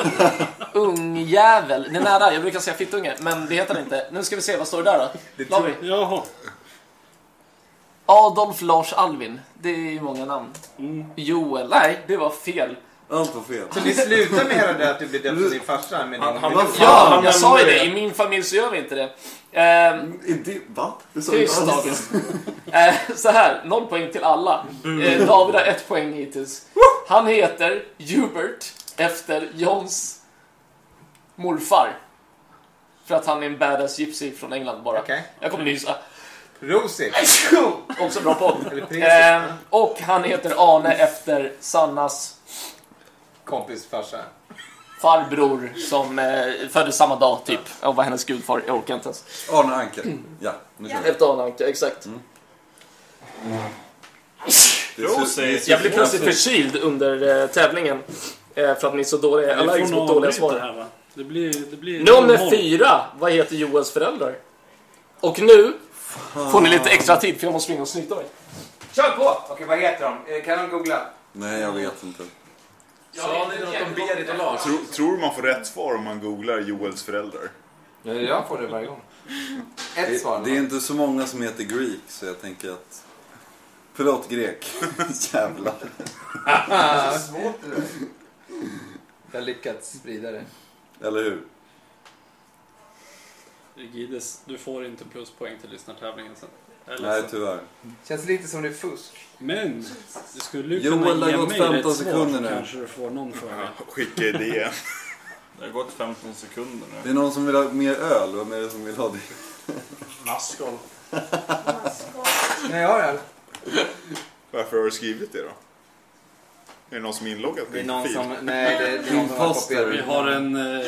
A: ungjävel. Det är nära, jag brukar säga fittunge, men det heter han inte. Nu ska vi se, vad står det där då? Lavi.
F: Jaha.
A: Adolf Lars Alvin. Det är ju många namn. Joel, nej, det var fel.
B: Allt var fel.
C: Så ni slutar med hela det att du blir döpt av din farsa? Men
E: Han-
C: din,
E: han var
C: din-
E: fan-
A: Ja,
E: men
A: jag sa ju
E: det-
A: det. I min familj så gör vi inte det. Ehm,
B: Är det, va? Det sa
A: Tyst
B: inte alls.
A: David. Eh, så här, noll poäng till alla. Eh, David har ett poäng hittills. Han heter Hubert efter Johns morfar. För att han är en badass gypsy från England bara.
C: Okej.
A: Jag kommer nysa.
C: Rosig.
A: Också bra podd.
C: Eller prins.
A: Eh, och han heter Arne efter Sannas
C: Kompis farsa.
A: farbror som eh, föddes samma dag typ. Och var hennes gudfar. Jag orkar inte ens.
B: Arne Anka. Ja, nu kör vi.
A: Efter Arne Anka, exakt.
B: Det är su-
E: Rosé.
B: det är su-
A: Jag blev plötsligt förkyld under eh, tävlingen. Eh, för att ni är så dåliga. Jag är
F: Vi
A: allergisk
F: får nog
A: mot dåliga
F: avbryta
A: svar.
F: det här va? Det blir... Det blir
A: Nummer
F: noll.
A: fyra. Vad heter Joels föräldrar? Och nu får ni lite extra tid för jag måste springa och snyta mig.
C: Kör på! Okej, vad heter de? Eh, Kan de googla?
B: Nej, jag vet inte.
I: Sa ni något om Berit och Lars?
G: Tro, tror man får rätt svar om man googlar Joels föräldrar?
C: Jag får det varje gång. Ett svar.
B: Det, det är inte så många som heter Greek, så jag tänker att... Förlåt, grek. Jävlar.
C: Jag har lyckats sprida det.
B: Eller hur?
F: Rigides, du får inte pluspoäng till lyssnartävlingen sen. Jag är
B: Nej, typ.
F: ledsen.
B: tyvärr.
C: Känns lite som det är fusk.
F: Men du skulle ju
B: Joel, det
F: kunna
B: har
F: ge
B: gått
F: mig
B: 15
F: rätt svar
B: sekunder
F: så
B: nu.
F: kanske du får någon fråga.
G: Skicka idén.
E: Det har gått 15 sekunder nu.
B: Det är någon som vill ha mer öl. Vem är det som vill ha det?
E: Maskol.
C: Nej, jag har det.
G: Varför har du skrivit det då? Är det någon som är inloggad på
C: Det är
G: din
C: någon
G: fil?
C: som... Nej, det, det är någon som har
B: Imposter.
C: kopierat.
F: Vi har en eh,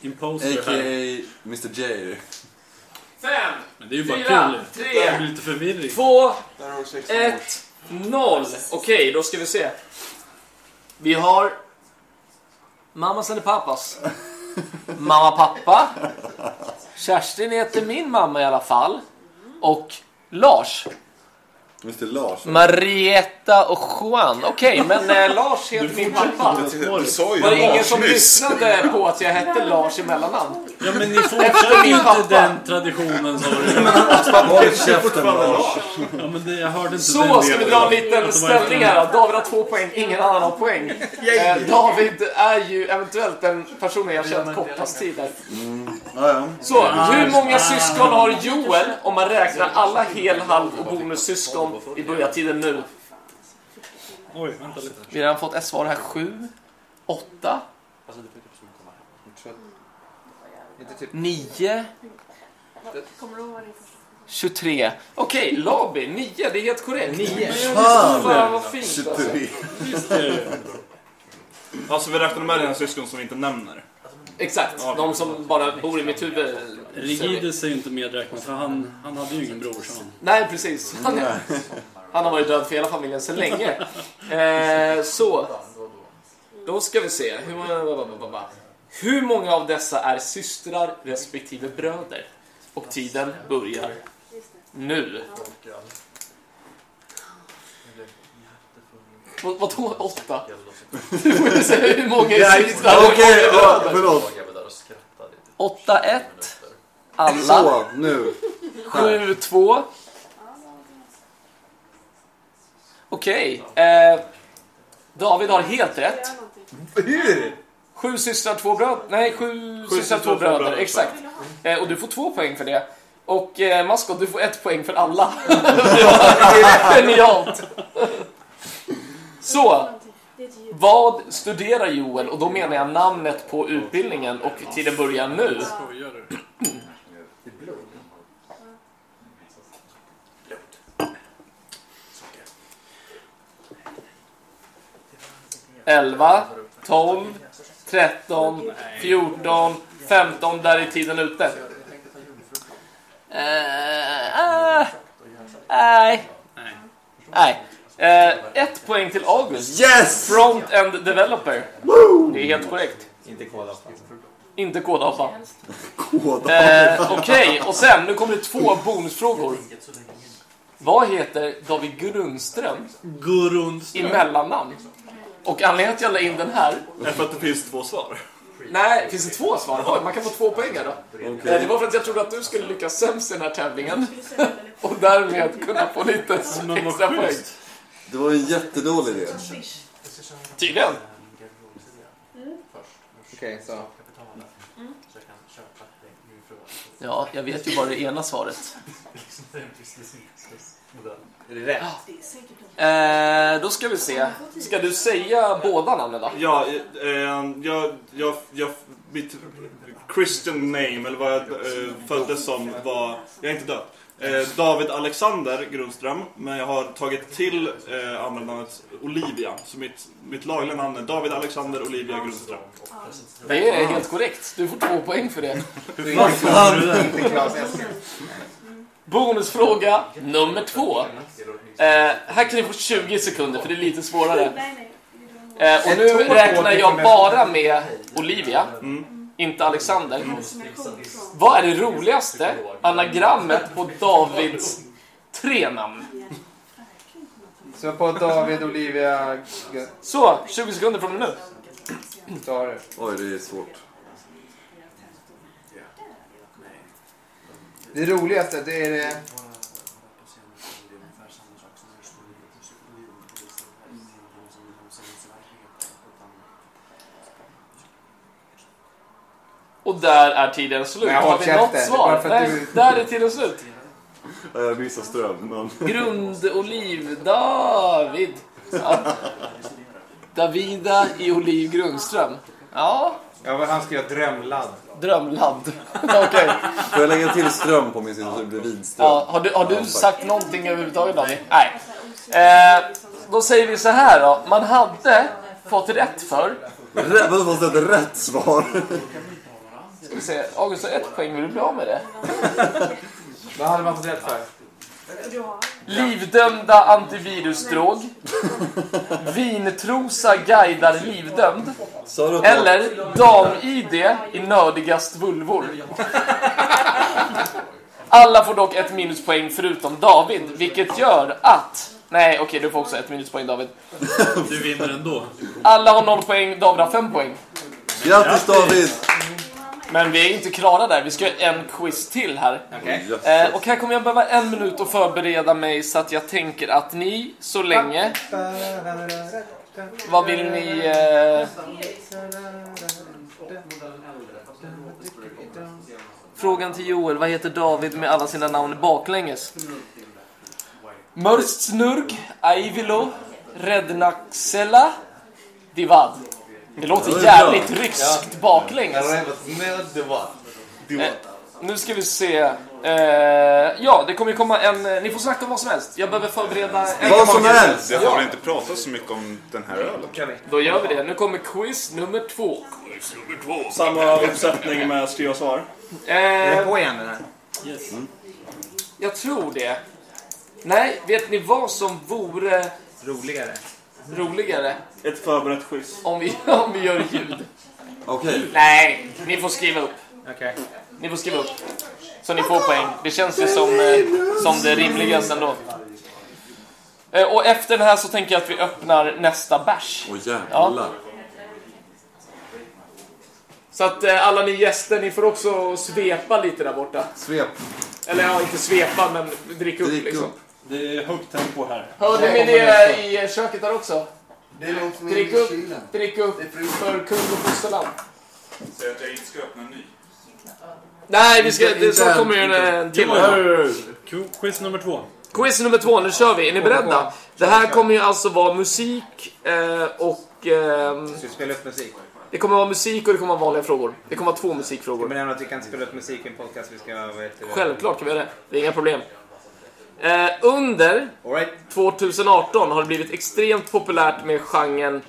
F: imposter här.
B: A.k.a. Mr J.
A: Fem,
F: Men det är ju bara
A: Fyra,
F: kul.
A: tre,
F: Jag blir lite förvirring.
A: två,
E: Där har du 16 år.
A: ett, noll. Okej, då ska vi se. Vi har mammas eller pappas? Mamma, pappa. Kerstin heter min mamma i alla fall. Och Lars.
B: Mr Lars.
A: Marietta och Juan. Okej, men eh, Lars heter min pappa.
G: Du, du sa ju
A: Var det ingen
G: Lars
A: som
G: nyss.
A: lyssnade på att jag hette Lars i mellannamn?
F: Ja men ni fortsätter
A: min
F: ju
A: pappa.
F: inte den traditionen sa du.
B: Håll käften Lars.
F: Ja men det, jag hörde inte den
A: Så ska vi
F: delen.
A: dra en
F: Att det
A: liten
F: var
A: ställning
F: efter-
A: här. David har två poäng, ingen annan har poäng. Eh, David är ju eventuellt den personen jag känt kortast tid här.
B: Ja, ja.
A: Så, hur många syskon har Joel om man räknar alla hel, halv och bonussyskon i börjatiden nu?
F: Oj, vänta lite.
A: Vi har redan fått ett svar här. Sju, åtta,
C: Inte typ...
A: nio,
H: Vad- Kommer du ihåg vad din första?
A: 23. Okej, Labi, 9. Det är helt korrekt.
C: 9.
A: Fan vad
B: Typ
A: fint alltså.
G: 23.
E: Alltså vi räknar med dina syskon som vi inte nämner.
A: Exakt, de som bara bor i mitt huvud.
F: Rigides är ju inte medräknad för han, han hade ju ingen brorson.
A: Nej, precis. Han, är, han har varit död för hela familjen sedan länge. Eh, så. Då ska vi se. Hur många, ba, ba, ba, ba. Hur många av dessa är systrar respektive bröder? Och tiden börjar nu. Vad- Vadå åtta? Du får ju säga hur många är systrar och hur många
B: Okej,
A: är
B: ja,
A: bröder.
B: förlåt.
A: Åtta, ett. Alla.
B: Så, nu.
A: Sju, två. Okej. Eh, David har helt rätt.
H: Gör någonting.
C: Hur?
A: Sju systrar, två bröder. Nej, sju, systrar, två bröder. Exakt. Eh, och du får två poäng för det. Och eh, Maskot, du får ett poäng för alla. Genialt!
H: Gör
A: Så,
H: någonting. Det är ett djur.
A: vad studerar Joel? Och då menar jag namnet på utbildningen och tiden börjar nu.
D: Skojar du?
A: Elva, tolv, tretton, fjorton, femton. Där är tiden ute. Eh, ah, nej. Nej. Eh, ett poäng till August.
B: Yes!
A: Front End Developer. Det är helt korrekt.
C: Inte koda på.
A: Inte kodapa.
B: Kåda.
A: Eh, Okej, och sen nu kommer det två bonusfrågor. Vad heter David Grundström i
D: Grundström.
A: mellannamn? Och anledningen till att jag la in den här...
E: Är för att det finns två svar.
A: Nej, finns det två svar? Oj, man kan få två poäng här då. Eh, Det var för att jag trodde att du skulle lyckas sämst i den här tävlingen och därmed kunna få lite
F: Men vad
A: extra poäng.
F: schysst.
B: Det var en jättedålig idé.
H: Fish.
A: Tydligen.
C: Okej, så.
A: Ja, jag vet ju bara det ena svaret.
C: Är det rätt?
H: Det är säkert något.
A: Eh, då ska vi se. Ska du säga båda namnen då?
E: Ja, eh, eh, jag, jag, jag, mitt Christian name, eller vad jag eh, föddes som, var... Jag är inte död. Eh, David Alexander Grundström, men jag har tagit till eh, användarnamnet Olivia. Så mitt, mitt lagliga namn är David Alexander Olivia Grundström.
A: Det är helt korrekt. Du får två poäng för det.
C: Hur fan kunde du det? Inte Claes Eskel.
A: Bonusfråga nummer två. Eh, här kan ni få 20 sekunder för det är lite svårare.
H: Nej, nej. Det är
A: Eh,
H: de-
A: och nu räknar jag bara med Olivia,
F: Mm.
A: inte Alexander.
H: Här som jag kom ifrån.
A: Vad är det roligaste anagrammet på Davids tre namn?
C: Så på David, Olivia, Gu-
A: Så, 20 sekunder från nu.
C: så har du.
B: Oj, det är svårt.
C: Det roligaste, det är det...
A: Och där är tiden slut.
C: Nej, håll
A: Har vi
C: käften.
A: något svar?
C: Varför att
A: Nej,
C: du-
A: där är tiden slut.
B: Ja, Jag missade ström, men...
A: Grund-Oliv David. Ja. Davida i Oliv Grundström. Ja,
C: Ja, vad han ska göra drömland.
A: drömland. Okej.
B: Får jag lägga till ström på min sida så det blir vidström?
A: Ja, har du, har
B: Ja,
A: du
B: tack.
A: sagt någonting överhuvudtaget David?
H: Det
A: Nej.
H: är så här osäkert,
A: Eh,
H: liksom.
A: Då säger vi så här då. Man hade fått rätt för...
B: Rä- Vadå, fast ett rätt svar?
A: Ska vi se, August har ett poäng, vill du bli av med det?
C: Vad hade man fått rätt för?
H: Och du har-
A: Livdömda antivirusdrog. Vintrosa guidar livdömd.
B: Sa du att
A: Eller dam-id i nördigast vulvor. Alla får dock ett minuspoäng förutom David, vilket gör att... Nej, okej, du får också ett minuspoäng David.
D: Du vinner ändå.
A: Alla har noll poäng, David har fem poäng.
B: Grattis David!
A: Men vi är inte klara där, vi ska göra en quiz till här.
C: Okej.
A: Eh, och här kommer jag behöva en minut att förbereda mig så att jag tänker att ni, så länge... Vad vill ni... Eh, frågan till Joel, vad heter David med alla sina namn baklänges? Mörstsnurg, Aivilo, Rednaxella, Divad. Det
B: Ja,
A: låter
B: det är bra.
A: jävligt ryskt baklänges.
C: Det var...
A: Eh, nu ska vi se. Eh, ja, det kommer ju komma en... eh, Ni får snacka om vad som helst. Jag behöver förbereda... en-
B: Vad som helst!
G: Jag har väl inte pratat så mycket om den här ölen?
A: Då gör vi det. Nu kommer quiz nummer två.
E: Samma uppsättning med skriva svar.
C: Är
B: Mm.
C: den
A: Eh,
C: på igen den här?
F: Yes.
A: jag tror det. Nej, vet ni vad som vore
C: Roligare.
A: roligare
E: Ett förberett quiz.
A: om vi, om vi gör ljud?
B: Okej,
A: Nej, ni får skriva upp.
C: Okej.
A: Ni får skriva upp. Så ni får poäng. Det känns ju som, eh, som det rimligaste ändå. Eh, Och efter den här så tänker jag att vi öppnar nästa bärs.
B: åh jävlar.
A: Så att eh, alla ni gäster, ni får också svepa lite där borta.
B: Svep,
A: Eller ja, inte svepa, men drick upp
B: drick
A: liksom.
B: upp.
F: Det är högt tempo här.
A: Hörde ni det eh, i köket där också?
I: Det är långt ner
A: Drick
I: i
A: upp,
I: kylen.
A: drick upp för kung och fosterland.
G: Säg att jag inte ska öppna en ny.
A: Nej, vi ska,
B: Inte-
A: det, så
B: inte-
A: kommer ju en, en till.
F: Q- Quiz nummer två.
A: Quiz nummer två, nu kör vi. Är ni beredda? Det här kommer ju alltså vara musik eh, och... ehm,
C: Ska vi spela upp musik?
A: Det kommer vara musik och det kommer vara vanliga frågor. Det kommer vara två musikfrågor.
C: Jag menar att vi kan spela upp musik i en podcast. Vi ska... Vad heter det?
A: Självklart kan vi göra det. Det är inga problem. Eh, under
C: All right.
A: 2018 har det blivit extremt populärt med genren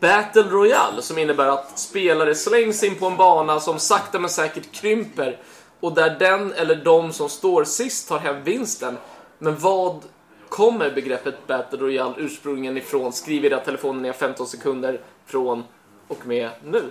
A: Battle Royale som innebär att spelare slängs in på en bana som sakta men säkert krymper och där den eller de som står sist tar hem vinsten. Men vad kommer begreppet Battle Royale ursprungligen ifrån? Skriv i era telefoner, ni har 15 sekunder från och med nu.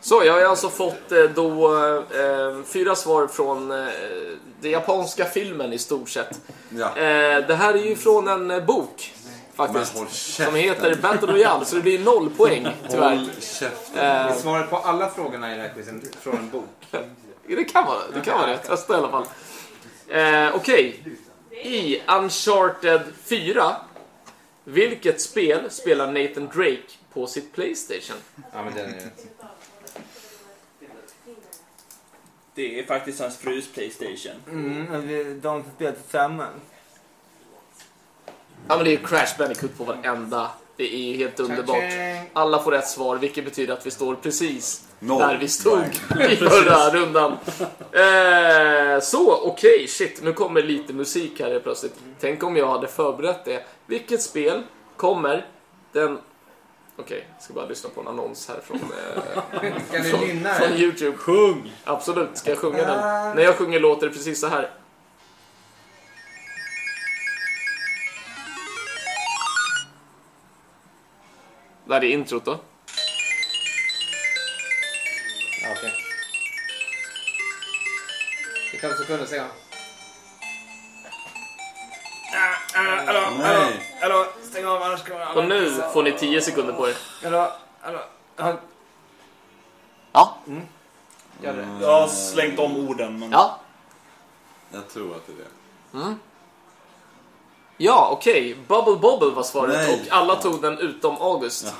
A: Så, jag har ju alltså fått eh, då eh, fyra svar från eh, den japanska filmen i stort sett.
B: Ja.
A: Eh, det här är ju från en eh, bok
B: Men
A: faktiskt.
B: håll
A: Som
B: käften.
A: heter Battle Royale, så det blir noll poäng tyvärr.
B: Håll käften.
A: Eh,
C: Svaret på alla frågorna i den här quizen från en bok.
A: det kan vara det. Kan vara det. Testa i alla fall. Eh, Okej. I Uncharted 4, vilket spel spelar Nathan Drake på sitt Playstation?
C: Ja, men den är...
J: Det är faktiskt hans frus Playstation.
C: Mm, de som spelar tillsammans.
A: Ja men det är ju Crash Bandicoot på varenda. Det är ju helt underbart. Alla får rätt svar, vilket betyder att vi står precis
B: Noll.
A: där vi stod i förra rundan. Eh, så, okej, shit. Nu kommer lite musik här helt plötsligt. Tänk om jag hade förberett det. Vilket spel kommer den... Okej, jag ska bara lyssna på en annons här från, eh,
C: Kan ni nynna
A: från
C: det?
A: YouTube. Sjung! Absolut, ska jag sjunga den? När jag sjunger låter det precis så här. Det här är introt då.
C: Ja, okej. Det tar en sekund att säga.
B: Nej.
C: Hallå, stäng av annars kommer alla...
A: Och nu får ni 10 sekunder på er.
C: Hallå, hallå. hallå.
A: Ja,
C: Gör det.
E: Jag har slängt om orden, men...
A: ja,
B: Jag tror att det är det.
A: ja, okej. Bubble Bobble var svaret
B: Nej.
A: och alla tog den utom August.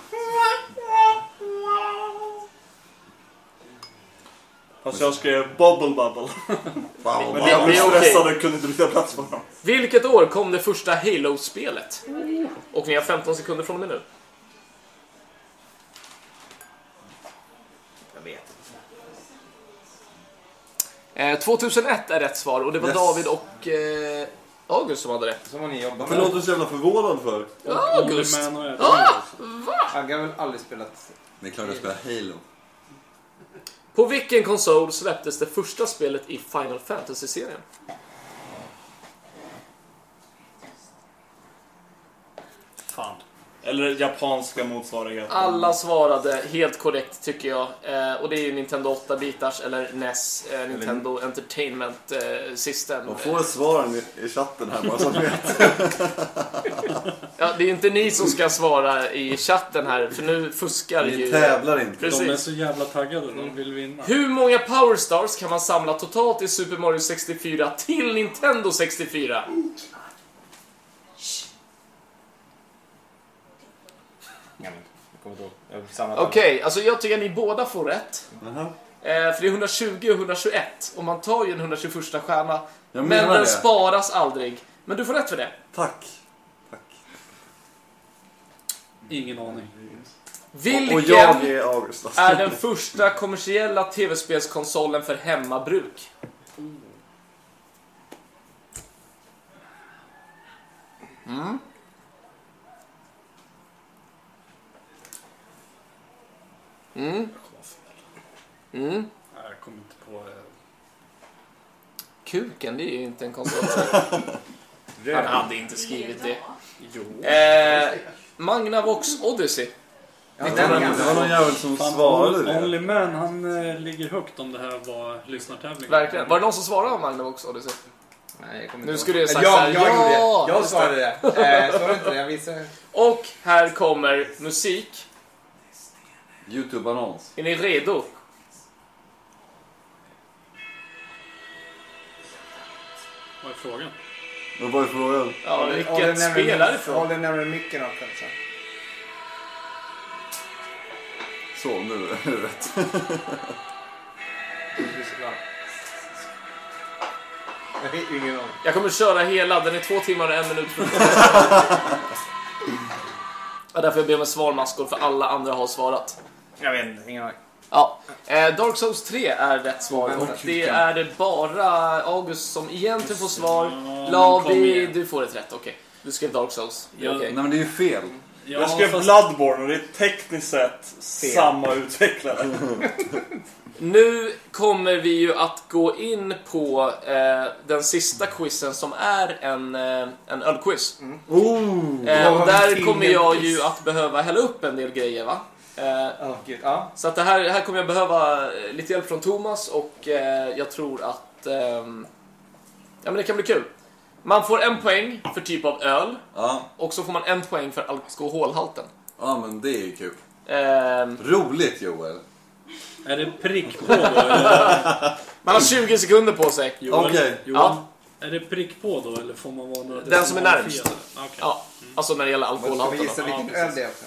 E: Fast jag skrev Bubble Bubble.
B: Wow,
E: Men
A: det-
E: jag blev
A: det är okej.
E: stressad och kunde inte byta plats på dem.
A: Vilket år kom det första Halo-spelet? Och ni har 15 sekunder från och med nu.
C: Jag vet.
A: Eh, 2001 är rätt svar och det var
B: Yes.
A: David och eh, August som hade rätt.
C: Som har ni jobbat
B: Varför låter du så jävla förvånad för?
A: August!
F: Olderman och jag.
A: Ah!
C: Agge har väl aldrig spelat...
B: Det är klart jag spelar Halo.
A: På vilken konsol släpptes det första spelet i Final Fantasy-serien?
F: Fan.
E: Eller japanska motsvarigheter.
A: Alla svarade helt korrekt tycker jag. Eh, och det är ju Nintendo 8-bitars eller NES, eh, Nintendo Entertainment eh, System.
B: De får svaren i, i chatten här bara så att vet.
A: Ja, det är ju inte ni som ska svara i chatten här för nu fuskar
B: Ni
A: ju...
B: tävlar inte.
A: Precis.
F: De är så jävla taggade. De vill vinna.
A: Hur många Powerstars kan man samla totalt i Super Mario 64 till Nintendo 64?
C: Jag kommer inte ihåg. Jag har samlat
A: Okej, alltså jag tycker att ni båda får rätt.
B: Jaha.
A: Eh, för det är 120 och 121 och man tar ju en 121 stjärna.
B: Jag
A: Men
B: menar
A: den
B: det.
A: sparas aldrig. Men du får rätt för det.
B: Tack.
D: Ingen aning.
A: Vilken
E: Och jag är August.
B: alltså.
A: är den första kommersiella tv-spelskonsolen för hemmabruk? Mm. Mm. Mm.
D: Nej, Jag kommer inte på... eh,
A: Kuken, det är ju inte en konsol. Han
E: Yeah.
A: hade inte skrivit det.
D: Jo.
A: Eh, Magnavox Odyssey.
B: Det var någon- det var någon jävel som
D: Fan,
B: svarade
D: Only-
B: det.
D: Only Man, han eh, ligger högt om det här var lyssnartävling.
A: Verkligen. Var det någon som svarade om Magnavox Odyssey?
I: Nej, jag kommer
A: Nu
I: inte
A: skulle
I: ihåg.
A: du ha sagt
C: Ja,
A: såhär,
C: jag gjorde det. Jag
A: just
C: svarade det. Eh, Svarade inte det? Jag visade.
A: Och här kommer musik.
B: Youtube-annons.
A: Är ni redo?
D: Vad är frågan?
B: Vad var ju frågan?
A: Ja,
C: Håll den
A: vilket
C: närmare-
A: spel är det från?
C: Håll den närmare micken också. alltså.
B: Så, nu är det rätt.
C: Det blir så bra. Nej, ingen aning.
A: Jag kommer köra hela, den är två timmar och en minut från Ja, därför jag ber om en svarmaskor för alla andra har svarat.
C: Jag vet inte, ingen aning.
A: Ja, eh, Dark Souls 3 är rätt svar.
D: Mm.
C: Vänta,
A: Och det är det bara August som egentligen får svar.
D: Ja, Mm. kom
A: Lavi,
D: igen.
A: du får ett rätt. Okej, du skrev Dark Souls. Det är
D: Ja.
A: okej.
B: Nej men det är ju fel.
D: Ja,
E: Jag skrev
D: fast-
E: Bloodborne och det är tekniskt sett samma utvecklare.
A: Nu kommer vi ju att gå in på eh, den sista quizen som är en, eh, en ölquiz.
B: Oh!
A: Eh, och
C: Vad var det
A: där kommer
C: till
A: jag
C: en
A: ju
C: quiz?
A: att behöva hälla upp en del grejer va. Eh,
C: Åh, gud. Ja.
A: så att det här, här kommer jag behöva eh, lite hjälp från Thomas och eh, jag tror att ehm, ja, men det kan bli kul. Man får en poäng för typ av öl
B: Ja,
A: och så får man en poäng för alkoholhalten.
B: ja men det är ju kul.
A: Ehm,
B: Roligt Joel.
D: Är det prick på då? Eller,
A: man har
C: Mm.
A: 20 sekunder på sig.
D: Joel?
B: Okej.
D: Johan? Är det prick på då eller får man vara några
A: Den som är
D: decimaler
A: närmst.
D: fel? Okej.
A: Ja, alltså när det gäller
C: Ska vi
A: alkoholhalten. då.
C: gissa vilken
D: precis.
C: öl det är också?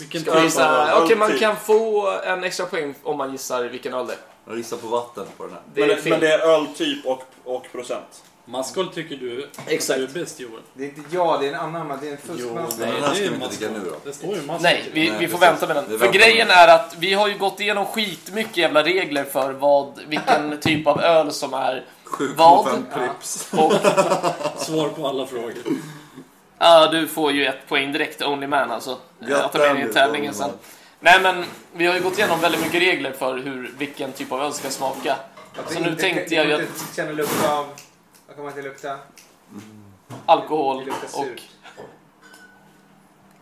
D: Vilken
A: Ska vi
D: typ av...
A: gissa? Okej, man
E: okej.
A: kan få en extra poäng om man gissar vilken öl det är.
B: Jag gissar på vatten på den här.
A: Det är
E: men,
A: fel.
E: men det är öltyp och, och procent.
D: Maskol tycker du
A: Exakt.
D: att du är bäst Joel?
C: Det är inte jag, det är en annan. Det är en fuskmask.
B: Men den
D: Nej, det
B: här
D: är
B: ska vi
D: ju
B: inte dricka
D: maskol.
B: nu då.
D: Det står ju maskol.
A: Nej, vi,
B: Nej,
A: vi får
B: precis.
A: vänta med
B: Vi
A: den. För
B: väntar med
A: grejen
B: den.
A: är att vi har ju gått igenom skitmycket jävla regler för vad, vilken typ av öl som är vad.
B: 7,5 prips.
A: Och
D: Svar på alla frågor.
A: Eh. ja, du får ju ett poäng direkt, Only Man alltså. Jag tar med dig i tävlingen sen. Nej men, vi har ju gått igenom väldigt mycket regler för hur, vilken typ av öl ska smaka. Så Alltså, nu tänkte jag ju
C: att... inte känner lukt av... Vad kommer det att lukta? Det
A: Alkohol
C: luktar
A: och...
C: surt.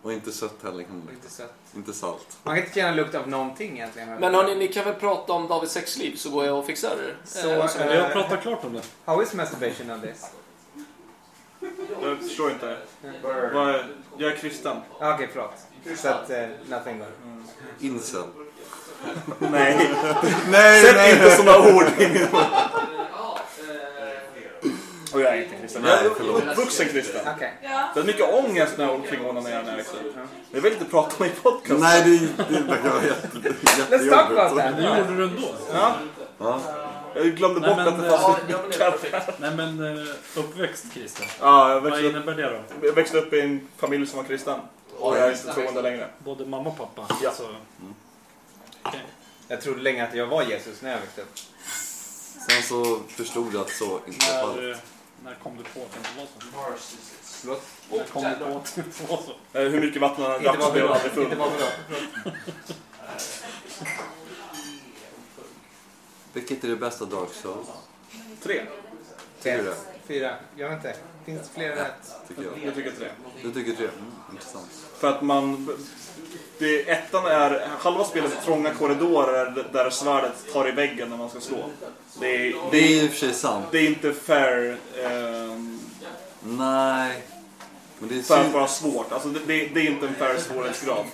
B: Och inte sött heller kan
C: Och
B: det.
C: Inte sött.
B: Inte salt.
C: Man kan inte känna lukt av någonting egentligen.
A: Men hörni, ni kan väl prata om Davids sexliv så går jag och fixar det.
C: Så,
A: Eh,
C: eh,
D: Vi har pratat klart om det.
C: How is masturbation on this?
E: Jag förstår inte det. Vad är- Jag är kristen.
C: Ah, Okej, förlåt. Så att eh, nothing går.
B: Incel.
E: Nej.
B: Nej,
E: Sätt inte sådana ord in i
J: Och jag är inte kristen.
E: Jag är uppvuxen kristen.
C: Okej.
H: Ja.
E: Det är mycket ångest när jag håller kring onanera när jag växte upp. Jag vill inte prata om i podcast.
B: Nej, det, det verkar vara jätte,
C: Let's talk
B: jättejobbigt.
C: about
D: Men det
C: that.
D: gjorde du ändå.
C: Ja.
E: Jag glömde
D: Nej,
E: bort
D: men, eh,
E: att det fanns...
A: ja, men det är perfekt.
D: Nej men eh, uppväxt Christer.
E: Ja, jag
D: Vad
E: växte, upp,
D: innebär det då?
E: jag växte upp i en familj som var kristen. Och jag är inte troende längre.
D: Både mamma och pappa? Alltså, Ja. Så,
C: Jag trodde länge att jag var Jesus när jag växte upp.
B: Sen så förstod jag att så inte var fallet.
D: när, eh, när kom du på att det inte var så?
C: Förlåt?
D: När kom du på att det inte var så?
E: Eh, Hur mycket vatten han
C: Inte
E: drack
C: vad vi
E: spelade
C: var.
E: aldrig
C: Inte
E: full.
C: vad vi var.
B: Vilket är det bästa Dark Souls?
E: Tre,
B: Fyra.
C: Fyra. Jag vet inte. Finns det fler rätt?
B: Tycker jag.
E: jag tycker tre.
B: Du tycker tre? Mm, intressant.
E: För att man... Det, ettan är... Halva spelet är trånga korridorer där svärdet tar i väggen när man ska slå. Det är,
B: Det
E: det är,
B: är i och för sig sant.
E: det är inte fair... ehm,
B: Nej. Men det är
E: för att
B: synd.
E: vara svårt. Alltså det, det, det är inte en fair svårighetsgrad.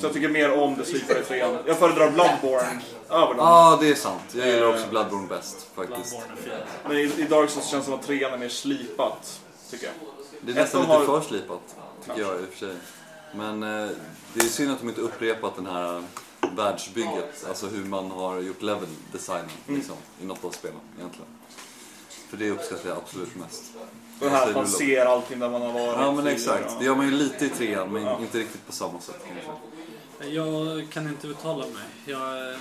E: Så jag tycker mer om det slipade trean. Jag föredrar Bloodborne över dem.
B: Ja, det är sant. Jag gillar
E: Eh,
B: också Bloodborne bäst faktiskt.
D: Bloodborne är fel.
E: Men i, i Dark Souls känns det som att trean är mer slipat. Tycker jag.
B: Det är nästan
E: Ettan
B: lite
E: har-
B: för slipat, tycker jag i och för sig. Men eh, det är synd att de inte upprepat den här världsbygget, alltså hur man har gjort level design
E: Mm.
B: liksom, i något av spelen egentligen. För det uppskattar jag absolut mest. Alltså,
E: Det här att man ser allting där man har varit.
B: Ja men exakt,
E: tidigare.
B: det gör man ju lite i trean men inte riktigt på samma sätt kanske.
D: Jag kan inte uttala mig. Jag... eh,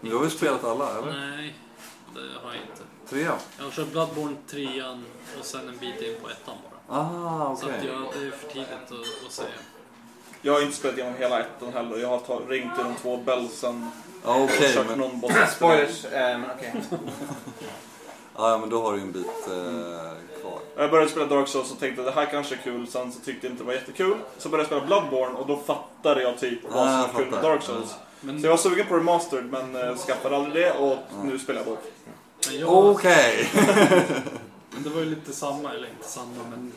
B: Men du har väl spelat alla eller?
D: Nej, det har jag inte.
B: Trean?
D: Jag har kört Bloodborne 3 och sen en bit in på ettan bara.
B: Ah
D: Så
B: okej.
D: att jag, det är för tidigt att, att säga.
E: Jag har inte spelat igenom hela ettan heller. Jag har ta- ringt i de två bellsen
B: Ja
E: och
B: okej
E: kört
B: men,
E: någon boss.
C: Spoilers, eh, men okej.
B: ja, ja, men då har du ju en bit eh, kvar.
E: Jag började spela Dark Souls och tänkte att det här kanske är kul, sen så tyckte jag inte det var jättekul. Så började jag spela Bloodborne och då fattade jag typ vad
B: Ah,
E: som
B: jag
E: var kul med
B: fattar.
E: Dark Souls. Så jag var sugen på Remastered men eh, skaffade aldrig det och nu spelar jag bort.
D: Men jag,
B: Okej!
D: Men det var ju lite samma, eller inte samma, men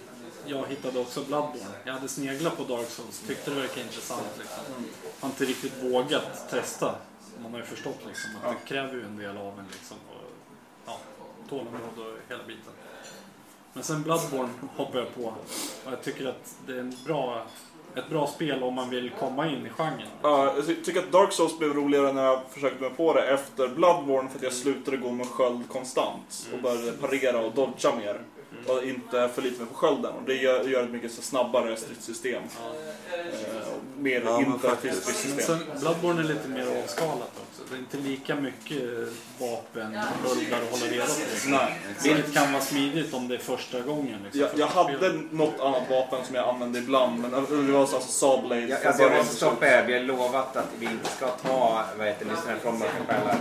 D: jag hittade också Bloodborne. Jag hade sneglat på Dark Souls, tyckte det verkade intressant liksom. Har inte riktigt vågat testa. Man har ju förstått liksom att det kräver ju en del av en liksom. Och, ja, tålamod och hela biten. Men sen Bloodborne hoppar jag på och jag tycker att det är en bra, ett bra spel om man vill komma in i genren.
E: Ja, alltså, jag ty- tycker att Dark Souls blev roligare när jag försökte mig på det efter Bloodborne för att jag slutade gå med sköld konstant och började parera och dodga mer. Och inte förlita mig på skölden. Och det gör, gör ett mycket så snabbare stridssystem. Eh, och mer
B: Ja, men
E: interaktivt
B: faktiskt.
D: Men
E: stridssystem.
D: sen, Bloodborne är lite mer avskalat också. Det är inte lika mycket vapen, bullar och hålla reda på. liksom.
E: Nej.
D: Vilket kan vara smidigt om det är första gången. Liksom,
E: Jag, jag
D: första
E: hade
D: spelet.
E: något annat vapen som jag använde ibland, men det var alltså Sawblade.
C: Jag,
E: från
C: alltså, jag
E: början
C: måste
E: till slut.
C: stoppa er. Vi har lovat att vi inte ska ta vad heter, lyssnare från Mörka Själar.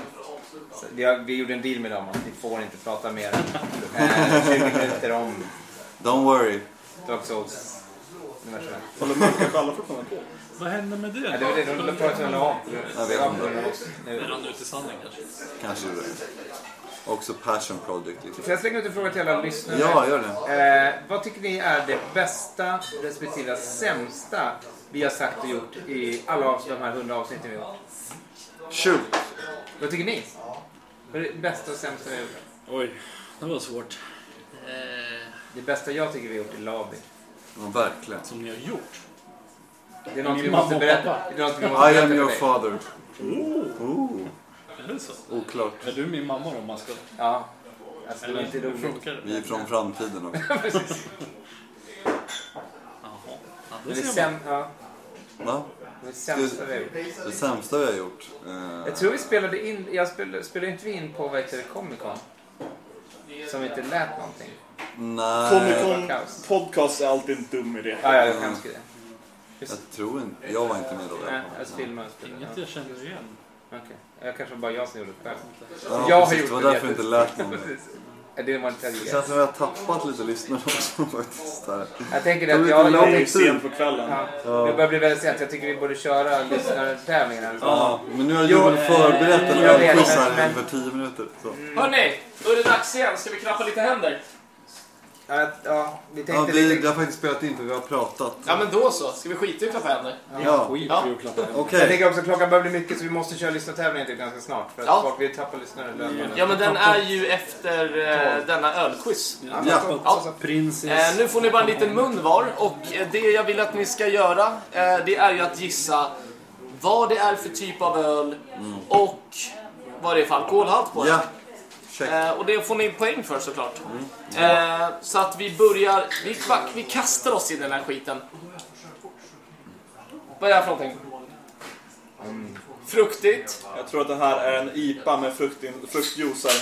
C: Så Vi, har, vi gjorde en deal med dem att vi får inte prata mer än eh, 20 minuter om
B: Don't worry.
C: Dark Souls. universum.
E: Håller mörka själar fortfarande på?
D: Vad hände med det?
C: Ja, det var det, de pratade om av.
B: Jag vet inte.
D: Det rann ut i sanden kanske.
B: Kanske du Också passion project lite.
C: Får jag slänga ut en fråga till alla lyssnare?
B: Ja, gör det.
C: Eh, vad tycker ni är det bästa respektive sämsta vi har sagt och gjort i alla av de här 100 avsnitten vi har gjort?
B: Shoot!
C: Vad tycker ni? Vad är det bästa och sämsta vi har gjort?
D: Oj, det var svårt.
C: Det bästa jag tycker vi har gjort är Labi.
B: Ja, verkligen.
D: Som ni har gjort.
C: Det är något vi
D: Min
C: måste
D: mamma och
C: berätta.
D: pappa.
C: Det är något vi måste
B: I am
C: berätta
B: your
C: för dig.
B: father. Ooh.
D: Är det så?
B: Oklart.
D: Är du min mamma då om man ska...
C: Ja. Alltså, det var
D: Eller
C: inte
D: hur
C: roligt.
D: funkar det?
B: Vi är från framtiden också.
D: Jaha. Ja,
C: Men
D: det
C: det,
D: ser man.
C: säm- ja,
B: Va?
C: det var det sämsta vi har gjort.
B: Det sämsta vi har gjort. eh,
C: Jag tror vi spelade in... Jag spelade, spelade inte vi in på vad heter det, Comic Con? Som inte lät någonting.
E: Comic
B: Nej,
E: Con podcast är alltid en dum idé.
C: Ja, ja, jag skäms det.
B: jag tror inte. Jag var inte med då. i
C: Nej, alltså,
B: alla fall.
D: Mm.
C: jag filmade och spelade.
D: Inget jag känner igen.
C: Ja, okej. Jag kanske var jag som gjorde det själv.
B: Ja,
C: jag
B: precis, Det var därför det inte lät någon.
C: Precis. Ja, Det var inte jag
B: Det
C: gjorde.
B: känns som att jag har tappat lite lyssnare också faktiskt. Här.
C: Jag tänker
B: Det var
C: att
B: lite
C: jag... jag
B: långt.
E: Det är
C: tänker-
E: sent på kvällen.
C: ja, det börjar bli väldigt sent. Jag tycker vi borde köra lyssnartävlingen. här.
B: Ja, men nu har
C: Jo,
B: Joel förberett en
C: eh, jag vet,
B: ölquiz här
C: men-
B: ungefär 10 minuter. Så.
A: Hörni, då är det dags igen. Ska vi knappa lite händer?
C: Ja, ja, vi tänkte
B: Ja, vi, det
C: lite...
B: har faktiskt spelat in för vi har pratat.
A: Ja, men då så. Ska vi skita i att klappa händer?
B: Ja,
D: Skit
A: Ja.
D: i att klappa hem.
C: Jag
B: okej.
C: tänker också att klockan börjar bli mycket så vi måste köra lyssnartävlingen till ganska snart. För att
A: Ja.
C: folk vill tappa lyssnare. löpande.
A: Ja, men den är ju efter eh, denna ölquiz.
D: Ja.
B: Ja.
A: Ja.
D: Prins är...
A: Eh, nu får ni bara en liten mun var och eh, det jag vill att ni ska göra eh, det är ju att gissa vad det är för typ av öl och vad det är för alkoholhalt på den.
B: Ja, check.
A: Eh, och det får ni poäng för såklart. Eh, så att vi börjar, vi, kvack, vi kastar oss i den här skiten. Vad är det här för någonting? Mm. Fruktigt.
E: Jag tror att det här är en IPA med fruktin- fruktjuicer.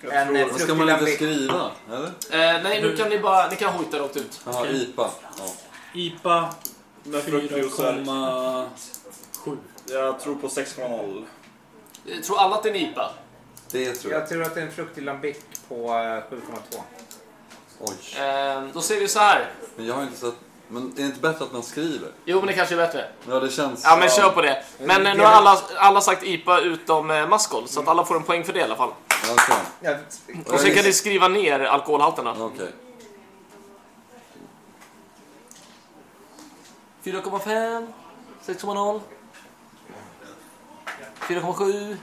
E: Jag
C: En, eh,
E: tror...
B: Vad ska man inte skriva? Eller?
A: Eh, nej, nu kan ni bara, ni kan hojta rakt ut.
B: Jaha, IPA. Ja.
D: IPA
E: Med fruktjuicer.
D: 4,7.
E: Jag tror på 6,0.
A: Jag tror alla att det är en IPA.
B: Det tror jag.
C: Jag tror att det är en fruktig lambic på eh, 7,2.
B: Oj.
A: Eh, då säger vi så här.
B: Men jag har inte sett... Men är det inte bättre att man skriver?
A: Jo, men det kanske är bättre.
B: Ja, det känns...
A: Ja men kör på det. Men eh, nu har alla, alla sagt IPA utom eh, Maskol, så att alla får en poäng för det i alla fall.
B: Ja, okej.
C: Ja,
A: Och sen kan ni skriva ner alkoholhalterna.
B: Okej.
A: 4,5, 6,0, 4,7.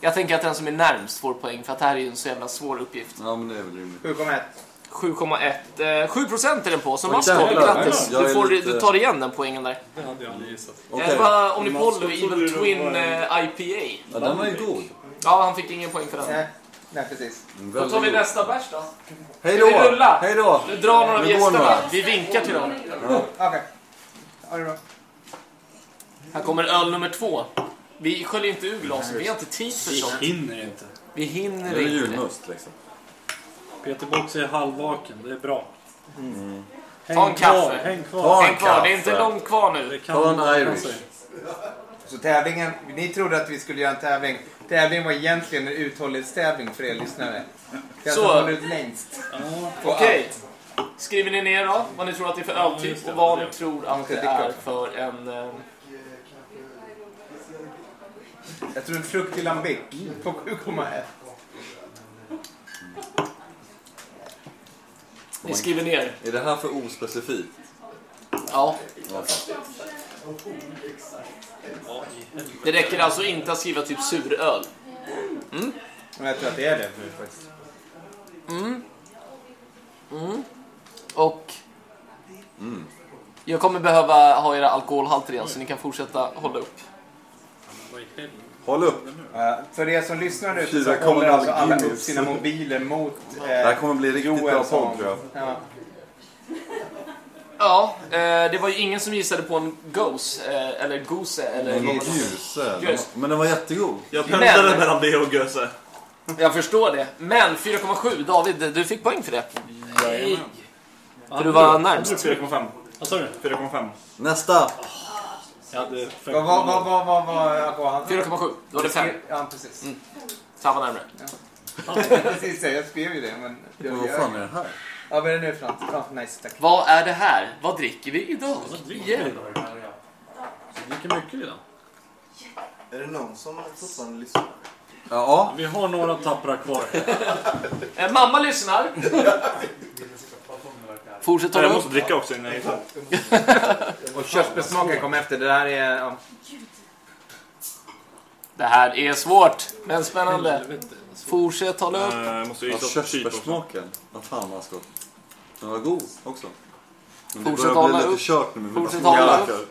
A: Jag tänker att den som är närmst får poäng för att det här är ju en så jävla svår uppgift.
B: Ja, men det är väl rimligt.
C: 7,1.
A: 7,1. Eh, 7% är den på, så
B: Oj,
A: Mats tar
B: jävlar.
A: grattis.
B: Jag är
A: Du, får,
B: lite-
A: du tar igen den poängen där.
D: Det hade jag aldrig gissat.
B: Okej.
A: Eh, Det var
E: Mats,
A: Omnipollo
E: vad trodde
A: Evil
E: du
A: Twin
E: var en-
A: eh, IPA.
B: Ja, den var ju god.
A: Ja, han fick ingen poäng för den.
C: Nej, Eh, nej, precis.
A: Då
B: Väldigt
A: tar vi
B: god.
A: nästa bärs då.
B: Hej då!
A: Ska vi rulla?
B: Hej då!
A: Nu drar några av
B: Nu går
A: gästerna.
B: några.
A: Vi vinkar till dem.
C: Okej. Ja, det är bra.
A: Här kommer öl nummer två. Vi sköljer inte ur glaset, vi har inte tid för sånt.
D: Hinner inte.
A: Vi
B: Nu är
A: hinner
B: det
A: inte.
B: julmust liksom.
D: Peter Box är halvvaken, det är bra. Häng
A: Ta en kaffe.
D: Kvar, häng kvar.
B: Ta
A: En kvar, det är inte långt kvar
D: Det
A: nu.
D: kan
B: Ta en
D: löna
B: Irish.
D: sig.
C: Så tävlingen, ni trodde att vi skulle göra en tävling. Tävlingen var egentligen en uthållighetstävling för er lyssnare. Den som
A: Så.
C: håller ut längst. på
A: Okej.
C: allt.
A: Skriver ni ner då vad ni tror att det är för öltyp och vad ni tror att det är för en... eh,
C: Jag tror en fruktig lambic på 7,1.
A: Ni skriver ner.
B: Är det här för ospecifikt?
A: Ja. Det räcker alltså inte att skriva typ suröl.
C: Men jag tror att det är det nu faktiskt.
A: Och... Jag kommer behöva ha era alkoholhalter igen så ni kan fortsätta hålla upp.
D: Vad i helvete?
B: Håll upp!
C: Eh, för er som lyssnar nu så
B: 4,0
C: håller alltså alla upp
B: Guinness.
C: sina mobiler mot eh,
B: Det här kommer bli riktigt bra
C: Joel som-
B: podd tror jag.
C: Ja.
A: Ja, eh, det var ju ingen som gissade på en Gose, eh, eller Gose, eller
B: Den
D: Mm.
A: vad
B: är
A: man
B: ljuse.
A: Just.
B: Men den var jättegod.
E: Jag pendlade
A: Men-
E: mellan det och Göse.
A: Jag förstår det. Men 4,7, David, du fick poäng för det. Nej. För du var närmst.
E: 4,5.
D: Vad sa du?
E: 4,5.
B: Nästa!
D: Jag hade
C: Vad var vad, vad, vad, vad, vad,
A: 4,7, då var det 5.
C: Ja, precis.
A: Så han var närmare.
C: precis ja, jag skrev ju det. Men jag,
B: Men vad fan är det här?
C: Ja, vad är det nu för något? Ja, nice, tack.
A: Vad är det här? Vad dricker vi idag?
D: Vad dricker vi
A: Igen.
D: idag? Vi dricker mycket idag.
K: Är det någon som fortfarande lyssnar?
B: Ja,
D: Vi har några tappra kvar.
A: Eh, mamma lyssnar. Fortsätt
E: Jag
A: hålla upp.
E: måste dricka också innan jag hittar.
C: Och körsbärssmaken kom efter. Det där är... Ja.
A: Det här är svårt, men spännande. Fortsätt hålla upp.
E: Eh, Jag måste ju
B: ja
E: hitta kyp också.
B: körsbärssmaken. Vad fan vad gott. Den var god också. Men det
A: Fortsätt
B: börjar
A: hålla
B: bli lite
A: upp.
B: kört nu med mina
C: Alltså,
A: Fortsätt hålla
B: smaker.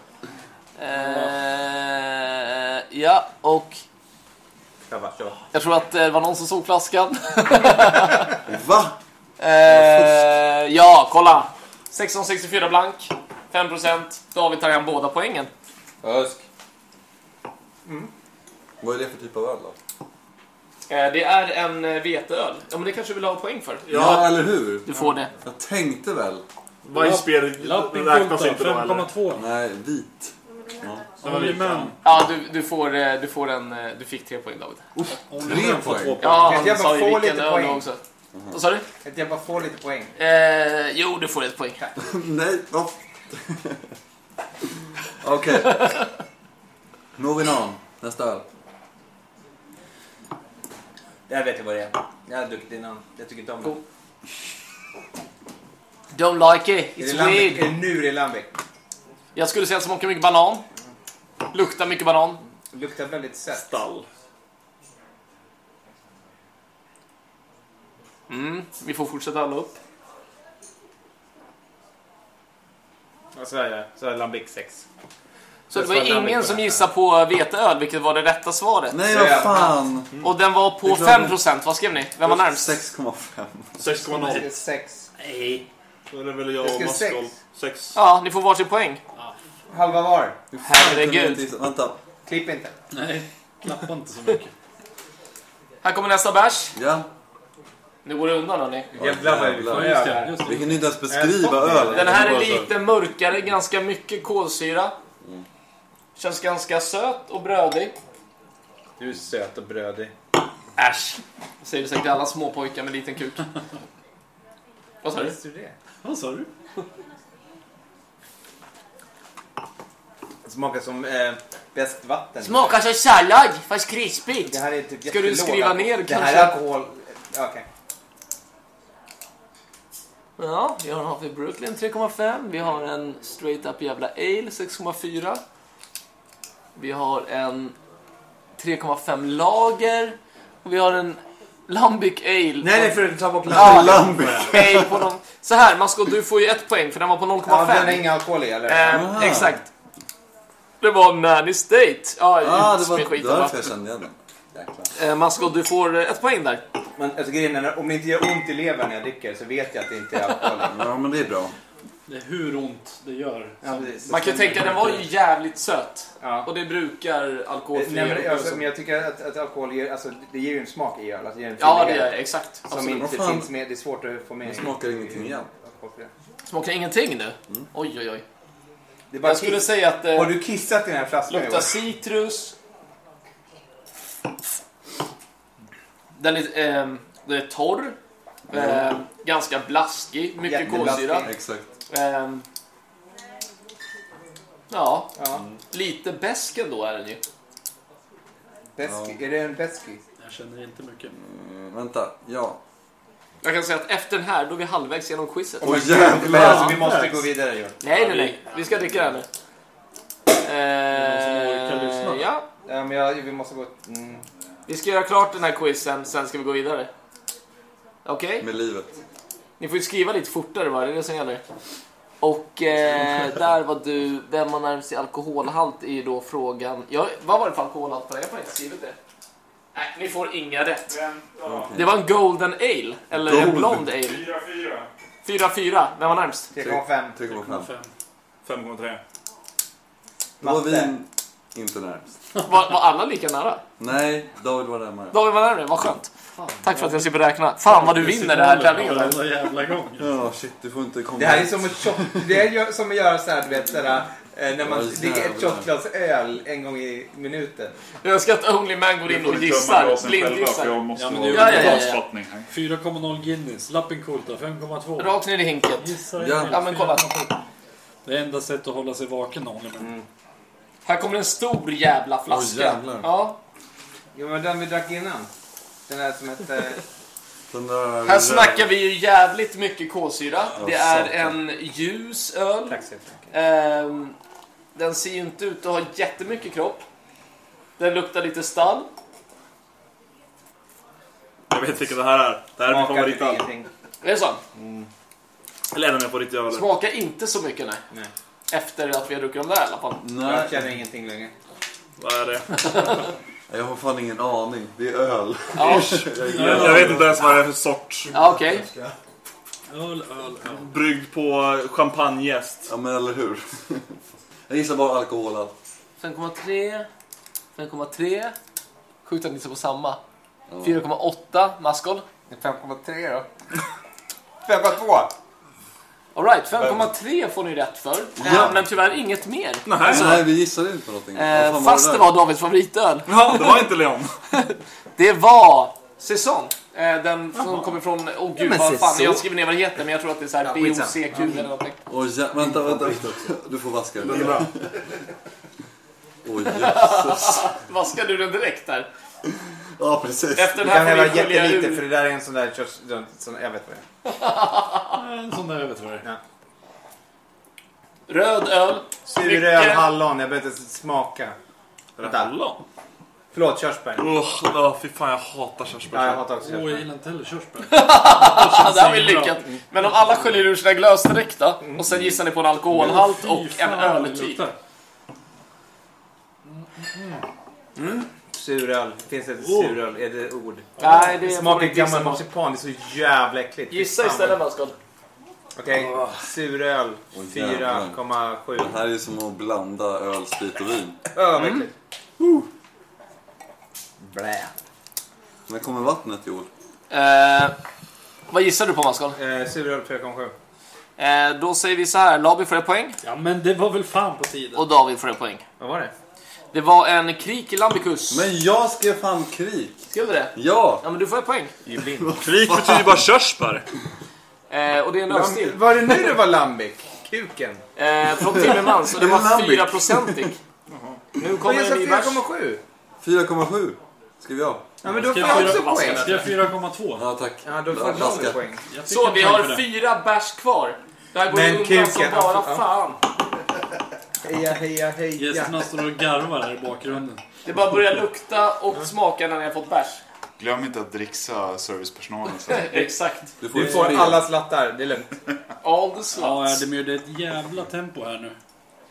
A: Eh, ja, och
C: Jag bara, kör.
A: jag tror att det var någon som såg flaskan.
B: Va?
A: Eh, ja, kolla. 1664 blank. 5%. David tar hem båda poängen.
B: Ösk. Vad är det för typ av öl då?
A: Eh, det är en eh, veteöl. Ja, men det kanske du vill ha poäng för.
B: Ja, eller hur?
A: Du får det.
B: Jag tänkte väl.
E: Weissbier
D: Lappin
E: räknas
D: punktar,
E: inte då eller?
D: 5,2.
B: Nej, vit.
E: Det var lite.
A: Ja, du, du, får, eh, du, får en, eh, du fick tre poäng David.
B: Tre poäng.
A: Ja,
C: Kan inte
A: han
C: jag bara
A: sa ju
C: få
A: vilken
C: lite
A: öl
C: poäng?
A: också. Vad sa du?
C: Att jag bara får lite poäng.
A: Eh, jo, du får ett poäng.
B: Nej, vad? Okej. Moving on. Nästa öl.
C: Jag vet ju vad det är. Jag har druckit innan. Jag tycker inte om det.
A: Cool. Don't like it,
C: Är det
A: it's
C: lambic? Är
A: weird.
C: det nu det är lambic?
A: Jag skulle säga att smakar mycket banan. Luktar mycket banan.
C: Luktar väldigt sött.
E: Stall.
A: Mm, vi får fortsätta alla upp.
C: Ja, så är det. Så är lambic 6.
A: Så det
C: Jag
A: var
C: svarar
A: ingen
C: mycket
A: som
C: på det.
A: gissade på veteöl, vilket var det rätta svaret.
B: Nej, vad fan.
A: Och den var
B: Det
A: på
B: är klart.
A: 5%. Vad skrev ni? Vem var närmst?
B: 6,5.
E: 6,0.
C: 6.
E: Då är det väl jag
C: Jag
E: och
C: ska sex.
E: Maskol. 6.
A: Ja, ni får varsin poäng.
C: Halva var.
A: Herregud.
B: Vänta.
C: Klipp inte.
D: Nej, klappa inte så mycket.
A: Här kommer nästa bärs.
B: Ja.
A: Nu går det undan hörni.
C: Jävlar vad vi
B: jävlar.
C: får
D: Just
C: göra.
D: det,
C: här.
D: just det.
B: Vi hinner inte ens
C: Jag
B: beskriva
C: har fått
B: ölen.
A: Den här är lite mörkare, ganska mycket kolsyra. Känns ganska söt och brödig.
C: Du är söt och brödig.
A: Äsch! Säger det säkert alla småpojkar med liten kuk. Vad sa du?
C: Visste du det?
D: Vad sa du?
C: Det Smakar som eh, bäst vatten.
A: Smakar som sallad, fast krispigt.
C: Det här är typ
A: Ska du
C: jättelåg.
A: skriva ner
C: Det här
A: kanske?
C: är alkohol... Okej.
A: Ja, vi har en Harvey Brooklyn 3,5. Vi har en straight up jävla ale 6,4. Vi har en 3,5 lager. Och vi har en
I: Lambic Ale.
C: Nej, det är för att ta bort
I: Ja,
B: Lambic.
I: Ale på någon... Så här, Masko, du får ju ett poäng för den var på 0,5.
C: Ja, den är inga alkohol i, eller?
I: Eh, Exakt. Det var Nanny State. Ja,
B: Ah, det var
I: skit
B: därför jag kände igen den.
I: eh, Masko, du får eh, ett poäng där.
C: Men alltså, grejen är, om det inte gör ont i levern när jag dricker så vet jag att det inte är alkohol.
B: Ja, men det är bra.
D: Det är hur ont det gör.
C: Ja, precis.
I: Man kan ju tänka, den var ju jävligt söt.
C: Ja.
I: Och det brukar alkoholfri
C: Nej, men, alltså,
I: öl.
C: men jag tycker att, att alkohol ger, alltså, det ger ju en smak i öl. Alltså, det ger en
I: Ja, det
C: tydligare-
I: gör det. Exakt.
C: Som
I: Absolut.
C: inte
B: Vad fan?
C: finns med. Alltså, Det är svårt att få med.
B: Det smakar ingenting igen.
C: alkoholfria.
I: Smakar ingenting nu?
C: Mm.
I: Oj, oj, oj.
C: Det är bara
I: Jag skulle
C: kiss.
I: säga att det
C: Har du kissat i den här flaskan i
I: luktar
C: år?
I: citrus. Den är, ehm, den är torr. Ehm, ganska blaskig. Mycket
C: Jätteblaskig.
I: kolsyra.
B: Exakt.
I: Ehm, ja,
C: Ja.
I: lite besk ändå är den ju.
C: Beski. Är det en beski?
D: Jag känner inte mycket.
B: Mm, vänta, ja.
I: Jag kan säga att efter den här, då är vi halvvägs genom quizet.
B: Åh
C: Men alltså,
B: jävlar!
C: vi måste gå vidare ju.
I: Nej, nej, nej. Vi ska dricka den nu.
D: orkar lyssna?
I: Eh, ja,
C: Ja, men jag, vi måste gå... Mm.
I: vi ska göra klart den här quizen, sen ska vi gå vidare. Okej?
B: Med livet.
I: Ni får ju skriva lite fortare bara, det är det som gäller. Och eh, där var du, vem man närmar sig alkoholhalt är ju då frågan. Ja, vad var det för alkoholhalt på det? Jag har inte skrivit det. Nej, ni får inga rätt. Det var en Golden Ale, eller en
B: Golden.
I: Blond Ale.
E: 4-4.
I: 4-4, vem var närmst?
C: 3,5.
B: 3,5.
E: 5,3.
B: Då var
C: Matte.
B: vi inte närmst.
I: Var, var alla lika nära?
B: Nej, David var närmare.
I: David var närmare, vad skönt. Tack för att jag slipper räkna. Fan vad du vinner den här tävlingen.
D: Varenda jävla gång.
B: Ja, shit, du får inte komma
C: Det här är som ett shot... Det är ju som att göra såhär, du vet, såhär, eh, när man
B: Ja, just det.
C: dricker ett shotglas öl en gång i minuten.
I: Jag önskar att Only Man går in och gissar, blindgissar.
G: jag måste
D: Ja, men
G: ha
D: det är
I: Ja, ja, ja, ja.
G: fattning.
D: 4,0 Guinness, Lappinkulta 5,2.
I: Rakt ner i hinken.
D: Gissa
B: Ja.
D: igen,
I: Ja men kolla.
D: 4,7. Det är enda sättet att hålla sig vaken Oliver.
I: Här kommer en stor jävla flaska.
B: jävlar.
I: ja,
C: Jo, men den vi drack innan. Den här som hette...
B: Den där
I: Här snackar vi ju jävligt mycket kolsyra. Det är
B: satan.
I: en ljus öl.
C: Tack så jättemycket.
I: Ehm, den ser ju inte ut att ha jättemycket kropp. Den luktar lite stall.
E: Jag vet vilket det här är. Det här är min
C: Smakar typ
E: favoritöl.
C: ingenting.
I: Är det så?
E: Eller en av mina favoritöler.
I: Smakar inte så mycket nej.
C: Nej.
I: Efter att vi har druckit de där i alla fall.
C: Jag
B: Nej,
C: känner ingenting längre.
E: Vad är det?
B: jag har fan ingen aning. Det är öl.
I: Ja,
E: Jag, jag vet inte ens vad det är för sort.
I: ja okej.
D: Öl, öl, öl.
E: Bryggd på champagnejäst.
B: Ja, men eller hur? Jag gissar bara alkohol.
I: 5,3. 5,3. Sjukt att ni ser på samma. 4,8 maskol.
C: 5,3 då. 5,2!
I: Alright, 5,3 får ni rätt för.
B: Ja.
I: Men tyvärr inget mer.
E: Nej,
B: Nej, vi gissade inte på någonting. Vad
I: Eh,
B: fan
I: fast det
B: där?
I: var Davids favoritöl.
E: det var inte Leon.
I: Det var säsong. Eh, Den som kommer från, åh gud
C: men
I: vad fan,
C: säsong.
I: jag skriver ner vad det heter men jag tror att det är såhär BOCQ eller
C: Mm.
I: någonting.
B: Oj, ja, vänta, vänta. Du får vaska den. Oj, jösses.
I: Vaskar du den direkt där?
B: Ja, precis.
I: Efter
C: Det
I: den
C: kan
I: här
C: vara
I: får vi skölja
C: jättelite för
I: ur.
C: det där är en sån där körs... Sån, jag vet vad det är.
D: En sån där övertröja.
I: Röd öl.
C: Suröl, hallon. Jag behöver inte ens smaka. Vänta.
E: Hallon?
C: Förlåt, körsbär.
E: Usch, oh, fy fan jag hatar
C: Ja, jag
E: körsbär.
C: hatar också
D: Åh, jag
C: körsbär.
D: gillar inte heller körsbär.
I: Ja, det här var ju lyckat. Men om alla sköljer ur sina glös direkt då? Och sen gissar ni på en alkoholhalt och en
A: typ.
I: öltyp.
C: Suröl. Finns det ett
I: Oh.
C: suröl? Är det ord?
I: Nej,
C: Det
I: det
C: smakar
I: smakar
C: gammal
I: gammal
C: marsipan. Det är så jävla äckligt.
I: Gissa
C: Fan.
I: istället Maskol.
C: Okej, suröl.
B: Åh,
C: 4,7.
B: Det här är ju som att blanda öl, sprit och vin.
C: Öh, vad äckligt. Blä.
B: När kommer vattnet, Joel?
I: Eh, vad gissar du på Maskol?
C: Eh, suröl 4,7.
I: Eh, då säger vi så här, Labi får ett poäng
D: Ja, men det var väl fan på tiden.
I: och David får ett poäng.
C: Vad var det?
I: Det var en krik i Lambikus.
B: Men jag skrev fan krik!
I: Skrev du det?
B: Ja!
I: Ja men du får ett poäng.
E: Krik betyder bara körsbär.
I: Eh, och det är en ölstil.
C: Var det nu det var lambic? Kuken.
I: Eh, från Timmermans och det
B: Det är
I: var
B: Lambic.
I: 4 procentig. Nu
C: Vad
I: kommer
C: jag sa
I: en ny vers.
C: 4,7?
B: 4,7 skrev jag.
C: Ja, men då får
D: Ska
C: jag
D: jag
C: också
D: fyra-
C: poäng.
D: Ska jag 4,2?
B: Ja, tack.
C: Ja, då får
B: Ja, flaska.
C: jag poäng.
D: Jag fick
I: Så
D: en
I: vi
D: poäng för
I: har
D: det.
I: fyra bärs kvar. Det här går
C: Men
I: ju undan
C: kuken,
I: som
C: alltså,
I: bara
C: ja.
I: fan.
C: Heja, heja, heja.
D: Gästerna står och garvar här i bakgrunden.
I: Det bara börjar lukta och smaka när ni har fått bärs.
E: Glöm inte att dricksa servicepersonalen sen.
A: Exakt.
E: Du
C: Du får alla slattar, det är lugnt.
A: All the slots.
D: Ja, Ademir, det är ett jävla tempo här nu.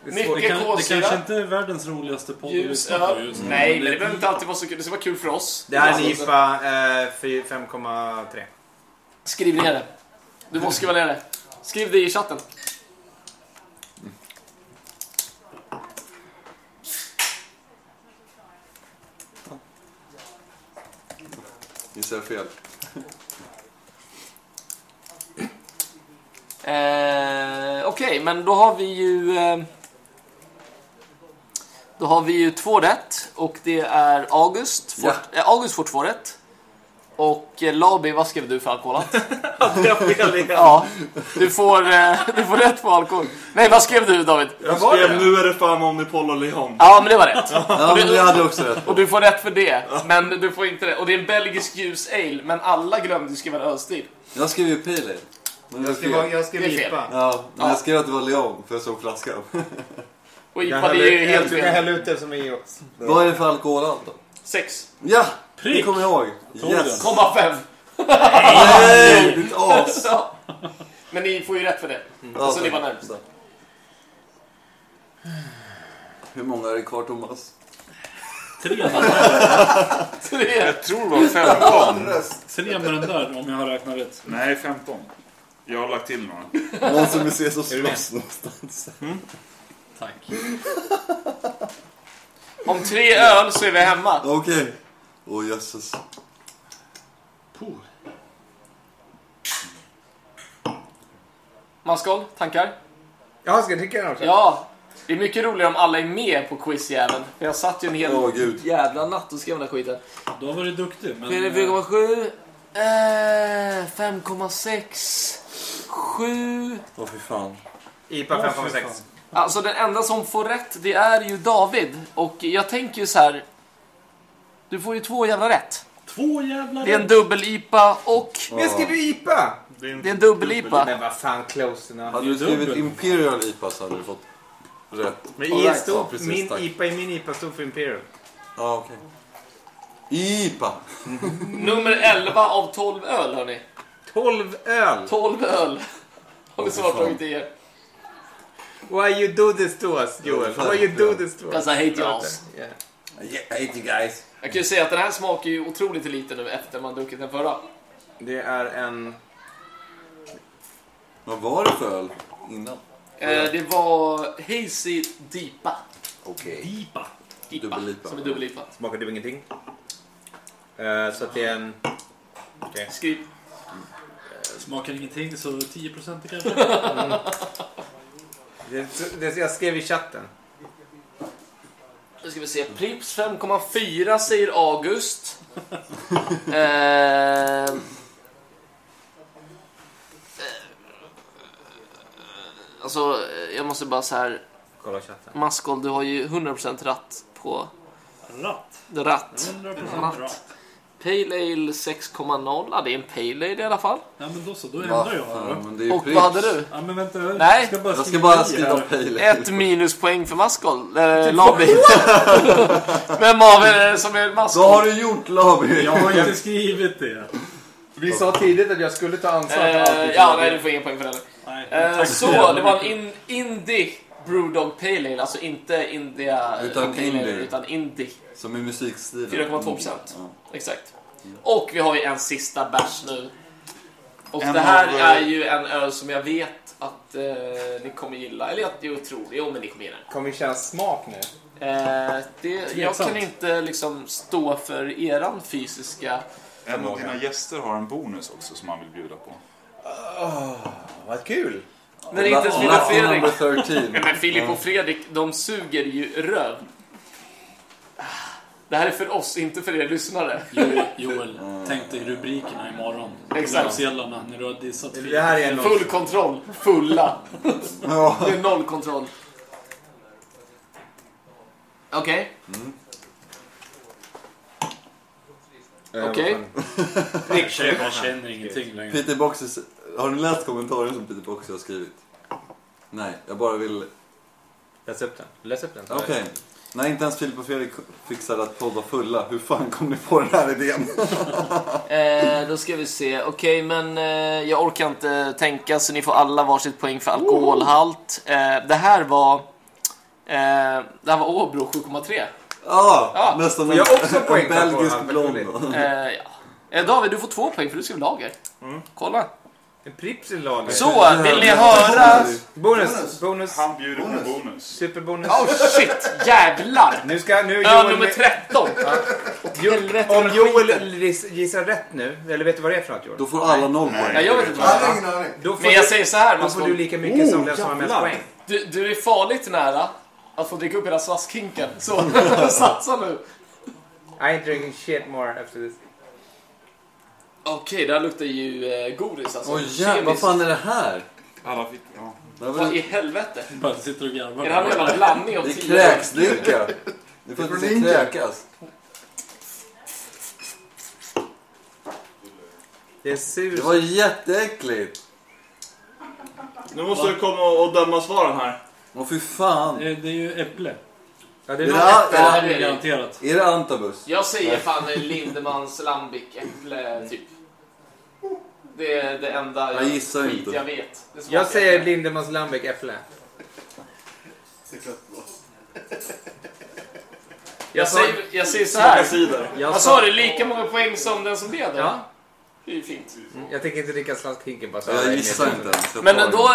A: Det är
D: Det,
A: svårt.
D: kan, det
A: Mycket
D: kanske
A: kolsyra.
D: inte är världens roligaste podd att
A: Ljus,
D: lyssna på
A: öl.
D: just nu.
A: Nej, men
D: det-
A: det behöver inte alltid vara så kul. Det ska vara kul för oss.
C: Det här är en
A: Alltså,
C: IFA eh, fy- 5,3.
A: Skriv ner det. Du måste skriva ner det. Skriv det i chatten.
B: Gissar jag fel?
A: Eh, Okej, men då har vi ju... Eh, då har vi ju två rätt och det är August. Får, eh, August får två rätt. Och eh, Labi, vad skrev du för alkoholat? ja, du får, eh, du får rätt på alkohol. Nej, vad skrev du David?
L: Jag skrev nu är det fan om Paul och Leon.
A: Ja, men det var rätt.
B: Ja, men jag hade också rätt.
A: Och du får rätt för det, men du får inte rätt. Och det är en belgisk ljus ale, men alla glömde skriva en ölstil.
B: Jag skrev ju Pale Ale. Men det var
C: Jag skrev,
B: fel.
C: jag skrev
A: Det är fel.
C: IPA.
B: Ja, men
A: Ja.
B: jag skrev att det var Leon, för jag såg flaskan.
A: Och
C: Jag
A: IPA, det är ju
C: häller-
A: helt
C: jag- jag
A: fel.
C: häller ut det som är i oss.
B: Vad är det för alkoholhalt då?
A: Sex.
B: Ja! Det
D: Prick.
B: kommer jag ihåg.
D: Tog
B: Yes!
A: Komma fem.
B: Nej! Ditt as!
A: Ja. Men ni får ju rätt för det.
B: Ja,
A: Så ni var
B: tack.
A: närmst.
B: Tack. Hur många är det kvar Thomas?
D: Tre,
A: Tre.
E: Jag tror det var 15.
D: tre med den där, om jag har räknat rätt.
E: Nej, 15. Jag har lagt till några.
B: Någon som vill ses och slåss någonstans.
D: Tack.
A: Om tre öl så är vi hemma.
B: Okej. Åh jösses.
A: Maskol, tankar?
C: Jaha, ska jag dricka den också?
A: Ja. Det är mycket roligare om alla är med på quizjäveln. För Jag satt ju en hel
B: Åh, gud.
A: jävla natt och skrev den där skiten.
D: Du har varit duktig, men...
A: Pelle 4,7. Eh, 5,6. 7.
B: Åh fy fan.
C: IPA 5,6.
A: Alltså den enda som får rätt det är ju David. Och jag tänker ju så här. Du får ju två jävla rätt.
D: Två jävla
A: Det är en dubbel-IPA och
C: Men jag skrev ju IPA!
A: det är en dubbel-IPA.
C: Men vad fan, close enough.
B: Hade du skrivit Imperial IPA så hade du fått rätt.
C: Men
B: All
C: I
B: right. Ja,
C: stod,
B: precis,
C: min
B: tack.
C: IPA i min IPA stod för Imperial.
B: Ja, okej. IPA!
A: Nummer 11 av 12 öl hörni.
C: 12 öl!
A: 12 öl. Har vi
B: Åh,
A: svårt
B: fan.
A: tagit i er.
C: Why you do this to us, Joel?
B: fan,
C: Why you
B: ja.
C: do this to us?
A: Cause I hate you ass.
C: Yeah.
B: Yeah, I hate you guys.
A: Jag kan ju säga att den här smakar ju otroligt lite nu efter man druckit den förra.
C: Det är en...
B: Vad var det för öl innan?
A: Eh, det var Hazy Deepa.
B: Okej.
D: IPA.
A: Ipa,
B: Dubbel-IPA.
A: som är dubbel-IPA.
C: Smakar typ ingenting. Eh, så att det är en...
A: Skriv.
D: Smakar ingenting, så 10% kanske?
C: Det, det, jag skrev i chatten.
A: Nu ska vi se. Prips 5,4 säger August. eh, eh, alltså, eh, jag måste bara så här.
C: Kolla chatten.
A: Maskol, du har ju 100% ratt på
D: Ratt.
A: ratt.
D: 100% ratt.
A: Pale Ale 6,0. Ja, det är en Pale Ale i alla fall.
D: Nej men då så, då
B: Va
D: ändrar jag
B: fan,
D: här då.
B: men det är ju
A: Och
B: Pripps.
A: vad hade du?
D: Ja men vänta, jag
A: Nej,
D: ska bara
B: Jag ska bara
D: i
B: skriva
D: här.
B: Pale Ale.
A: Ett minuspoäng för
E: Typ
A: Maskol. Eh, Labi. Vem av er är det eh, som är
B: Vad har
A: Maskol?
B: du gjort Labi?
D: Jag har inte skrivit det.
C: Vi sa tidigt att jag skulle ta ansvar för allt
A: Eh,
C: vi
A: ja,
C: gjorde.
A: nej, du får ingen poäng för den.
D: Nej,
A: Eh,
D: tack för
A: så, det var en in, indie Brewdog Pale Ale, alltså inte India
B: Utan
A: Pale Ale,
B: indie.
A: utan indie.
B: Som i musikstilen.
A: 4,2%.
B: Ja.
A: Exakt. Och vi har ju en sista bärs nu. Och
E: En
A: det här
E: av, eh,
A: är ju en öl som jag vet att eh, ni kommer gilla. Eller jag, jag tror det. Jo, men ni kommer gilla den.
C: Kommer vi känna smak nu?
A: Eh, det, jag
D: Tveksamt.
A: kan inte liksom stå för eran fysiska...
E: En av dina gäster har en bonus också som han vill bjuda på.
C: Vad kul!
A: När det inte ens Filip och
B: Lucky
A: Fredrik...
B: number 13.
A: Nej, men Filip och Fredrik, de suger ju röv. Det här är för oss, inte för er lyssnare.
D: Jo, Joel, tänk dig rubrikerna imorgon.
A: Exakt.
D: Löpsedlarna, när du har dissat
C: Det här är en...
A: Full kontroll, fulla. Det är noll kontroll. Okej,
C: Eh,
A: okej.
C: vad fan.
D: Jag känner- jag känner ingenting längre.
B: Peter Boxes, har ni läst kommentaren som Peter Boxes har skrivit? Nej, jag bara vill...
C: Läs upp den. Läs upp den.
B: Okej. När inte ens Filip och Fredrik fixade att podda fulla, hur fan kom ni på den här idén?
I: Eh, då ska vi se. Okej, men eh, jag orkar inte tänka så ni får alla varsitt poäng för alkoholhalt. Eh, det här var... Eh, det här var Åbro 7,3.
B: Ja, Ah, nästan
C: Får jag
B: en-
C: också poäng
B: en
C: för att få
B: belgisk
C: halv
B: blond.
C: alkoholist?
I: Eh, ja. eh, David, du får två poäng för du skrev lager. Kolla.
C: En Pripps i lager.
I: Så, vill ni höra?
C: Bonus! Bonus!
G: Han bjuder på bonus.
C: Superbonus!
I: Oh shit, jävlar!
C: Nu ska nu
I: Öl
C: Joel...
I: nummer 13. Helvete.
C: Om Joel ris- gissar rätt nu, eller vet du vad det är för något Joel?
B: Då får alla noll
I: Ja,
B: poäng.
I: jag vet inte
M: Jag hade
I: vad
M: ingen aning.
C: Då får,
I: Men jag
C: du,
I: säger så här,
C: då
I: man
C: får du lika mycket
B: Oh,
C: som den som har mest poäng.
I: Du, du är farligt nära att få dricka upp hela slaskhinken. Så satsa nu.
C: I ain't drinking shit more after this.
I: Okej, det här luktar ju eh, godis alltså.
B: Oj jävlar, vad
I: Kemiskt.
B: fan är det här?
E: Alla fick... Ja.
B: Det, här var,
I: Vad i helvete?
D: Bara sitter och garvar.
I: Är det här en jävla blandning av
B: det är
I: tio öl?
B: kräksdricka. Det får inte
M: Ninja.
B: kräkas.
C: Det är sur...
B: Det var jätteäckligt.
E: Nu måste jag komma och döma svaren här.
B: Åh fy fan.
D: Eh, Det är ju äpple.
C: Ja, det
B: Är
C: är någon
B: det, a-
I: Ja,
B: är
I: det är det.
D: Garanterat.
B: det, är det Antabus?
I: Jag säger fan Lindemans Lambic äpple typ. Det är det enda
B: Jag gissar
I: skit
B: inte.
I: jag vet. Det smakar
C: Jag säger
I: äpple.
C: Lindemans Lambic äpple.
I: jag säger, jag säger så
E: Smaka
I: här.
E: cider.
C: Jag,
I: Vad
C: sa,
I: sa du? Lika många poäng som den som leder?
C: Ja.
I: Det är ju fint.
C: jag tänker inte dricka slaskhinken bara så.
B: Jag gissar inte ens. Jag tar
I: Men
B: den.
I: då,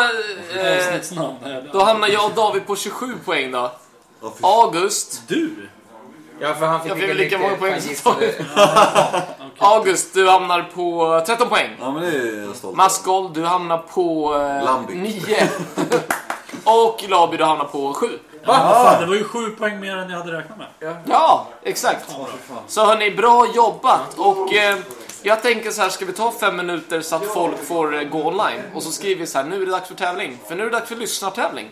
I: eh,
D: Avsnittsnamn är det.
I: då hamnar jag och David på 27 poäng då.
B: Åh, fy
I: August.
D: Du!
C: Ja, för han fick
I: Jag fick väl lika många poäng
C: han
I: som
C: gissade.
I: August, du hamnar på 13 poäng.
B: Ja men det är jag stolt
I: Maskol, du hamnar på
B: Lambic.
I: 9. och Laby, du hamnar på 7.
D: Fan, det var ju sju poäng mer än jag hade räknat med.
I: Ja, exakt. Så hörni, bra jobbat. Och eh, jag tänker så här, ska vi ta fem minuter så att folk får eh, gå online? Och så skriver vi så här, nu är det dags för tävling. För nu är det dags för lyssnartävling.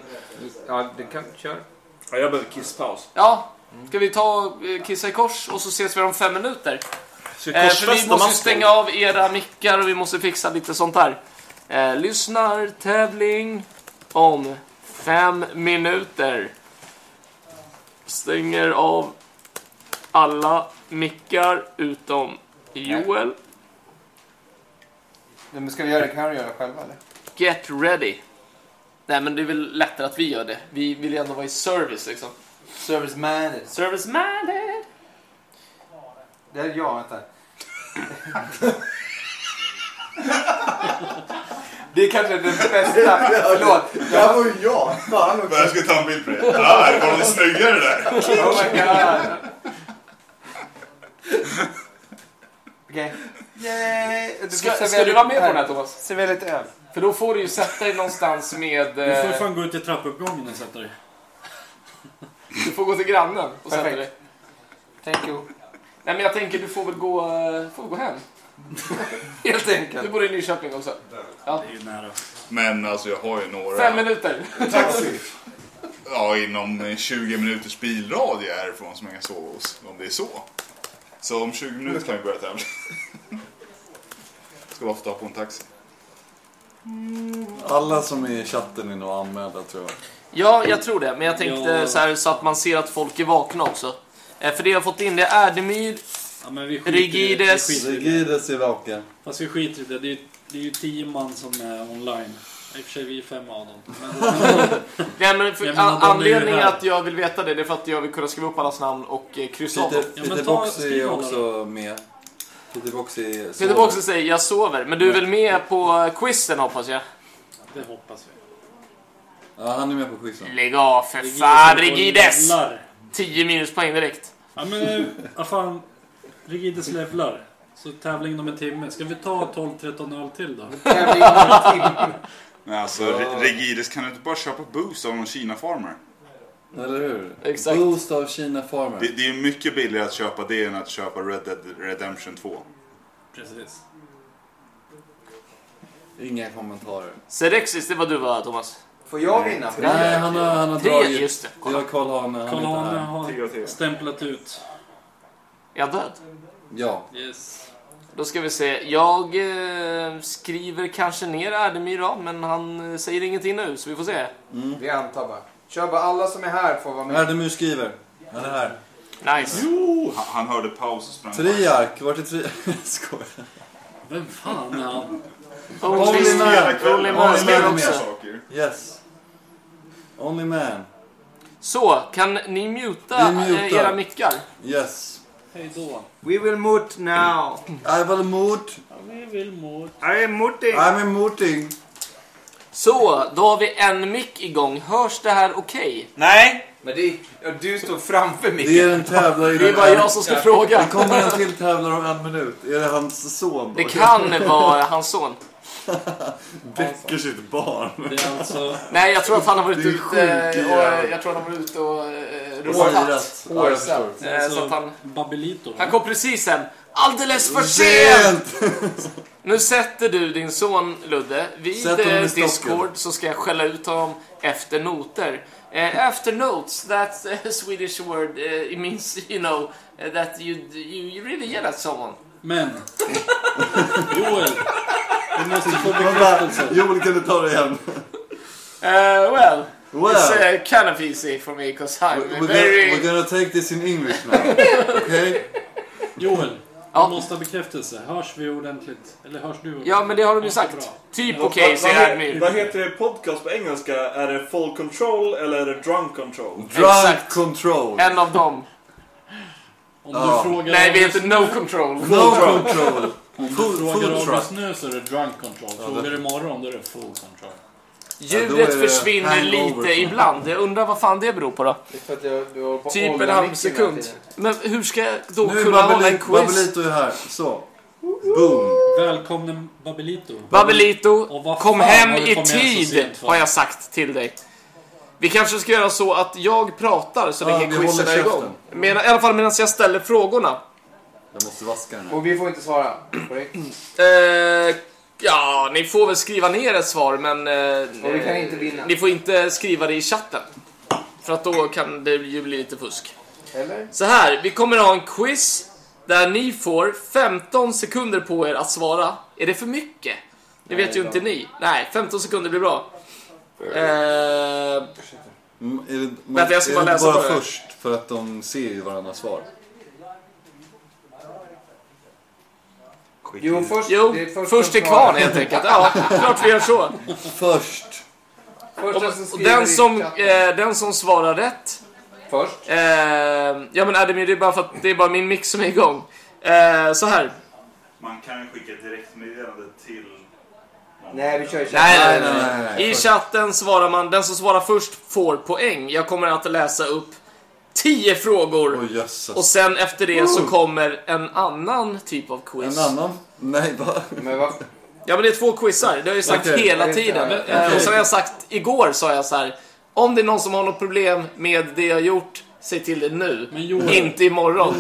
C: Ja, du kan... Kör.
E: Ja, jag behöver kisspaus.
I: Ja, ska vi ta eh, kissa i kors och så ses vi om fem minuter?
E: Ska
I: Eh, för vi
E: korsfästa
I: måste ju
E: masken?
I: stänga av era mickar och vi måste fixa lite sånt där. Eh, lyssnartävling om fem minuter. Stänger av alla mickar utom Joel.
M: Men ska vi göra det? Kan vi göra det själva eller?
I: Get ready. Nej men det är väl lättare att vi gör det. Vi vill ju ändå vara i service liksom.
M: Service manage.
I: Service minded!
M: Det är jag, vänta. det är kanske den bästa... Förlåt.
G: Det här var ju jag! Fan också. Jag ska ta en bild på det. Ah, det var lite snyggare där.
M: Oh my god. Okej. Yay! Du får
I: Ska,
M: servera
I: ska du
M: lite-
I: vara med på den här Thomas?
M: Servera lite öl.
I: För då får du ju sätta dig någonstans med...
D: Du får
I: eh,
D: fan gå ut i trappuppgången och sätta dig.
I: Du får gå till grannen och sätta
M: Perfekt.
I: dig.
M: Thank you.
I: Nej men jag tänker du får väl gå, eh, får väl gå hem.
M: Helt
I: Du
M: enkelt.
I: bor i Nyköping också.
D: Det är ju nära.
G: Men alltså jag har ju några...
I: Fem minuter.
G: ja, inom eh, 20 minuters bilradie härifrån som jag kan sova hos. Om det är så. Så om 20 minuter kan vi börja tävla. Ska bara få ta på en taxi.
B: Alla som är i chatten är nog anmälda tror jag.
I: Ja, jag tror det. Men jag tänkte
D: Ja.
I: så här så att man ser att folk är vakna också. Eh, För det jag har fått in det är Erdemyr,
D: Ja, men vi skiter i-
I: Rigides.
D: Vi skiter i det.
B: Rigides är vaken.
D: Fast vi skiter i det. Det är, ju- det är ju tio man som är online. I och för sig, vi är fem av dem. Men,
I: Nej, men för,
D: Jag menar,
I: an-
D: de är ju
I: anledningen
D: här.
I: att jag vill veta det, det är för att jag vill kunna skriva upp allas namn och eh, kryssa av dem.
B: Peter,
D: Ja, men
B: Peter
D: ta-
B: Box
D: skriv
B: är
D: alla
B: också med. Peter Box är...
I: Peter Boxer säger jag sover, men du är väl med på eh, quizen hoppas jag?
D: det hoppas vi.
B: Ja, han är med på quizen.
I: Lägg av för
D: Rigides
I: fan
D: håller på och
I: Rigides!
D: levlar.
I: 10 minuspoäng direkt.
D: Ja men, eh, vad fan. Rigides levlar. Så tävling om en timme. Ska vi ta 12-13 öl till då?
G: Men alltså, Re- Regides, kan du inte bara köpa Boost av någon Kina-farmer?
B: Eller hur?
I: Exakt.
B: Boost av Kina Farmer.
G: Det, det är mycket billigare att köpa det än att köpa Red Dead Redemption 2.
D: Precis.
B: Inga kommentarer.
I: Serexis, det var du va Thomas?
M: Får jag vinna? Får jag
B: Nej, han har, han har
I: Tre,
B: dragit.
I: just det.
B: Det
I: Kolla.
B: var Karl Hane, han
D: Karl
B: är inte
D: Hane
B: här.
E: Tio och tio.
D: har stämplat ut.
I: Är jag död?
B: Ja.
D: Yes.
I: Då ska vi se. Jag eh, skriver kanske ner Erdemyr då, men han eh, säger ingenting nu, så vi får se.
M: Vi antar bara. Kör bara, alla som är här får vara med.
B: Erdemyr skriver. Han är här.
I: Nice.
G: Jo! Han, han hörde paus och sprang.
B: Triark, vart är Triark? Skojar.
N: Vem fan är han?
I: Oh.
B: Only
G: Only
B: man.
G: man.
B: Only man spelar saker. Yes. Only man.
I: Så, kan ni muta,
B: Vi mutar.
I: eh, era mickar?
B: Yes.
D: Hej då.
O: We will moot now.
B: I will moot.
D: Ja, vi vill mot...
O: I am mooting.
B: I'm in mooting.
I: Så, då har vi en mick igång. Hörs det här okej?
P: Nej!
C: Men det, ja, du står framför mig.
B: Det är en tävlare i
I: Det är
B: den
I: bara
B: en-
I: jag som ska fråga.
B: Det kommer en till tävlare om en minut. Är det hans son då?
I: Det kan vara hans son.
B: Bäcker sitt barn.
D: Det är alltså...
I: Nej, jag tror att han har varit
B: Det är sjuk
I: ute eh, och,
B: jävel.
I: jag tror att han har varit ute och eh,
B: Årat.
I: rotat.
B: Ja, jag förstår.
I: Årat. Eh,
B: Alltså-
I: Så
D: alltså
I: att han,
D: Babelito.
I: han kom precis sen. Alldeles för sent! Nu sätter du din son Ludde vid
B: Sätt honom i
I: eh,
B: stocken.
I: Discord så ska jag skälla ut honom efter noter. Eh, after notes, that's a Swedish word. eh, it means, you know, eh, that you, you, you really yell at someone.
D: Men... Joel! Du måste få bekräftelse.
B: Vänta, Joel kan du ta det igen?
I: Eh, well,
B: Well,
I: it's uh, kind of easy for me because I'm
B: we're, gonna,
I: very...
B: we're gonna take this in English now. Okay?
D: Joel! Du
I: Ja.
D: måste ha bekräftelse. Hörs vi ordentligt? Eller hörs du?
I: Ja, men det har de ju
D: Ja,
I: sagt.
D: bra.
I: Typ okej,
E: vad,
I: säger
E: vad, he-
I: Admir.
E: vad heter podcast på engelska? Är det full control eller är det drunk control?
B: Drug
I: Exakt.
B: control.
I: En av dem.
D: Om
B: Ja.
D: du frågar
I: Nej, vi
D: August-
I: heter No Control.
B: No control.
D: Om
B: Full-
D: du
B: full
D: frågar
B: truck.
D: August nu så är det drunk control. Frågar du imorgon då är det full control.
B: Ja, då är
I: Ljudet
B: det
I: försvinner
B: hangover.
I: lite ibland. Jag undrar vad fan det beror på då.
C: Det är för att jag, du håller på att
I: Typ
C: åldra
I: en halv
C: micken hela
I: sekund.
C: tiden.
I: Men hur ska jag då
B: Nu är
I: kunna hålla en
B: Babelito,
I: quiz?
B: Babelito är här. Så. Boom.
D: Välkommen Babelito.
I: Babelito,
D: Och vad
I: kom
D: fan
I: hem
D: har du
I: i
D: kommit hem så
I: tid
D: sent för?
I: har jag sagt till dig. Vi kanske ska göra så att jag pratar så
B: Ja,
I: länge
B: vi
I: quizen
B: håller
I: är igång.
B: käften.
I: Men, I alla fall medan jag ställer frågorna.
B: Jag måste vaska den här.
C: Och vi får inte svara. korrekt?
I: Eh, ja, ni får väl skriva ner ett svar men... eh,
C: Och vi kan inte vinna.
I: Ni får inte skriva det i chatten. För att då kan det ju bli lite fusk.
C: Eller?
I: Så här, vi kommer ha en quiz där ni får 15 sekunder på er att svara. Är det för mycket? Det vet ju inte ni. Nej, 15 sekunder blir bra. Eh,
B: Mm, Är det, man,
I: Vänta, jag ska
B: är
I: bara
B: det inte
I: läsa
B: bara
I: på det.
B: först för att de ser ju varandras svar.
C: Jo, först,
I: jo,
C: det är först,
I: först
C: som
I: är kvarn
C: svarar.
I: helt enkelt. Ja, klart vi gör så.
B: Först.
C: Först
I: Och,
C: den som
I: och
C: skriver
I: den, som,
C: i chatten.
I: eh, den som svarar rätt.
C: Först.
I: Eh, ja men Ademir, det är bara för att det är bara min mix som är igång. Eh, så här.
G: Man kan ju skicka ett direktmeddelande till... någon.
C: Nej, vi kör i chatten.
I: Nej, nej,
B: nej,
I: nej,
B: nej, nej, nej.
I: I chatten svarar man, den som svarar först får poäng. Jag kommer att läsa upp 10 frågor.
B: Åh jösses.
I: Och sen efter det så kommer en annan typ av quiz.
B: En annan? Nej, va?
C: Men varför?
I: Ja men det är två quizar, det har jag ju sagt
B: Okej.
I: hela
C: Jag vet
I: tiden.
C: inte.
I: Eh, Och sen har jag sagt, igår sa jag så här. Om det är någon som har något problem med det jag har gjort, säg till det nu.
D: Men Joel-
B: Mm.
I: Inte imorgon.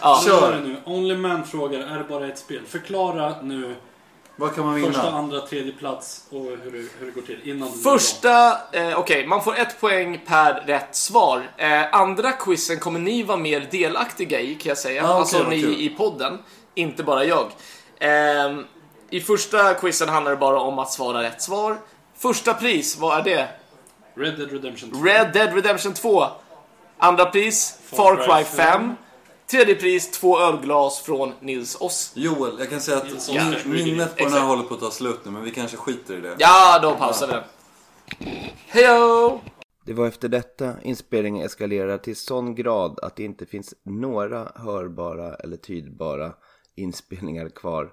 I: Ja.
D: Kör!
B: Kör.
D: Det nu. Only Man frågar, är det bara ett spel? Förklara nu
B: Vad kan man vinna?
D: första, andra, tredje plats och hur, det- hur det går till innan du
I: Första, eh, okej, man får ett poäng per rätt svar. Eh, andra quizen kommer ni vara mer delaktiga i kan jag säga.
B: Ah, okej,
I: alltså
B: vad
I: ni
B: kul.
I: i podden, inte bara jag. Ehm, I första quizen handlar det bara om att svara rätt svar. Första pris, vad är det?
D: Red Dead Redemption 2.
I: Red Dead Redemption 2. Andra pris, Far Cry 5. Tredje pris, två ölglas från Nils Oss.
B: Joel, jag kan säga att
D: Nilsson
B: min-
D: Åkers Bryggeri.
B: minnet på den här
I: Exakt.
B: håller på att ta slut nu, men vi kanske skiter i det.
I: Ja, då pausar vi den. Hejo!
Q: Det var efter detta inspelningen eskalerade till sån grad att det inte finns några hörbara eller tydbara inspelningar kvar.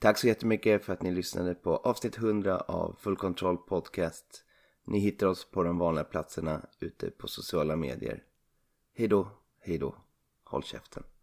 Q: Tack så jättemycket för att ni lyssnade på avsnitt 100 av Full Control Podcast. Ni hittar oss på de vanliga platserna ute på sociala medier. Hej då, hej då, håll käften.